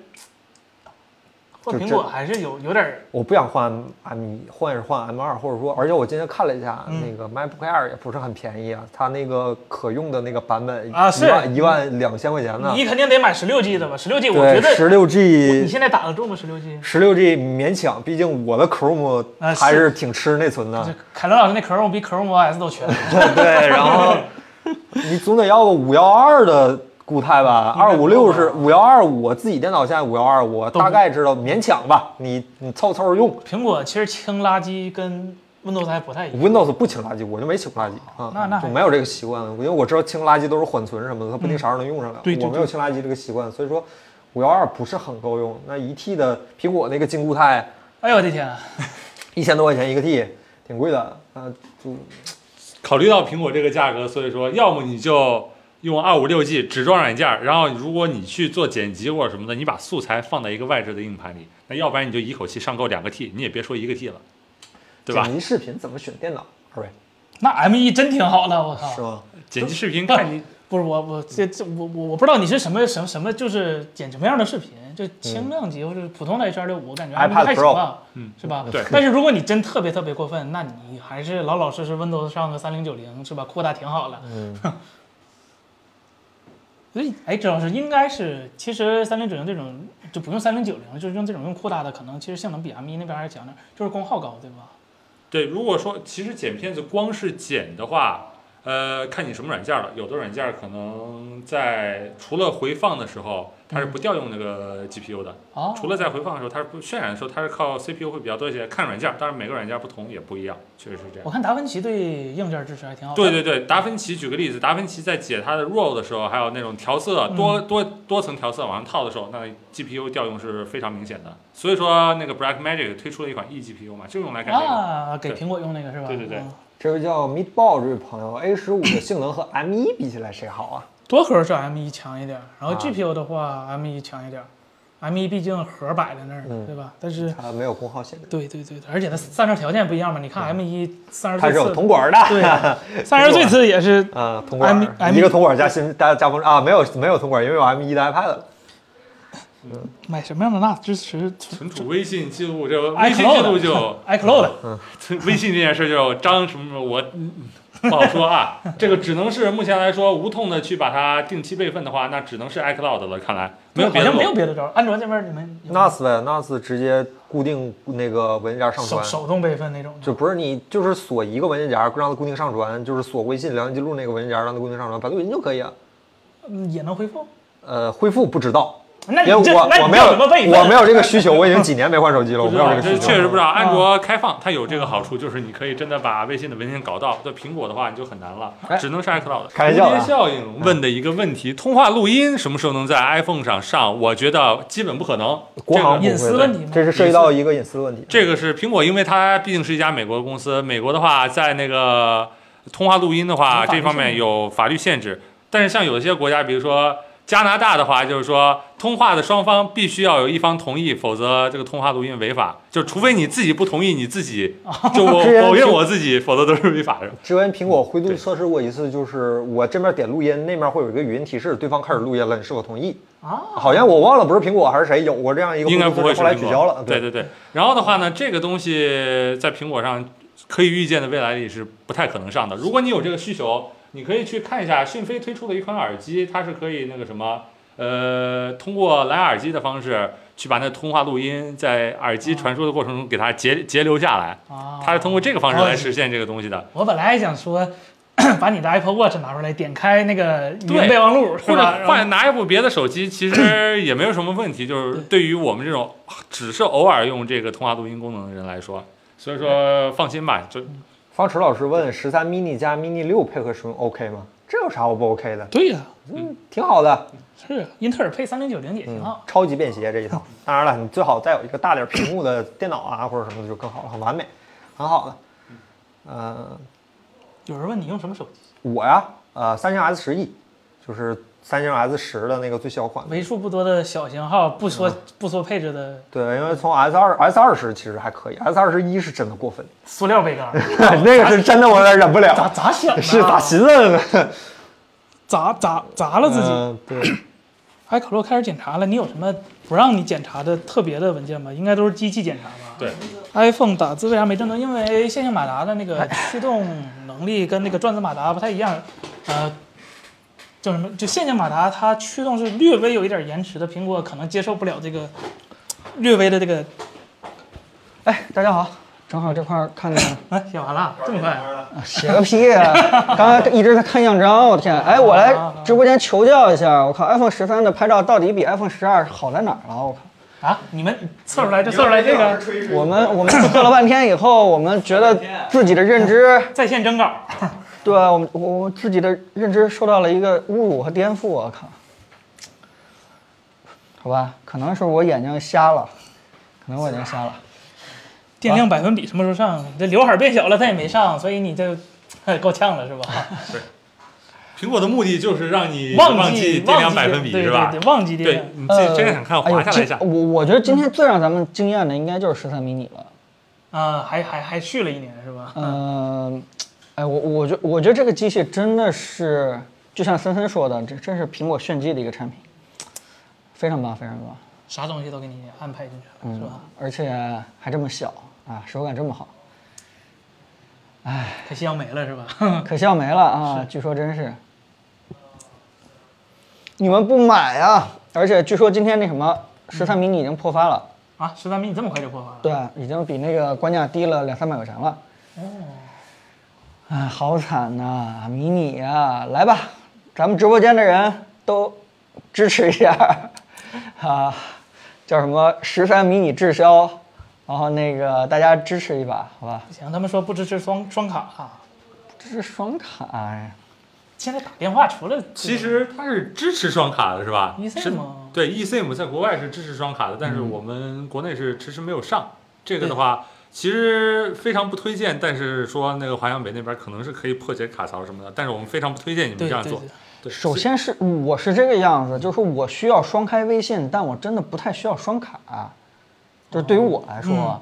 换
就
苹
这
果还是有有点儿
我不想换 M 一，换是换 M 二，或者说，而且我今天看了一下，
嗯
那个 MacBook Air 也不是很便宜啊，它那个可用的那个版本
啊
一万
是
一万两千块钱呢。
你肯定得买十六 G 的吧？十六 G 我觉
对，
得
十六
你
G，
现在打得中吗？十六 G？
十六 G 勉强，毕竟我的 Chrome
啊是
还是挺吃内存的
这。凯伦老师那 Chrome 比 Chrome OS 都 全。
对，然 后你总得要个五幺二的固态吧？
应
二
该
五
不
六
够
是
吧
五幺二，我自己电脑现在五幺二，我
都不
大概知道，勉强吧。你你凑凑合用
苹果其实清垃圾跟 Windows 还不太一样。
Windows 不清垃圾，我就没清垃圾啊，
那那还嗯
我没有这个习惯，因为我知道清垃圾都是缓存什么的，它不定啥时候能用上来。
对对
我没有清垃圾这个习惯，所以说五幺二不是很够用。那一 T 的苹果那个金固态
哎呦我的天啊！
一千多块钱一个 T，挺贵的啊，就
考虑到苹果这个价格，所以说要么你就用二五六 G 只装软件儿，然后如果你去做剪辑或者什么的，你把素材放在一个外置的硬盘里，那要不然你就一口气上够两个 T，你也别说一个 T 了，对吧
剪？辑视频怎么选电脑？二位
那 M 1真挺好的，我
是
靠！
吗？
剪辑视频看你
不是我我这这我我我不知道你是什么什么什么，就是剪什么样的视频，就轻量级或者是普通的 H 2 6 5我感觉
嗯 iPad
还行
Pro
吧，
嗯
是吧？
对
但是如果你真特别特别过分，那你还是老老实实 Windows 上个三零九零是吧？扩大挺好了。
嗯，
所以，哎，郑老师应该是，其实三零九零这种就不用三零九零，就是用这种用扩大的，可能其实性能比 M 1那边还是强点儿，就是功耗高，对吧？
对，如果说其实剪片子光是剪的话，呃，看你什么软件了。有的软件可能在除了回放的时候，它是不调用那个 GPU 的。
哦，
除了在回放的时候，它是不渲染的时候，它是靠 CPU 会比较多一些。看软件，当然每个软件不同，也不一样，确实是这样
我。看达芬奇对硬件支持还挺好。
对，对对，达芬奇举个例子，达芬奇在解它的 RAW 的时候，还有那种调色
嗯
多多多层调色往上套的时候，那 GPU 调用是非常明显的。所以说那个 Blackmagic 推出了一款 E eGPU 嘛，就用来干这个。
啊，给苹果用那个是吧？
对对对
嗯
这位叫 Meatball 这位朋友，A 十五的性能和 M 一比起来谁好啊？
多核是 M 1强一点儿，然后
啊
GPU 的话 M 1强一点儿，M 1毕竟核摆在那儿，
嗯
对吧？但是，
它没有功耗限制，
对对对，对而且它散热条件不一样嘛，你看 M 1散热
它
最
是有
次，
铜管的。
对， 散热最次也是
啊，铜管
M- E
儿
M-
一个铜管儿加新加加风啊，没有没有铜管儿，因为有 M 一的 iPad 了。
买什么样的那支持
存储微信记录，这个微信记录
iCloud
就 嗯
iCloud
微信这件事就张什么什么我嗯不好说啊。这个只能是目前来说无痛的去把它定期备份的话，那只能是 iCloud 了。看来没有
好
别的
像没有
路。
别的招儿。安卓那边你们有
NAS 呗，NAS 直接固定那个文件夹上
手
传，
手动备份那种吗，
就不是你就是锁一个文件夹让它固定上传，就是锁微信聊天记录那个文件夹让它固定上传，百度云就可以啊。
嗯也能恢复。
呃，恢复不知道，
那
因为
你这
我
那
我
你
没
这
有
怎么备份？
我没有这个需求，我已经几年没换手机了，我没有这个
这
需
确
求。
实不知道。
啊
安卓开放它有这个好处，就是你可以真的把微信的文件搞到。对苹果的话，你就很难了
哎，
只能是 iCloud。
开玩笑
蝴
的
蝶效应问的一个问题：通话录音什么时候能在 iPhone 上上？我觉得基本不可能。
国
这个
行不会
隐私问题吗
这是涉及到一个隐私问题。
这个是苹果，因为它毕竟是一家美国公司，美国的话在那个通话录音的话
有法律
这方面有法律限制，但是像有一些国家，比如说。加拿大的话，就是说通话的双方必须要有一方同意，否则这个通话录音违法。就除非你自己不同意，你 自己就我
之前
否认
是
我自己，否则都是违法的。
之前苹果灰度
对
测试过一次，就是我这边点录音，那面会有一个语音提示，对方开始录音了，你是否同意？
啊，
好像我忘了不是苹果还是谁有过这样一个
应该
恢复
不会
测
是
试后来
苹
取
果
消了。
对对对。然后的话呢，这个东西在苹果上可以预见的未来里是不太可能上的。如果你有这个需求，你可以去看一下讯飞推出的一款耳机，它是可以那个什么，呃，通过蓝牙耳机的方式去把那通话录音在耳机传输的过程中给它截截留下来，
啊，
它是通过这个方式
哦
来实现这个东西的。
我本来还想说，把你的 Apple Watch 拿出来，点开那个语
对
音备忘录，是
或
吧
者换拿一部别的手机，其实也没有什么问题。就是对于我们这种只是偶尔用这个通话录音功能的人来说，所以说放心吧，就
方池老师问：十三 mini 加 mini 六配合使用 OK 吗？这有啥我不 OK 的？
对呀、
嗯，挺好的，
是
嗯
啊英特尔配三零九零也挺
嗯
好。，
超级便携这一套。当然了，你最好再有一个大点屏幕的电脑啊，或者什么的就更好了，很完美，很好的。呃，
有人问你用什么手机？
我呀，呃，三星 S 十 E，就是三星 S 十的那个最小款。
为数不多的小型号，不说、
嗯
不说配置的
对，因为从 S 二 S 二十其实还可以，S 二十一是真的过 分，
塑料杯盖，
那个是真的我有点忍不
咋
了，
咋想的啊？
是咋寻思 的？
砸砸砸了自己。
嗯对，
海可乐开始检查了，你有什么不让你检查的特别的文件吗？应该都是机器检查吧？
对。
iPhone 打字为啥没震动？因为线性马达的那个驱动能力跟那个转子马达不太一样，呃，叫什么？就线性马达它驱动是略微有一点延迟的，苹果可能接受不了这个略微的这个。
哎，大家好，正好这块儿看见了。
哎，写完了，这么快啊？
写个屁呀、刚刚一直在看样张，我天！哎，我来直播间求教一下，我靠，iPhone 十三的拍照到底比 iPhone 十二好在哪儿了？我靠，
啊，你们测出来就测出来这个
我们我们测了半天以后，我们觉得自己的认知，
在线征稿，
对啊吧？我们我我自己的认知受到了一个侮辱和颠覆，我靠！好吧，可能是我眼睛瞎了，可能我眼睛瞎了。
电量百分比什么时候上？这刘海变小了，它也没上，所以你这 够呛了是吧？
苹果的目的就是让你
忘
记
记
电量百分比
对
是吧
对？对，忘记电
对
量。
你自己真
呃
嗯是想看，
哎呦
滑下来一下
今。我我觉得今天最让咱们惊艳的应该就是十三迷你了。
啊，还还还续了一年是吧？
嗯，哎，我我觉我觉得这个机器真的是，就像森森说的，这真是苹果炫技的一个产品，非常棒，非常棒，
啥东西都给你安排进去了，是吧？
而且还这么小啊，手感这么好，
嗯
可惜要没了是吧？
可惜要没了啊！据说真是，你们不买啊？而且据说今天那什么十三迷你已经破发了，
啊，十三米你这么快就破发了？
对，已经比那个官价低了两三百块钱了。哦，哎，好惨呐、迷你呀、来吧，咱们直播间的人都支持一下啊，叫什么十三迷你滞销，然后那个大家支持一把，好吧？
不行，他们说不支持双双卡、啊
这是双卡哎，
现在打电话除了
其实它是支持双卡的是吧
eSIM
是
吗
对 eSIM 在国外是支持双卡的，但是我们国内是迟迟没有上。这个的话，其实非常不推荐，但是说那个华强北那边可能是可以破解卡槽什么的，但是我们非常不推荐你们
对
这样
对
做
对。，
对，
首先是我是这个样子，就是我需要双开微信，但我真的不太需要双卡，就是对于我来说，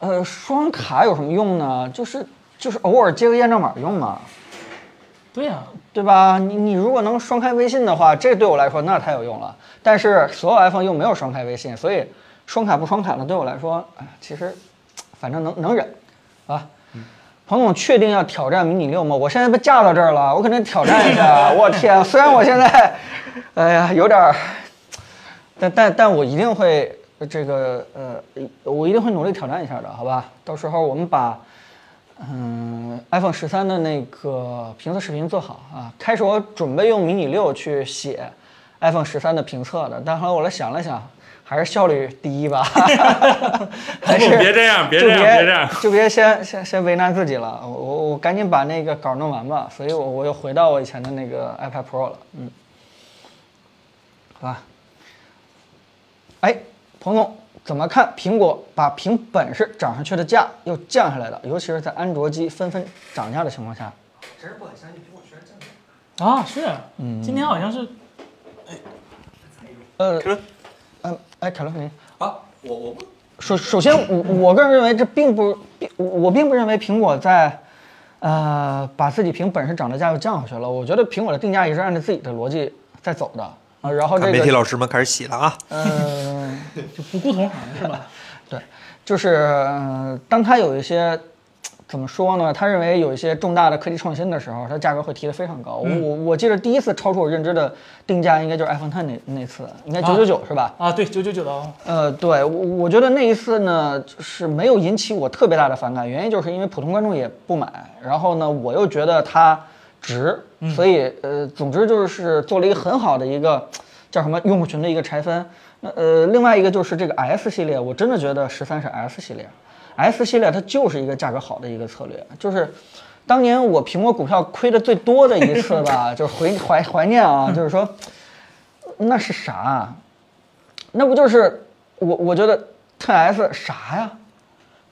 呃，双卡有什么用呢？就是就是偶尔接个验证码用嘛，
对呀、
对吧？你你如果能双开微信的话，这对我来说那太有用了。但是所有 iPhone 又没有双开微信，所以双卡不双卡的对我来说，哎，其实反正能能忍啊。彭总确定要挑战迷你六吗？我现在被架到这儿了，我肯定挑战一下。我天，虽然我现在，哎呀，有点儿，但但但我一定会这个呃，我一定会努力挑战一下的，好吧？到时候我们把嗯，iPhone 十三的那个评测视频做好啊。开始我准备用迷你六去写 iPhone 十三的评测的，但后来我来想了想，还是效率第一吧。 还是
不哦别这样别
就
这样别这样
就别先先先为难自己了。我我我赶紧把那个稿弄完吧。所以我我又回到我以前的那个 iPad Pro 了。嗯，好吧。哎，彭总怎么看苹果把凭本事涨上去的价又降下来了？尤其是在安卓机纷纷涨价的情况下，
真是不敢相信苹果居然这样。
啊是，
嗯
今天好像是
呃，嗯，哎，凯伦，你
啊，我我不
首首先，我我个人认为这并不并我并不认为苹果在，呃，把自己凭本事涨的价又降回去了。我觉得苹果的定价也是按照自己的逻辑在走的啊。然后这
看媒体
个，
老师们开始洗了啊，
嗯、
就不顾同行是吧？
对，就是、呃当它有一些怎么说呢？他认为有一些重大的科技创新的时候，它价格会提得非常高。
嗯
我我我记得第一次超出我认知的定价，应该就是 iPhone 10那那次，应该九九九是吧？
啊，对，九九九的哦，
呃，对我我觉得那一次呢是没有引起我特别大的反感，原因就是因为普通观众也不买，然后呢我又觉得它值，所以呃，总之就是做了一个很好的一个叫什么用户群的一个拆分。那呃，另外一个就是这个 S 系列，我真的觉得十三是 S 系列，S 系列它就是一个价格好的一个策略，就是。当年我苹果股票亏的最多的一次吧， 就是回怀怀念啊，就是说，那是啥、啊？那不就是我我觉得 t S 啥呀，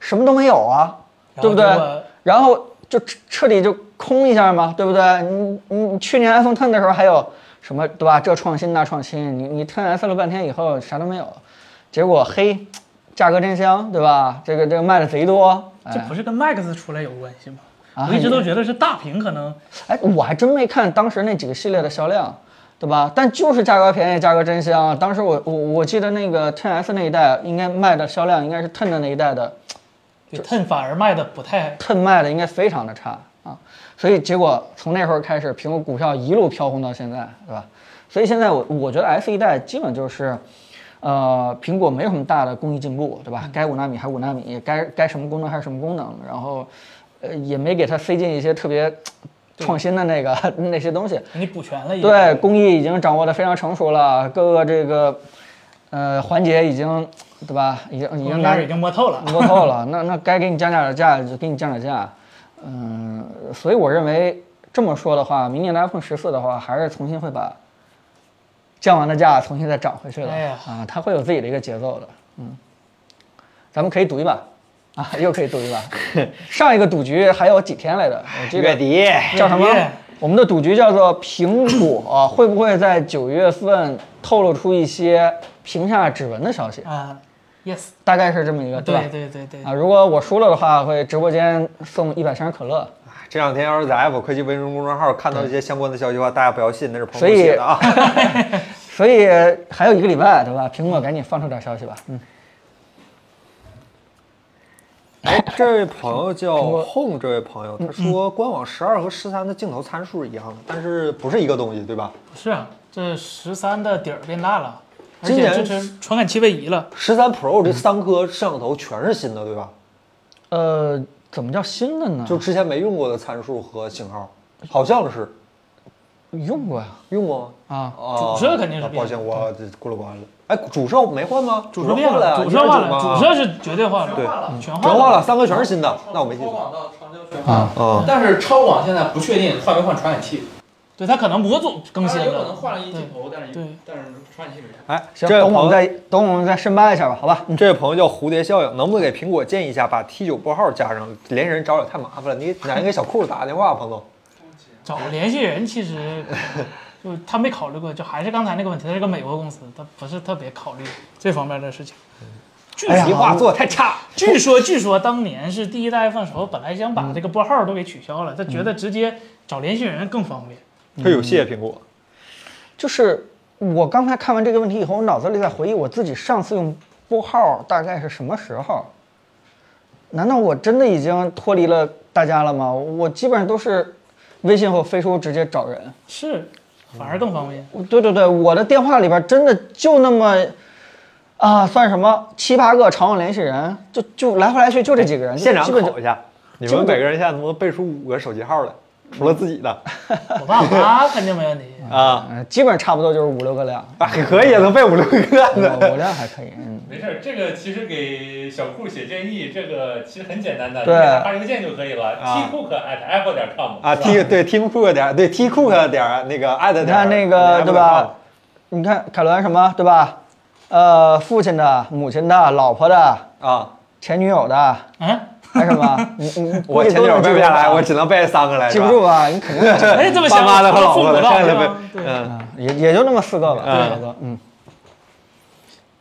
什么都没有啊，
然后
对不对
结果？
然后就彻彻底就空一下嘛，对不对？你你你去年 iPhone Ten 的时候还有什么对吧？这创新那创新，你你 t S 了半天以后啥都没有，结果嘿，价格真香，对吧？这个这个卖的贼多，
这
哎
不是跟 Max 出来有关系吗？
啊
我一直都觉得是大屏可能
哎，我还真没看当时那几个系列的销量，对吧？但就是价格便宜，价格真香。啊当时我我我记得那个 Ten S 那一代应该卖的销量应该是 Ten 的那一代的
对 Ten 反而卖的不太，
，Ten 卖的应该非常的差啊。所以结果从那时候开始，苹果股票一路飘红到现在，对吧？所以现在我我觉得 S 一代基本就是，呃，苹果没有什么大的工艺进步，对吧？该五纳米还五纳米，该该什么功能还是什么功能，然后，呃，也没给它塞进一些特别创新的那个 那些东西。
你补全了一个。
对，工艺已经掌握的非常成熟了，各个这个呃环节已经对吧？已经已
我
经
们
拿
那已经摸透了。
摸透了。那那该给你降点儿价就给你降点儿价，嗯，所以我认为这么说的话，明年的 iPhone 十四的话，还是重新会把降完的价重新再涨回去的、
哎呀
啊，它会有自己的一个节奏的，嗯，咱们可以赌一把。啊，又可以赌一 把。上一个赌局还有几天来的？我记得
月底
叫什么
月？
我们的赌局叫做苹果、 啊、会不会在九月份透露出一些屏下指纹的消
嗯
息？
啊，yes，
大概是这么一个，吧？
对对对对，
啊，如果我输了的话，会直播间送一百箱可乐。
这两天要是在 Apple 科技微信公众号看到
嗯
一些相关的消息的话，大家不要信，那是彭
所
总
以
写的 啊。
所以还有一个礼拜，对吧？苹果赶紧放出点消息吧。嗯，
哎，这位朋友叫 Home，这位朋
嗯
友他说，官网十二和十三的镜头参数是一样的，但是不是一个东西，对吧？
是啊，这十三的底儿变大了，而
今
且
年
支持传感器位移了。
十三 Pro
嗯
这三颗摄像头全是新的，对吧？
呃，怎么叫新的呢？
就之前没用过的参数和型号，好像是
用过呀。
用过吗？
啊，
啊，
主摄肯定是
啊
变嗯
抱歉，我这过了关了。哎，主摄没换吗？
主
摄
摄变
换呀
主摄换了，主
一二九
摄是绝对换了，
对
嗯全
嘛全
换
换了，。三颗全是新的，那我没记
超
错。
广到长焦全
啊
换，
嗯，
但是超广现在不确定换没换传感器，
对，它可能模组更新
它有可能
了。
换了一镜头，但是
对
但是传感器没换。
哎，
行，
这位
等我
朋
们
友
再等我们再深扒一下吧，好吧？
这位朋友叫蝴蝶效应，能不能给苹果建议一下，把 T 9拨号加上？连人找也太麻烦了，你哪天给小库打个电话，彭总？
找联系人 其实就他没考虑过，就还是刚才那个问题，它是个美国公司，他不是特别考虑这方面的事情。据
哎
这
说，
话做得太差。
据说，据说当年是第一代 iPhone 时候，本来想把
嗯
这个拨号都给取消了，他觉得直接找联系人更方便。
嗯
他有哎谢谢苹果，
就是我刚才看完这个问题以后，我脑子里在回忆我自己上次用拨号大概是什么时候。难道我真的已经脱离了大家了吗？我基本上都是微信或飞书直接找人。
是，反而更方便。
我对对对，我的电话里边真的就那么，啊，算什么七八个常用联系人，就就来回来去就这几个人，
现场
基本就
考一下，你们每个人现在能不能背出五个手机号来？除了自己的
我爸我妈 肯定没问题。
啊，
呃基本上差不多就是五六个 量，
啊可以能背五六个呢。
我我量还可以，嗯，
没事，这个其实给小库写建议，这个其实很简单的，
对
你给他发邮件就可以了。
啊
t cook at apple 点 com
啊
是吧
，T 对 Tim Cook 点儿对 T Cook 点儿那个 at 点儿，
你看那个对吧？你看凯伦什么对吧？呃，父亲的、母亲的、老婆的、
啊，
前女友的，
嗯，
还有什 么？你你
我前女友背不下来，我只能背三个来，
记
是
不
吧
住吧？你肯定记不住
哎，这么
爸
想，
妈的和老
父
婆
母
的，哎
到
剩下
对
的
吧
背，
对。
嗯，
也也就那么四个吧，
嗯
差不多，嗯。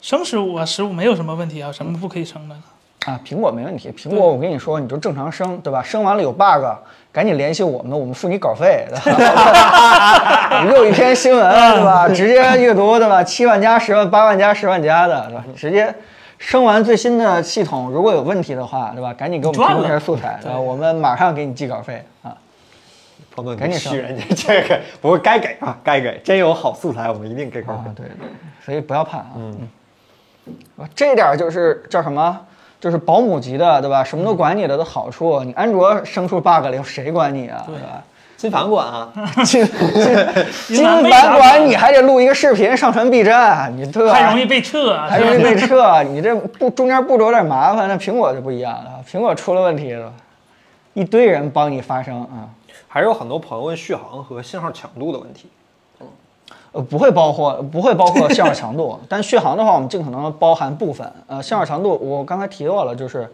生十五啊，十五没有什么问题啊，什么不可以生的呢？
啊，苹果没问题，苹果我跟你说，你就正常生，对吧？生完了有 bug，赶紧联系我们，我们付你稿费，对吧？又一篇新闻，对吧？直接阅读，对吧？七万加、十万、八万加、十万加的，对吧？直接升完最新的系统，如果有问题的话，对吧？赶紧给我们提供一
赚
下
了
素材，
对
然后我们马上给你寄稿费啊。
朋友们
赶紧
去
上
人家这个，不过该给啊，该给，真有好素材，我们一定给稿
啊
费。，
对对，所以不要怕啊。嗯，啊这点儿就是叫什么？就是保姆级的，对吧？什么都管你的的好处，你安卓生出 bug 了，有谁管你啊？对吧？
金反 管啊，
金金
云南
金
没
版
啥
管
管
你还得录一个视频上传 B 站，你对吧？
还容易被撤啊，
还
是吧
容易被撤，你这步中间步骤有点麻烦。那苹果就不一样了，苹果出了问题了，一堆人帮你发声啊，
还是有很多朋友问续航和信号强度的问题。
呃，不会包括不会包括信号强度，但续航的话，我们尽可能包含部分。呃，信号强度我刚才提到了，就是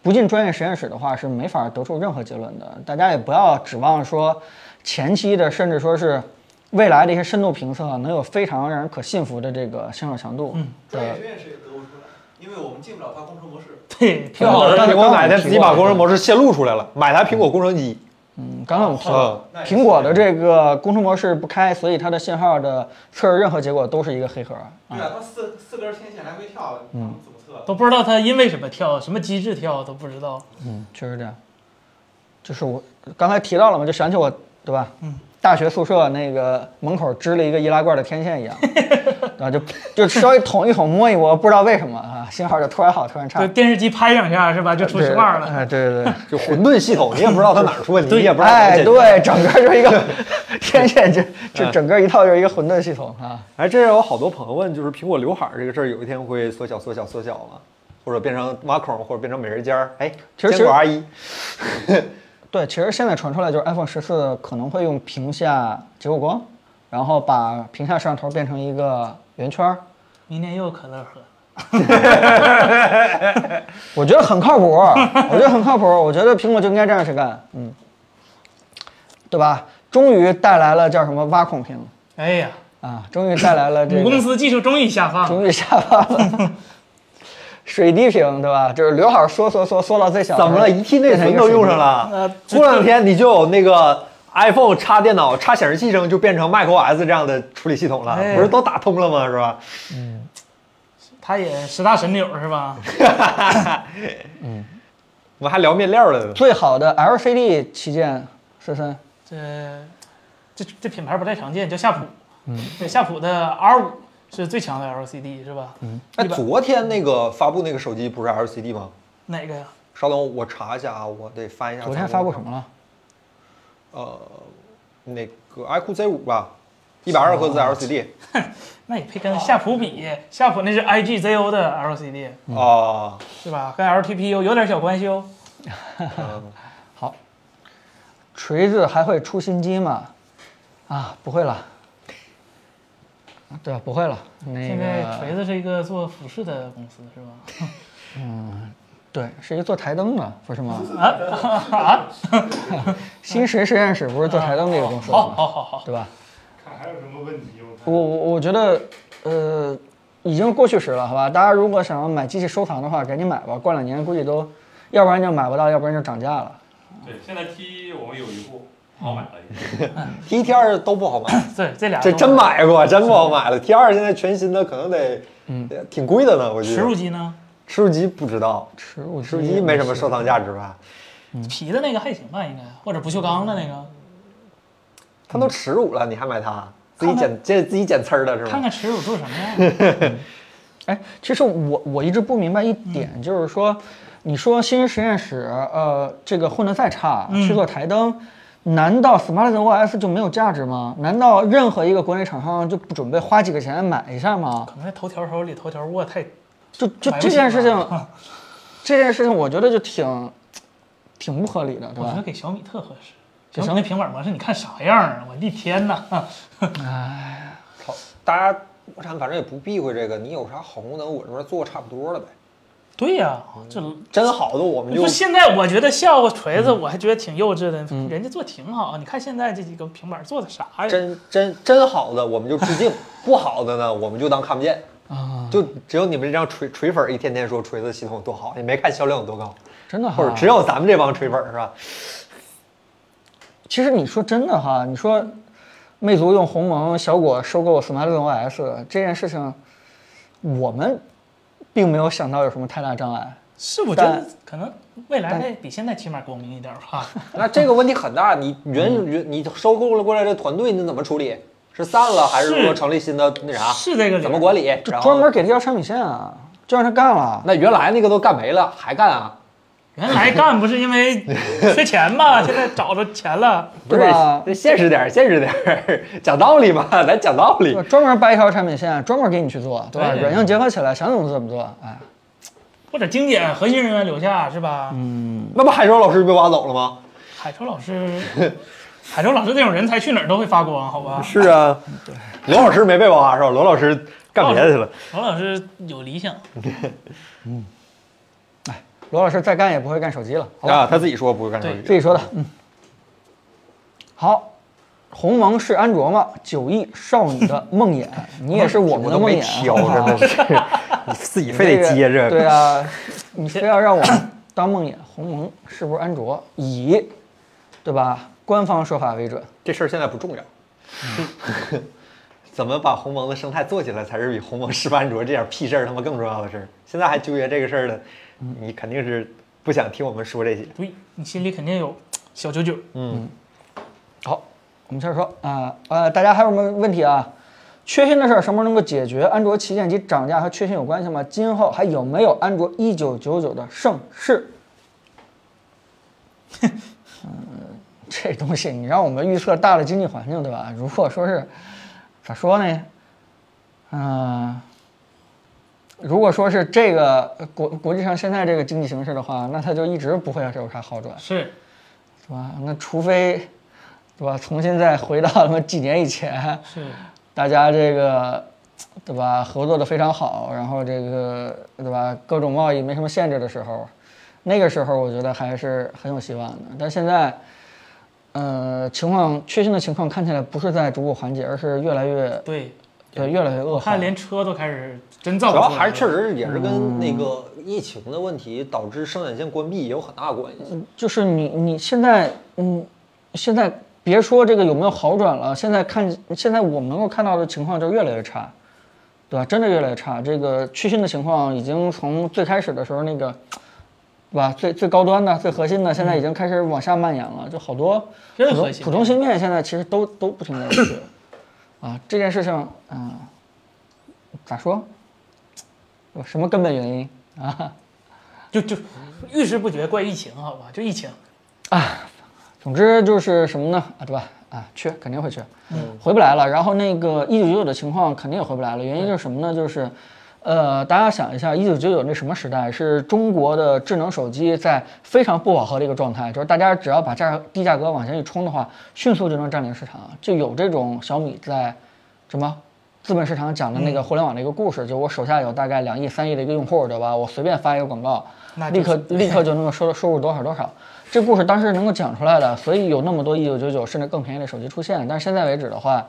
不进专业实验室的话是没法得出任何结论的。大家也不要指望说前期的，甚至说是未来的一些深度评测能有非常让人可信服的这个信号强度。嗯，
专业实验室也得不出来，因为我们进不了它工程模式。
对，
挺好的
苹果买的自己
啊
把工程模式泄露出来了，买台苹果工程机。
嗯，刚才我们提到
哦
那也是
苹果的这个工程模式不开，所以它的信号的测试任何结果都是一个黑盒。
对啊，它四四根天线来回跳，你怎么测？
都不知道他因为什么跳，什么机制跳都不知道。
就是这样，就是我刚才提到了嘛，就想起我对吧？嗯，大学宿舍那个门口支了一个易拉罐的天线 一样，然后就就稍微捅一捅摸一摸，不知道为什么啊，信号就突然好突然差
就，电视机拍两下是吧，就出实话了。
哎，对对对。
就混沌系统，你也不知道它哪儿出问题，你也不知道怎么
哎，
解决。
对，嗯整个就是一个 天线，就就整个一套就是一个混沌系统啊。
哎，这有好多朋友问，就是苹果刘海儿这个事儿，有一天会缩小、缩小、缩小吗？或者变成挖孔，或者变成美人尖儿？哎，
其实
坚果阿姨，
对，其实现在传出来就是 iPhone 十四可能会用屏下结构光，然后把屏下摄像头变成一个圆圈儿，
明天又有可乐喝，
我觉得很靠谱， 我觉得很靠谱，我觉得苹果就应该这样去干，嗯，对吧？终于带来了叫什么挖孔屏
哎呀，
啊，终于带来了这
母
个
公司技啊术终于下放了。
终于下发了 水滴屏，对吧？就是刘海缩缩缩缩到最小，
怎么了？一 T 内存都用 上，了
呃，
过两天你就有那个 iPhone 插电脑、插显示器上就变成 macOS 这样的处理系统了，
哎
不是都打通了吗？是吧？
他也十大神钮是吧？
我们还聊面料了呢。
最好的 LCD 旗舰是谁？
这这这品牌不太常见，叫夏普。嗯，对，夏普的 R 五是最强的 LCD 是吧？嗯，
哎，昨天那个发布那个手机不是 LCD 吗？
哪个呀？
稍等，我查一下啊，我得翻一下。
昨天发布什么？了？
呃，那个 iQOO Z 五吧，一百二十赫
哦
兹 LCD
那也配跟夏普比？夏普那是 IGZO 的 LCD
嗯
啊，
是吧？跟 LTPU 有点小关系哦。
好，锤子还会出新机吗？啊，不会了。对啊，不会了。那
现在锤
个
子是一个做服饰的公司是吧？
对，是一个做台灯的，不是吗？
啊，
新石实验室不是做台灯那个公司的
好
吗？
好好好，
对吧？
看还有什么问题？我看
我我我觉得，呃，已经过去时了，好吧？大家如果想要买机器收藏的话，赶紧买吧。过两年估计都，要不然就买不到，要不然就涨价了。
对，现在 T 我们有一部好买了已经，
T T 二都不好 买，
对这俩
这
都
真买过，真不好买了。T 二现在全新的可能得，
嗯
呃挺贵的呢，我觉
耻辱
得。
机呢？
吃入机不知道，
耻辱
吃入机没什么收藏价值吧？
嗯
嗯
皮的那个还行吧，应该或者不锈钢的那个，
它都耻辱了，你还买它？自己
看看
剪这自己剪刺儿的是
看
吗？
看耻辱做什么 样。
哎，其实我我一直不明白一
嗯
点，就是说，你说新实验室，呃，这个混得再差，
嗯
去做台灯，难道 SmartOS 就没有价值吗？难道任何一个国内厂商就不准备花几个钱买一下吗？
可能是头条手里头条握太
就就
买不
这
起
件事情
吧，
这件事情我觉得就挺挺不合理的，对
我觉得
吧？
给小米特合适。
给
小
小
米那平板模式，你看啥样啊？我的天哪！
大家国产反正也不避讳这个，你有啥好功能，我这边做差不多了呗。
对呀、
嗯
这
真好的我们就
不现在我觉得笑话锤
嗯
子，我还觉得挺幼稚的，人家做挺好。你看现在这几个平板做的啥呀？
真真真好的我们就 致敬，不好的呢我们就当看不见。
啊，
就只有你们这样锤锤粉儿一天天说锤子系统多好，也没看销量有多高，
真
啊
的哈，
或者只有咱们这帮锤粉儿是吧？
其实你说真的哈，你说魅族用鸿蒙、小果收购 SmartOS 这件事情，我们并没有想到有什么太大障碍。
是我觉得
但
可能未来
但
会比现在起码光明一点吧。
那这个问题很大，你人人你收购了过来的团队，你怎么处理？是散了，还是
是
说成立新的那啥？
是这个理儿
怎么管理？
这
然后
专门给他要产品线啊，就让他干了。
那原来那个都干没了，还干啊？
原来干不是因为缺钱吗？现在找着钱了，
不是
对吧，
这现实点儿，现实点儿，讲道理嘛，咱讲道理
对。专门掰一条产品线，专门给你去做，对吧？
对
软硬结合起来，想怎么做怎么做。哎，
或者精简核心人员留下是吧？
那不海舟老师被挖走了吗？
海舟老师，海舟老师这种人才去哪儿都会发光，好吧？
是啊， 罗老师没被挖是吧？罗老师干别的去了。
王老师有理想，
罗老师再干也不会干手机了，好吧？
啊，他自己说不会干这
对
个。
自己说的，嗯。好，鸿蒙是安卓吗？九亿少女的梦 魇，你也是我们的
都
梦
没
魇，
挑，啊真 的是，你自己非得接
这个
着。
对啊，你非要让我们当梦魇，鸿蒙是不是安卓？以，对吧？官方说法为准。
这事儿现在不重要。 怎么把鸿蒙的生态做起来，才是比鸿蒙失败安卓这点屁事儿他妈更重要的事儿。现在还纠结这个事儿的，你肯定是不想听我们说这些。
对你心里肯定有小九九。
嗯，
好，我们接着说啊、呃，大家还有什么问题啊？缺芯的事儿什么时候能够解决？安卓旗舰机涨价和缺芯有关系吗？今后还有没有安卓一九九九的盛世？ 嗯，这东西你让我们预测大的经济环境，对吧？如果说是咋说呢？嗯、如果说是这个呃国国际上现在这个经济形势的话，那它就一直不会有啥好转。
是，
是吧？那除非，对吧？重新再回到他们几年以前，
是
大家这个，对吧？合作的非常好，然后这个，对吧？各种贸易没什么限制的时候，那个时候我觉得还是很有希望的。但现在，呃，情况确信的情况看起来不是在逐步缓解，而是越来越，
对，
对，越来越恶
我
化
看。连车都开始真造
主
不出
要
来了，嗯
还是确实也是跟那个疫情的问题导致生产线关闭也有很大关系。
嗯
就是你你现在嗯，现在别说这个有没有好转了，现在看现在我们能够看到的情况就越来越差，对吧？真的越来越差。这个去芯的情况已经从最开始的时候那个，对吧？最最高端的、最核心的，现在已经开始往下蔓延了，就好多
嗯真
普
核
通
心
普通芯片现在其实都都不停的 去啊，这件事情嗯、咋说？有什么根本原因啊？
就就遇事不决，怪疫情，好吧？就疫情，
总之就是什么呢？啊，对吧？啊，缺肯定会缺，回不来了。然后那个一九九九的情况肯定也回不来了。原因就是什么呢？就是，呃，大家想一下，一九九九那什么时代？是中国的智能手机在非常不饱和的一个状态，就是大家只要把价格低价格往前一冲的话，迅速就能占领市场，就有这种小米在什么资本市场讲的那个互联网的一个故事，就我手下有大概两亿、三亿的一个用户，对吧？我随便发一个广告，
那就
立刻
是
立刻就能够收收入多少多少。这故事当时能够讲出来的，所以有那么多一九九九甚至更便宜的手机出现。但是现在为止的话，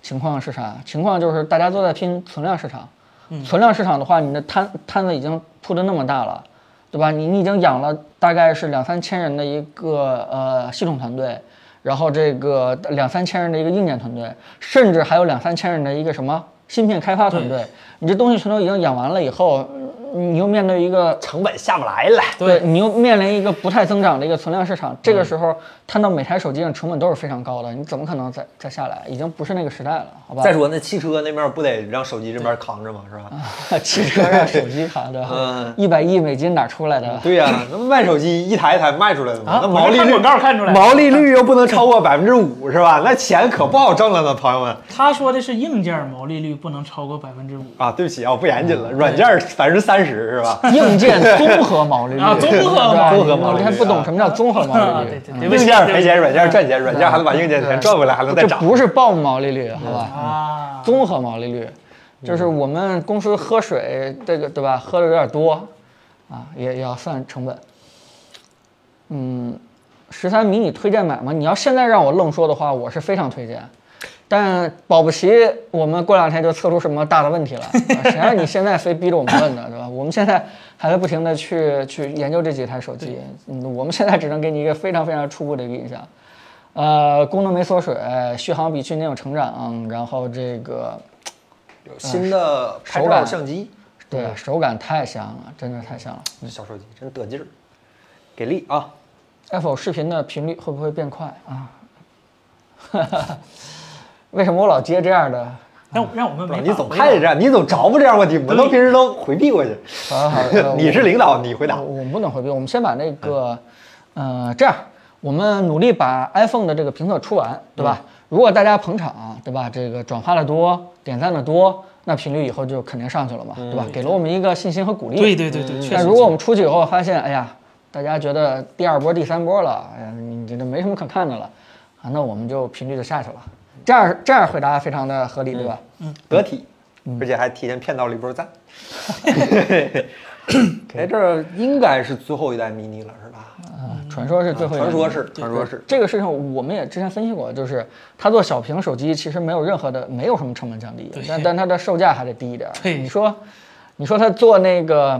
情况是啥？情况就是大家都在拼存量市场。
嗯
存量市场的话，你的摊摊子已经铺的那么大了，对吧？你你已经养了大概是两三千人的一个呃系统团队，然后这个两三千人的一个硬件团队，甚至还有两三千人的一个什么芯片开发团队。你这东西全都已经养完了以后，嗯你又面对一个
成本下不来了，
对你又面临一个不太增长的一个存量市场，这
嗯
个时候摊到每台手机上成本都是非常高的，你怎么可能再再下来？已经不是那个时代了，好吧？
再说那汽车那面不得让手机这边扛着吗？是吧？
啊
汽车让手机扛着
嗯，
一百亿美金哪出来的？
对呀、那卖手机一台一台卖出来的嘛，
啊
那毛利
我
率
这看广告看出来了
毛利率又不能超过百分之五，是吧？那钱可不好挣了呢，朋友们
他说的是硬件毛利率不能超过百分之五
啊！对不起啊，我不严谨了，
嗯
软件百分之三十 是吧？
硬件综合毛利率
啊综合毛利率
对吧你们还不懂什么叫综合毛
啊，
利
对
率，
对对，
硬件赔钱，软件赚钱，软件还能把硬件的钱赚回来，还能再
这
嗯
涨。
不是报毛利率，好吧？
啊，
综合毛利率，就是我们公司喝水这个对吧，喝的有点多，啊，也也要算成本。嗯，十三迷你推荐买吗？你要现在让我愣说的话，我是非常推荐，但保不齐我们过两天就测出什么大的问题来，啊谁让你现在非逼着我们问呢，对吧？我们现在还在不停的去去研究这几台手机，嗯，我们现在只能给你一个非常非常初步的一个印象。呃，功能没缩水，续航比去嗯年有成长，然后这个
新的
手
拍
嗯
照
感
相机，
对，手感太香了，真的太香了。
这小手机真得劲儿，给力啊！
Apple 视频的频率会不会变快啊？ 为什么我老接这样 的？
让我让我们
不
没
是
法
你总
回
看
答
着这样，你总着不这样问题，我都平时都回避过去。
好 好，呃
你是领导，你回答
我。嗯我们不能回避，我们先把那个，呃，这样，我们努力把 iPhone 的这个评测出完，对吧？如果大家捧场，对吧？这个转发的多，点赞的多，那频率以后就肯定上去了嘛，对吧？给了我们一个信心和鼓励。嗯
对对对对，确
但
实
如果我们出去以后发现，哎呀，大家觉得第二波、第三波了，哎呀，你这这没什么可看的了，啊，那我们就频率就下去了。这样这样回答非常的合理，对吧？
得体，
嗯
而且还提前骗到 了一波赞。哎，这应该是最后一代 mini 了，是吧？
啊，传说是最后一个人
传说是，传说是。
这个事情，我们也之前分析过，就是它做小屏手机其实没有任何的，没有什么成本降低
对，
但但它的售价还得低一点。
对
你说，你说它做那个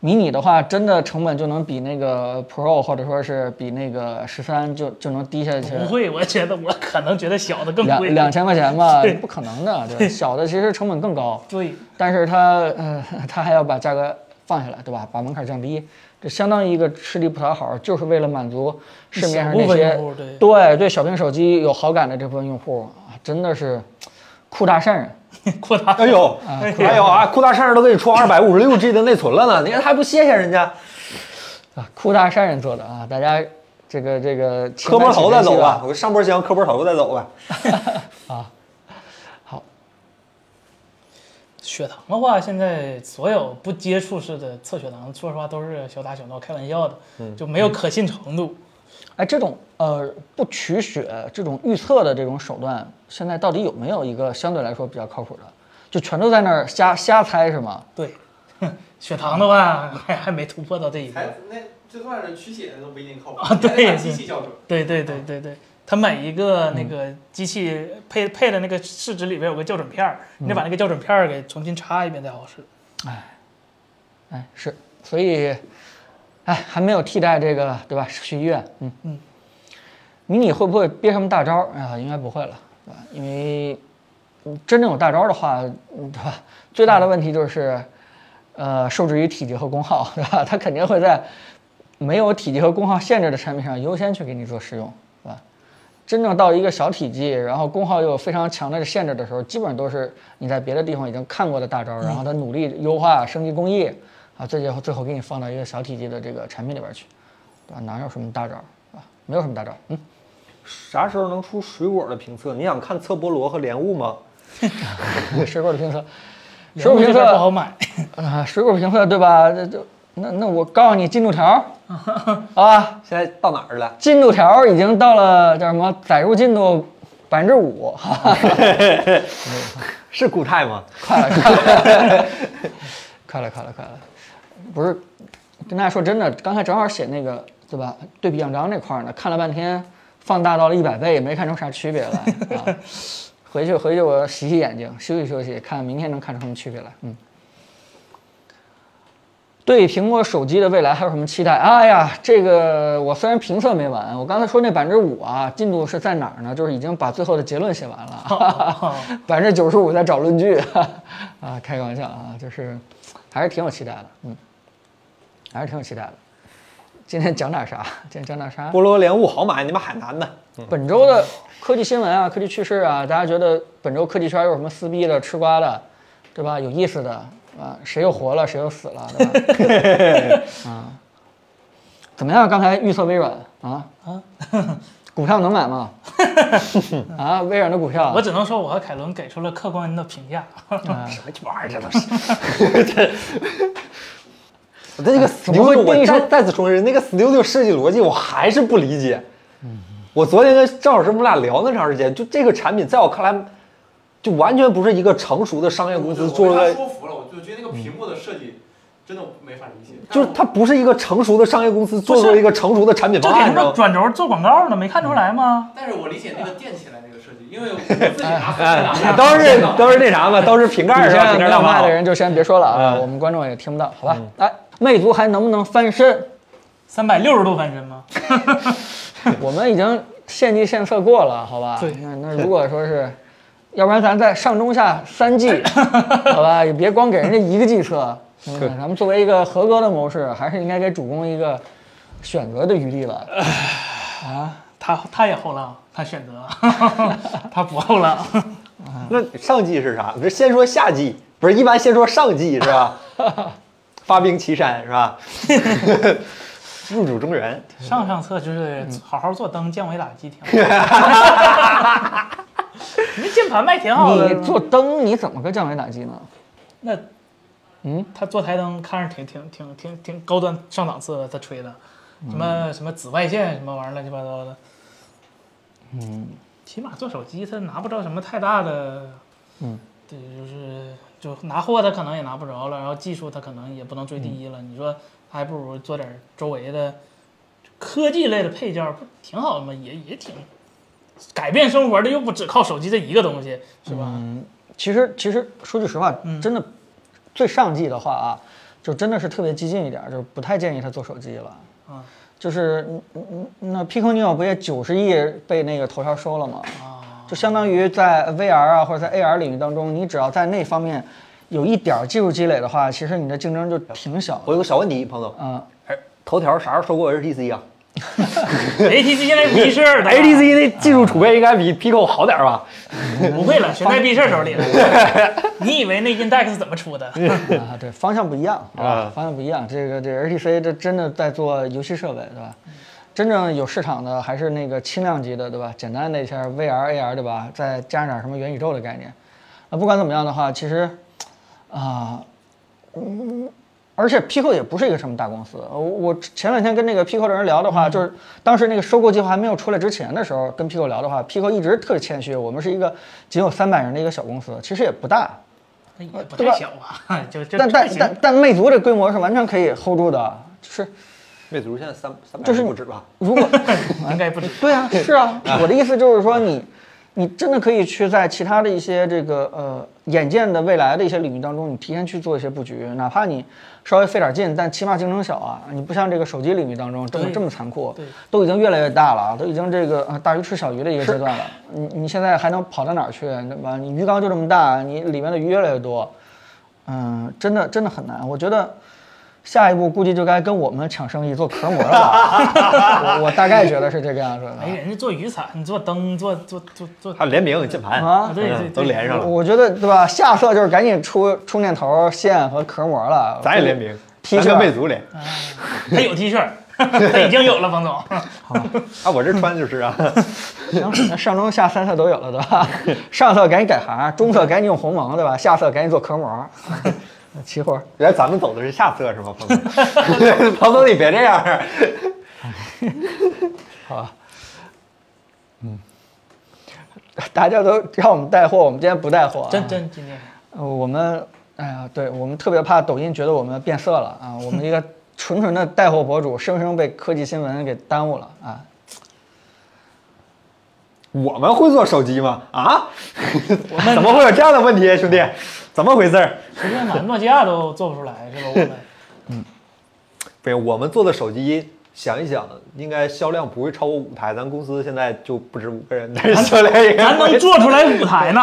迷你的话，真的成本就能比那个 Pro 或者说是比那个十三就就能低下去
不会，我觉得我可能觉得小的更
两
贵。
两千块钱吧
对，
不可能的，对吧？小的其实成本更高，
对，
但是它呃，它还要把价格放下来，对吧？把门槛降低，这相当于一个吃力不讨好，就是为了满足市面上
一
那
小部分
些
用户对
对对小屏手机有好感的这部分用户啊，真的是酷大善人。
扩大
哎呦，哎呦啊！酷大上人都给你出二百五十六 G 的内存了呢，你看还不谢谢 人家？
啊，酷大善人做的啊，大家这个这个
磕波头再走吧
吧。，
我上波箱磕波头再走吧。
血糖的话，现在所有不接触式的测血糖，说实话都是小打小闹、开玩笑的，就没有可信程度。
哎，这种呃不取血这种预测的这种手段，现在到底有没有一个相对来说比较靠谱的？就全都在那儿瞎瞎猜是吗？
对，血糖的话还还没突破到这一步。
才那就算是取血的都不一定靠谱
啊
你还
对
得看机器校准。
对对对对对，他买一个
嗯
那个机器配配的那个试纸里边有个校准片儿，
嗯
你得把那个校准片儿给重新插一遍才好使。
哎，是，所以，哎，还没有替代这个，对吧？去医院，嗯
嗯。
迷你会不会憋什么大招儿啊？应该不会了，对吧？因为嗯真正有大招儿的话，嗯对吧？最大的问题就是，呃，受制于体积和功耗，对吧？它肯定会在没有体积和功耗限制的产品上优先去给你做试用，对吧？真正到一个小体积，然后功耗又有非常强的限制的时候，基本上都是你在别的地方已经看过的大招，然后它努力优化、升级工艺，啊，最后最后给你放到一个小体积的这个产品里边去，对吧？哪有什么大招啊？没有什么大招，嗯，
啥时候能出水果的评测？你想看测菠萝和莲雾吗？
嗯水果的评测，
原
水果
物这
评
边不
测
好买，
啊，水果评测对吧？这就那那我告诉你，进度条啊，
现在到哪儿了？
进度条已经到了叫什么载入进度百分之五，哈哈
是固态吗？
快了，快了，快了，快了，快了。不是，跟大家说真的，刚才正好写那个对吧？对比样章这块儿呢，看了半天，放大到了一百倍，也没看出啥区别来啊。回去回去，我洗洗眼睛，休息休息，看明天能看出什么区别来。嗯。对苹果手机的未来还有什么期待？哎呀，这个我虽然评测没完，我刚才说那百分之五啊，进度是在哪儿呢？就是已经把最后的结论写完了，百分之九十五在找论据，啊，开个玩笑啊，就是还是挺有期待的，嗯，还是挺有期待的。今天讲点啥？今天讲点啥？
菠萝莲雾好买，你们海南的。
本周的科技新闻啊，科技趣事啊，大家觉得本周科技圈有什么撕逼的、吃瓜的，对吧？有意思的啊，谁又活了，谁又死了，对吧？啊，怎么样？刚才预测微软啊啊，股票能买吗？啊，微软的股票
我只能说我和凯伦给出了客观的评价。
什么鸡巴玩意儿，这都是。我对那个
怎么会
studio，
跟
我
你说
再再次重申，那个 studio 设计逻辑我还是不理解。我昨天跟赵老师我们俩聊那长时间，就这个产品在我看来，就完全不是一个成熟的商业公
我
司
就
做出
我
来
被他，说服了，我就觉得那个屏幕的设计真的没法理解。
就是它不是一个成熟的商业公司做出
不
了
是
一个成熟的产品
这
方
给
案，
他
知道
们
吗？
转轴做广告呢，没看出来吗？
但是我理解那个垫起来那个设计，因为我自己拿回来拿
哎，都是都是那啥嘛，都是瓶盖儿
底
是吧？
下
瓶
没
盖儿
有
大妈
卖的人就先别说了啊，
嗯
我们观众也听不到，好吧？来，魅族还能不能翻身？
三百六十度翻身吗？
我们已经献计献策过了，好吧？
对
那那如果说是要不然咱在上中下三 季，好吧，也别光给人家一个计策。嗯，咱们作为一个合格的谋士，还是应该给主公一个选择的余地吧。
他他也后浪，他选择， 他不后浪。
那上季是啥？不是先说下季，不是一般先说上季是吧？发兵岐山是吧？入主中原，
上上策就是好好做灯，降维打击挺好。 你这键盘卖挺好的是
嗯你
吗，
做灯你怎么个降维打击呢？
那，
嗯，
他做台灯看着挺挺挺挺挺高端上档次的，他吹的，什么什么紫外线什么玩意儿乱七八糟的，嗯，起码做手机他拿不着什么太大的，
嗯，
对，就是就拿货他可能也拿不着了，然后技术他可能也不能追第一了，你说还不如做点周围的科技类的配件儿，不挺好的吗？也也挺。改变生活的又不只靠手机这一个东西，是吧？
其实其实说句实话，
嗯
真的最上季的话啊，就真的是特别激进一点，就是不太建议他做手机了。
啊
就是嗯嗯嗯那 Pico Neo 不也九十亿被那个头条收了吗？
啊，
就相当于在 VR 啊或者在 AR 领域当中，你只要在那方面有一点儿技术积累的话，其实你的竞争就挺小的。
我有个小问题，彭总，
嗯，
头条啥时候收购 HTC 啊
ATC 现在不避事
哎
儿的啊
？HTC 的技术储备应该比 Pico 好点儿吧？
不会了，全在避事儿 手里了。你以为那 Index 怎么出的？
嗯
啊，对，方向不一样，好吧
啊？
方向不一样。这个这 HTC 这真的在做游戏设备，对吧？真正有市场的还是那个轻量级的，对吧？简单的一下 VR、AR，对吧？再加上点什么元宇宙的概念。那不管怎么样的话，其实，啊、嗯而且 Pico 也不是一个什么大公司。呃我我前两天跟那个 Pico 的人聊的话，就是当时那个收购计划还没有出来之前的时候，跟 Pico 聊的话，Pico 一直特别谦虚，我们是一个仅有三百人的一个小公司，其实也不大，
也不太小啊， 就就
但但
还行
但但魅族这规模是完全可以 hold 住的，就是
魅族现在三三百
就是
不止吧？
如 果
应该不止。
对 啊，是啊，我的意思就是说你，你真的可以去在其他的一些这个呃眼见的未来的一些领域当中，你提前去做一些布局，哪怕你稍微费点劲，但起码竞争小啊，你不像这个手机领域当中这么
对
这么残酷
对，
都已经越来越大了啊，都已经这个呃大鱼吃小鱼的一个阶段了，你你现在还能跑到哪儿去，对吧？你鱼缸就这么大，你里面的鱼越来越多，嗯，真的真的很难，我觉得。下一步估计就该跟我们抢生意做壳膜了吧，我我大概觉得是这个样子的。
哎，人家做雨伞，做灯，做做做做
还有联名键盘
啊
对
嗯
对对
都连上了，
我觉得对吧？下策就是赶紧出充电头、线和壳膜了。
咱也联名，
T
咱
恤
跟魅族联
他有 T 恤儿， 他已经有了，彭总。
啊，我这穿就是啊，
行，那上中下三策都有了，对吧？上策赶紧改行，中策赶紧用鸿蒙，对吧？下策赶紧做壳膜。 齐活儿，
原来咱们走的是下策是吗，彭总？ 彭总你别这样，嗯
大家都让我们带货，我们今天不带货、啊。
真真今天
呃，我们，哎呀，对我们特别怕抖音觉得我们变色了啊！我们一个纯纯的带货博主，生生被科技新闻给耽误了啊！
我们会做手机吗？啊， 怎么会有这样的问题，啊兄弟？怎么回事儿？
实际上把诺基亚都做不出来， 是吧？我们
不是，我们做的手机，想一想，应该销量不会超过五台。咱公司现在就不止五个人，但是销量也
咱能做出来舞台 呢？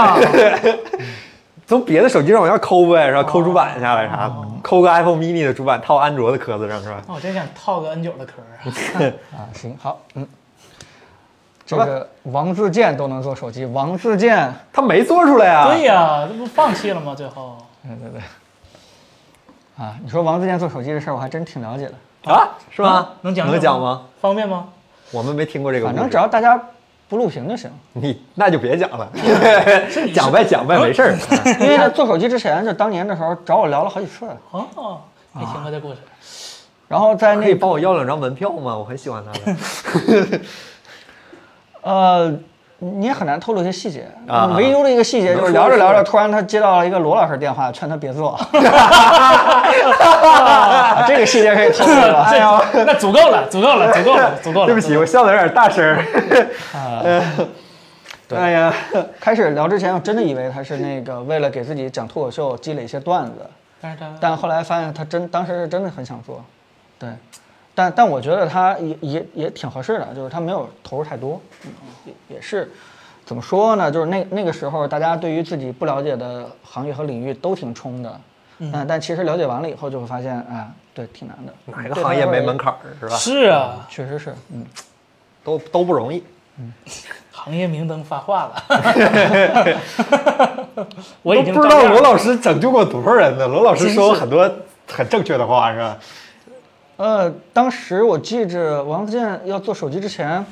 从别的手机上往下抠呗，是吧？抠主板下来啥的，抠个 iPhone mini 的主板套安卓的壳子上是吧？
那我真想套个 N 九的壳儿啊！
啊，行，好，嗯，这个王自健都能做手机，王自健，
他没做出来 啊。
对呀，这不放弃了吗？最后
对对对，啊，你说王自健做手机的事儿，我还真挺了解的。
啊，是吗？
能讲
能讲吗？？
方便吗？
我们没听过这个故
反
事。
正只要大家不录屏就行，
你那就别讲了，
你
讲呗讲呗，没事儿。
因为他做手机之前，就当年的时候找我聊了好几次，
哦，
啊
没听过这故事。
然后在
可以
那
帮我要两张门票吗？我很喜欢他的。
呃。你也很难透露一些细节
啊
唯一的一个细节就是聊着聊着，突然他接到了一个罗老师电话，劝他别 做。啊这个细节可以透露了。 哎呀，
那足够了，足够了，足够了，足够了。
对不起，我笑的有点大声儿。哎呀，
开始聊之前，我真的以为他是那个为了给自己讲脱口秀积累一些段子，
但是他
但后来发现他真当时是真的很想做，对，但但我觉得他也也也挺合适的，就是他没有投入太多，嗯也也是怎么说呢？就是那那个时候，大家对于自己不了解的行业和领域都挺冲的，嗯、但其实了解完了以后，就会发现，啊，对，挺难的。
哪个行业没门槛儿是吧？
是啊，
确实是，嗯，
都都不容易。
行业明灯发话了， 我已经
不知道
照样
罗老师拯救过多少人呢？罗老师说很多很正确的话是吧？
呃，当时我记着王自健要做手机之前，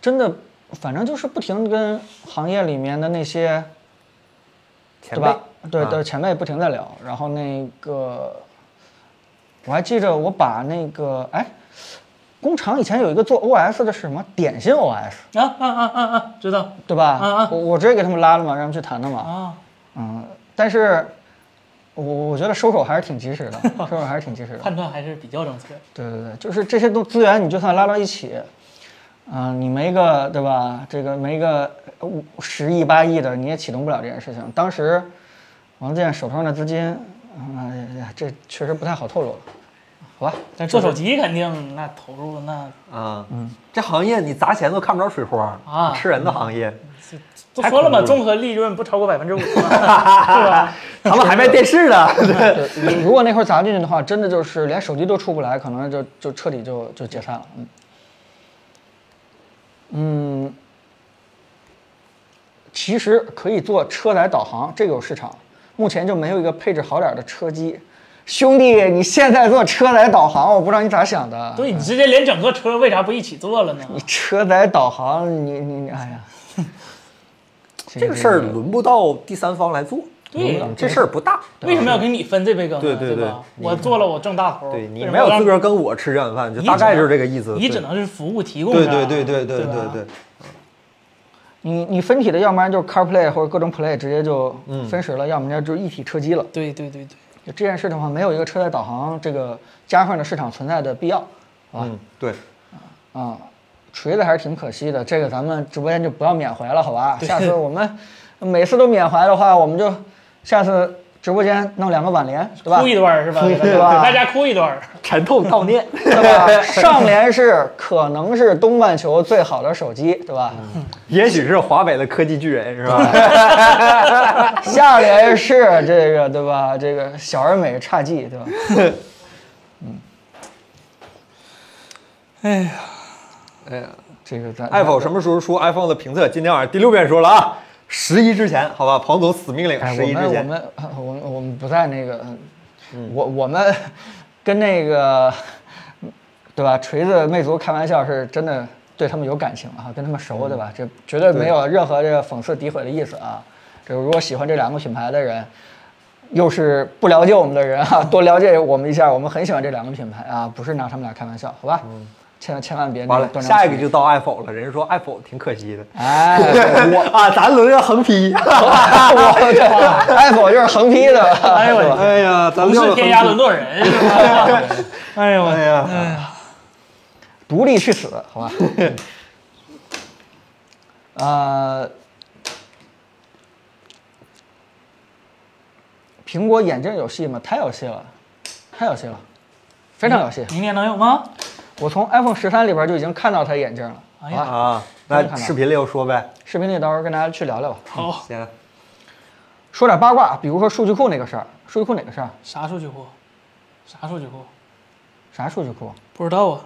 真的，反正就是不停地跟行业里面的那些
前
对
辈
吧？对
啊
对，前辈不停在聊，然后那个我还记着我把那个哎，工厂以前有一个做 OS 的是什么点心 OS
啊啊啊啊啊，知道
对吧？
嗯
啊
嗯
我我直接给他们拉了嘛，让他们去谈的嘛。
啊，
嗯，但是我我觉得收手还是挺及时 的，收手还是挺及时的。
判断还是比较正确。
对对对，就是这些都资源，你就算拉到一起，嗯、你没个对吧？这个没个呃五十亿八亿的，你也启动不了这件事情。当时王健手头上的资金，啊、这确实不太好透露了，好吧？
但做手机肯定那投入那
啊，嗯，这行业你砸钱都看不着水花
啊
吃人的行业，
都说了
太恐怖
嘛，
了
综合利润不超过百 分之五
咱们还卖电视呢。
对，如如果那会儿砸进去的话，真的就是连手机都出不来，可能就就彻底就就解散了。嗯，嗯，其实可以做车载导航，这个有市场。目前就没有一个配置好点儿的车机。兄弟，你现在做车载导航，我不知道你咋想的。
对你直接连整个车为啥不一起做了呢？
嗯
你车载导航，你你你，哎呀，
这个事儿轮不到第三方来做，
对
嗯这事儿不大。
为什么要给你分这杯羹呢？
对对对
吧？我做了我挣大头，
对你
为什
没
么要
有
让
资格跟我吃这碗饭，就
你
大概
只
就是这
能
个意思。
你
对
只能是服务提供啊
对
商。
对对对对对
吧
对。
你你分体的，要不然就是 CarPlay 或者各种 Play 直接就
嗯
分时了，要么就是一体车机了。
对对对对，
就这件事的话，没有一个车载导航这个加上的市场存在的必要
嗯，对，
啊、锤子还是挺可惜的，这个咱们直播间就不要缅怀了，好吧？下次我们每次都缅怀的话，我们就下次直播间弄两个挽联，对吧
哭？一段儿是吧？
对
给
对吧
大家哭一段儿。
沉痛悼念。
对吧？上联是可能是东半球最好的手机，对
嗯
吧？
也许是华北的科技巨人是吧？
下联是这个，对吧？这个小而美差劲，对吧？
哎呀，
哎这个咱
iPhone 什么时候出 iPhone 的评测？今天晚上第六遍说了啊，十一之前，好吧，庞总死命令，
哎，
十
我
一之
们我
前。嗯
们 我们我们不在那个，嗯我我们 跟那个对吧？锤子魅族开玩笑是真的对他们有感情啊，跟他们熟对吧？这
嗯
绝对没有任何这个讽刺诋毁的意思啊。这如果喜欢这两个品牌的人，又是不了解我们的人啊，多了解我们一下，我们很喜欢这两个品牌啊，不是拿他们俩开玩笑，好吧？千万千万别那
嗯完
个
了，
断章
下一
取
个
义
就到 iPhone 了。人家说 iPhone 挺可惜的，
哎，
我 啊，咱轮着横批。
我 这 iPhone 就是横批的，
哎呦我的天
哎呀， 咱
不
撂
是
了
天涯沦落人是吧？ 哎呦我
哎呀，
独立去死，好 吧？呃，苹果眼镜有戏吗？太有戏了，太有戏了，非常有戏。
明年能有吗？
我从 iPhone 十三里边就已经看到它眼镜了，好
哎
吧？
啊，那视频里又说呗。
视频里到时候跟大家去聊聊吧。
好，
行，
说点八卦，比如说数据库那个事儿，数据库哪个事儿？
啥数据库？啥数据库？
啥数据库？
不知道啊。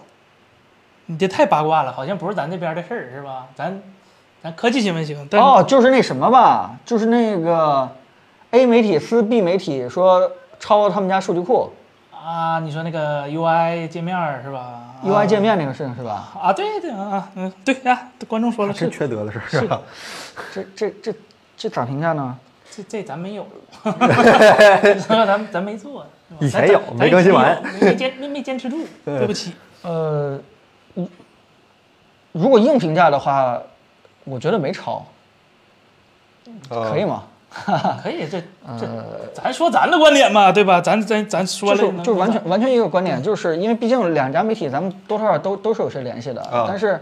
你这太八卦了，好像不是咱这边的事儿是吧？咱咱科技新闻行，但是
哦，就是那什么吧，就是那个 A 媒体撕 B 媒体说抄他们家数据库
啊，你说那个 UI 界面儿是吧
UI 界面那个事情是吧？
啊，对对啊，嗯，对啊，观众说了
真
是
缺德的事儿啊！
这这这这咋评价呢？
这这咱 没有，咱咱没做，是吧
以前有
咱咱
没更新完
以前有没没坚没没坚持住，
对
对不起，
呃，如果硬评价的话，我觉得没超，
啊
可以吗？
啊可以，这
呃
这咱说咱的观点嘛，对吧？咱咱咱
就
说了
是
能，
就是完全完全一个观点，就是因为毕竟两家媒体咱们多多少少都都是有些联系的，
啊
但是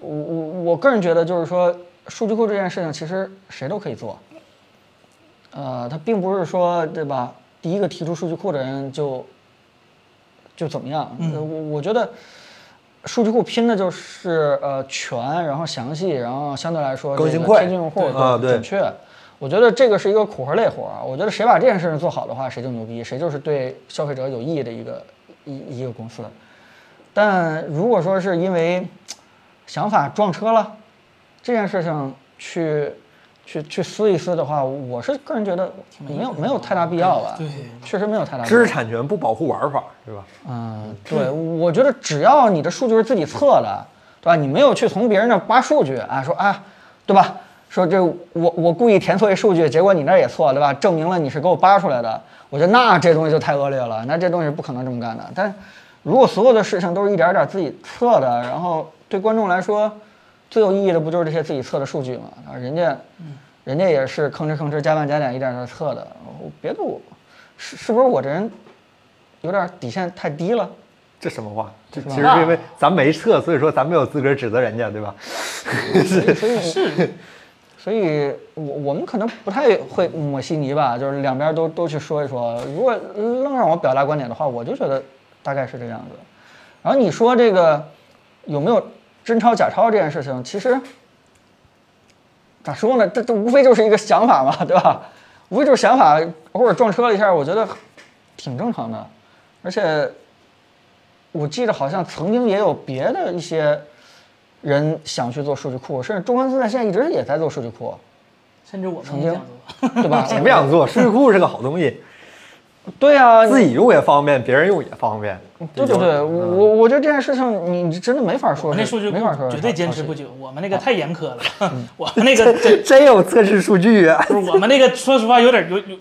我我我个人觉得就是说，数据库这件事情其实谁都可以做，呃，它并不是说对吧，第一个
嗯
提出数据库的人就就怎么样，呃我我觉得数据库拼的就是呃全，然后详细，然后相对来说
更
这
新
个
快
贴近用户
对啊对
准确。我觉得这个是一个苦活累活儿，我觉得谁把这件事情做好的话，谁就牛逼，谁就是对消费者有意义的一个一一个公司。但如果说是因为想法撞车了，这件事情去去去撕一撕的话，我是个人觉得没有没有太大必
嗯
要吧。
对，
确实没有太大必
知
要
识。产权不保护玩法，是吧？
嗯，对，我觉得只要你的数据是自己测的，对吧？你没有去从别人那儿扒数据啊，说啊，对吧？说这我我故意填错一数据，结果你那儿也错，对吧？证明了你是给我扒出来的，我觉得那这东西就太恶劣了，那这东西是不可能这么干的。但如果所有的事情都是一点儿点儿自己测的，然后对观众来说最有意义的不就是这些自己测的数据吗？啊，人家，人家也是吭哧吭哧加半加点一点儿点儿测的，我别的我是是不是我这人有点底线太低了。
这什么话？这
是吧
其实是因为咱没测，所以说咱没有资格指责人家，对吧？
所以是，所以我我们可能不太会抹稀泥吧，就是两边都都去说一说。如果愣让我表达观点的话，我就觉得大概是这样子。然后你说这个有没有真抄假抄这件事情，其实咋说呢？这这无非就是一个想法嘛，对吧？无非就是想法，偶尔撞车了一下，我觉得挺正常的。而且我记得好像曾经也有别的一些人想去做数据库，甚至中关村在现在一直也在做数据库，
甚至我们
曾
也
经
想做。
对 吧？
我们想做数据库是个好 东西，
对啊，
自己用也方便，别人用也方便。
对对对，我
嗯
我我觉得这件事情你你真的没法
嗯我
说
们
是，
那数据库
没法说是啊嗯
绝对坚持
抄袭
不久，我们那个太严苛了，我们 那个这
真有测试数据啊！
不是我们那个，说实话有点有有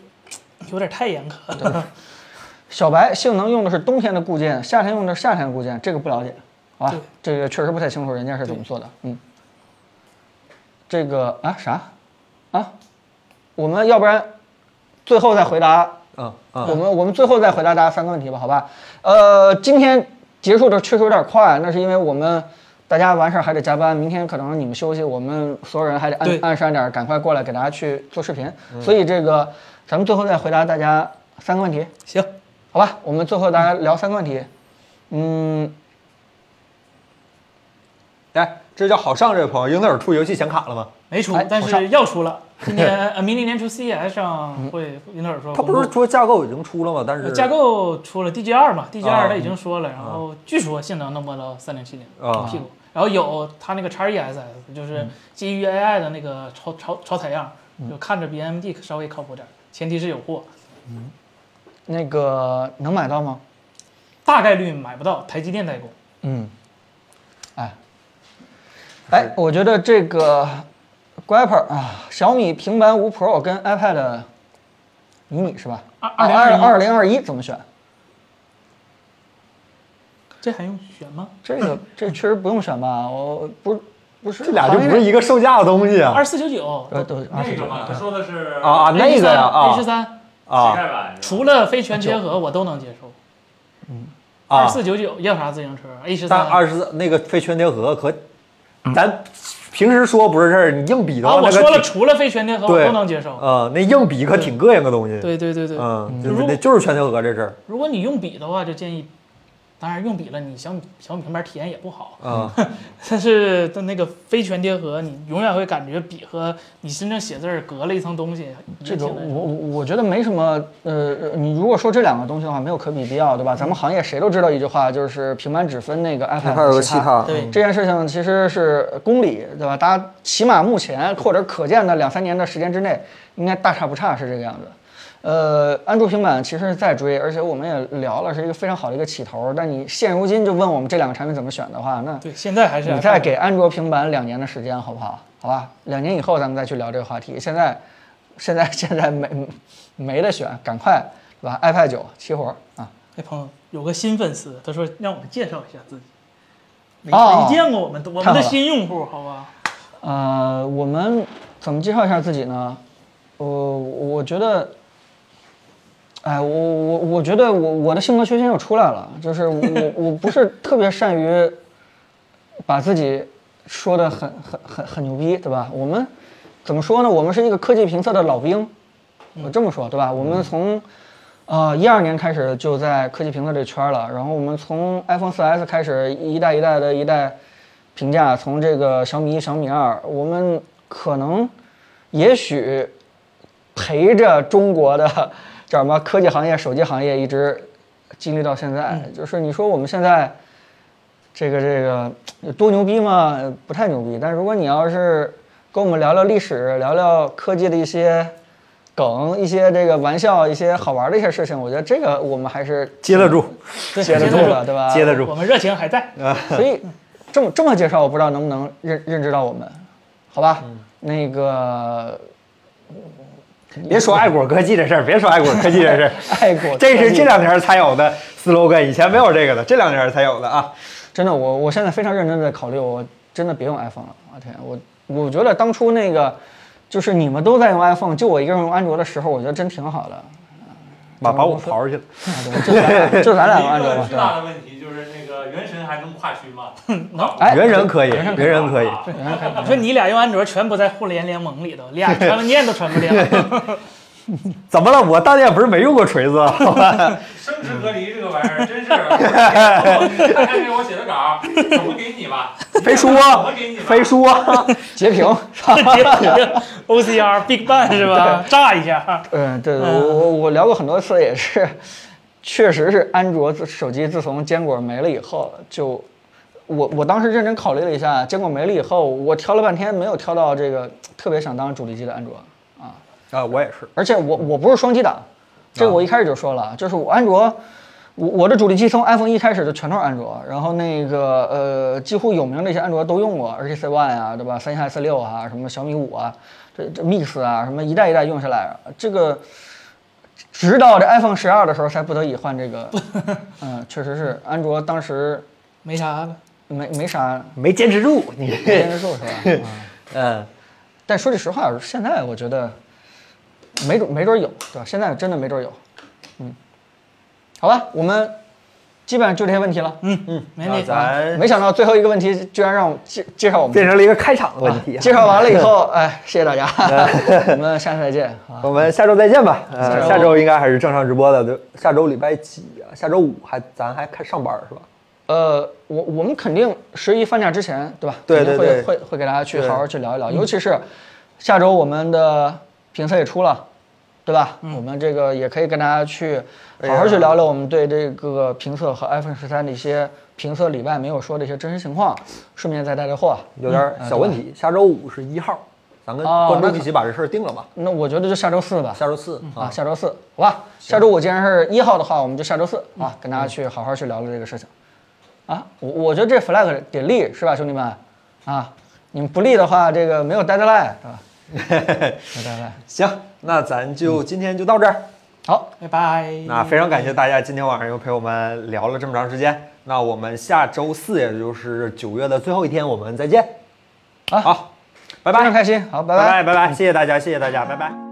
有点太严苛了。
小白性能用的是冬天的固件，夏天用的是夏天的固件，这个不了解，好吧
对？
这个确实不太清楚人家是怎么做的。嗯，这个啊啥啊，我们要不然最后再回答，
嗯
啊
我
嗯，
们我们最后再回答大家三个问题吧，好吧？呃，今天结束的确实有点快，那是因为我们。大家完事儿还得加班，明天可能你们休息，我们所有人还得按
对嗯
按按点儿，赶快过来给大家去做视频。所以这个，咱们最后再回答大家三个问题。
行，
好吧，我们最后大家聊三个问题。嗯，
哎，这叫好上这位朋友，英特尔出游戏显卡了吗？
没出
哎，
但
我上嗯
是要出了。今年呃，明年年初 CES 上会英特尔说
他
公布，呃
不是说架构已经出了吗？但是
架构出了 DG 二嘛，DG
啊
二它已经
嗯
说了，然后据说性能能摸到三零七零
啊嗯
屁股，然后有它那个 x ESS，就是基于 AI 的那个超超超采样，就看着比 AMD 稍微靠谱点儿，前提是有货，
那个能买到吗？
大概率买不到，台积电代工。
嗯，哎，哎，我觉得这个 Gripper 啊，小米平板五 Pro 跟 iPad mini 是吧？
二
二
2021
二零二一怎么选？
这还用选吗？
这个这确实不用选吧？我不不是
这俩就不是一个售价的东西啊
二四九九
呃对二十
那
九
个嘛，他说的是
啊啊那个呀啊
，H 三
膝
啊
盖版，
除了非全贴合我都能接受，二
啊！
四九九要啥自行车？A 十
但
三
二十四那个非全贴合可，咱平时说不是事儿，你硬比的
啊，
话，
我
那
说了，
个挺
除了非全贴合我
对
都能接受。
啊，那硬比可挺膈应个东西。
对对对对，
嗯，
如
就是
果
那就是全贴合这事儿。
如果你用笔的话，就建议，当然用笔了，你小米小米平板体验也不好，
啊，
但是它那个非全贴合，你永远会感觉笔和你真正写字儿隔了一层东西。
这个
也挺难
我我我觉得没什么，呃，你如果说这两个东西的话，没有可比必要，对吧？咱们行业谁都知道一句话，就是平板只分那个 iPad 和其他。
对
这件事情其实是公理，对吧？大家起码目前或者可见的两三年的时间之内，应该大差不差是这个样子。呃，安卓平板其实是在追，而且我们也聊了，是一个非常好的一个起头。但你现如今就问我们这两个产品怎么选的话，那
对，现在还是啊
你再给安卓平板两年的时间，好不好？好吧，两年以后咱们再去聊这个话题。现在，现在，现在没没得选，赶快，对吧？iPad 九齐活儿啊！
哎，朋友有个新粉丝，他说让我们介绍一下自己，没、
哦
没见过我们，我
太好
们的
了
新用户，好吧？
呃，我们怎么介绍一下自己呢？呃我、我觉得，哎，我我我觉得我我的性格缺陷又出来了，就是我我我不是特别善于把自己说的很很很很牛逼，对吧？我们怎么说呢？我们是一个科技评测的老兵，我这么说对吧？我们从呃，一二年开始就在科技评测这圈儿了。然后我们从 iPhone 4S 开始，一代一代的一代评价，从这个小米一、小米二，我们可能也许陪着中国的 叫什么科技行业、手机行业一直经历到现在。就是你说我们现在这个这个有多牛逼吗？呃不太牛逼。但如果你要是跟我们聊聊历史，聊聊科技的一些梗、一些这个玩笑、一些好玩的一些事情，我觉得这个我们还是
接得住，
接得住的，对吧？
接得
我
住。
们热情还在。
所以这么这么介绍，我不知道能不能认认知到我们，好吧？
嗯
那个
别说爱国科技这事儿，别说爱国科技这事儿，
嗯爱国，
这是这两年才有的 slogan，以前没有这个的，这两年才有的啊。
真的，我我现在非常认真的考虑，我真的别用 iPhone 了。我天，我我觉得当初那个就是你们都在用 iPhone，就我一个人用安卓的时候，我觉得真挺好的。
把把我刨出去了，
啊对就咱俩就咱俩用安卓嘛，
最
对吧？
大的问题就是那个原神还能跨区吗？
哎，
人人可以，啊人人可以。
你说你俩用安卓全不在互联联盟里头， 俩传文件都传不了。
怎么了？我当年也不是没用过锤子啊， 好吧？
生殖隔离这个玩意儿真是，看看给我写的稿，怎么给你吧？
飞书
怎
啊
么，给你吧？
飞书啊，
截屏。
截屏 OCR Big Bang 是吧？炸一下，
嗯，对对，我我我聊过很多次，也是，确实是安卓自手机自从坚果没了以后，就我我当时认真考虑了一下，坚果没了以后，我挑了半天没有挑到这个特别想当主力机的安卓啊，
啊，我也是。
而且我我不是双击党，这个我一开始就说了，就是我安卓。我我的主力机从 iPhone 一开始就全都是安卓，然后那个呃，几乎有名的一些安卓都用过，HTC One 啊，对吧？三星 S 六啊，什么小米五啊，这这 Mix 啊，什么一代一代用下来，这个直到这 iPhone 十二的时候才不得已换这个，嗯，确实是安卓当时
没啥了。
没没啥
没坚持住你。
没坚持住是吧？啊
嗯，
但说句实话，现在我觉得没准没准有，对吧？现在真的没准有，嗯，好吧，我们基本上就这些问题了。嗯，
没
那啊
那
咱
没想到最后一个问题居然让我们介介绍我们
变成了一个开场的问题啊。
介绍完了以 后，哎，谢谢大家，我们下次再见啊。
我们下周再见吧。
下周
呃，下周应该还是正常直播的，对。下周礼拜几啊？下周五还咱还开上班儿是吧？
呃，我我们肯定十一放假之前，对吧？
对
肯定
对对
会会会给大家去
对嗯
好好去聊一聊，尤其是下周我们的评测也出了，对吧？
嗯
我们这个也可以跟大家去
哎
好好去聊聊我们对这个评测和 iPhone 十三的一些评测里外没有说的一些真实情况，顺便再带带货。
有点儿小问题。下周五是一号，咱跟
哦
观
那可
众一起把这事儿定了吧。
那我觉得就下周四吧，
下周四
啊，
啊，
下周四，好吧？下周五既然是一号的话，我们就下周四啊，跟大家去好好去聊聊这个事情。啊，我我觉得这 flag 得立是吧，兄弟们？啊，你们不立的话，这个没有 deadline 是吧？没有 deadline。
行，那咱就今天就到这儿。
好，
拜拜。
那非常感谢大家今天晚上又陪我们聊了这么长时间。那我们下周四，也就是九月的最后一天，我们再见。
啊
好，拜
非常
拜，
开心，好，拜
拜拜，拜拜，谢谢大家，谢谢大家，拜拜。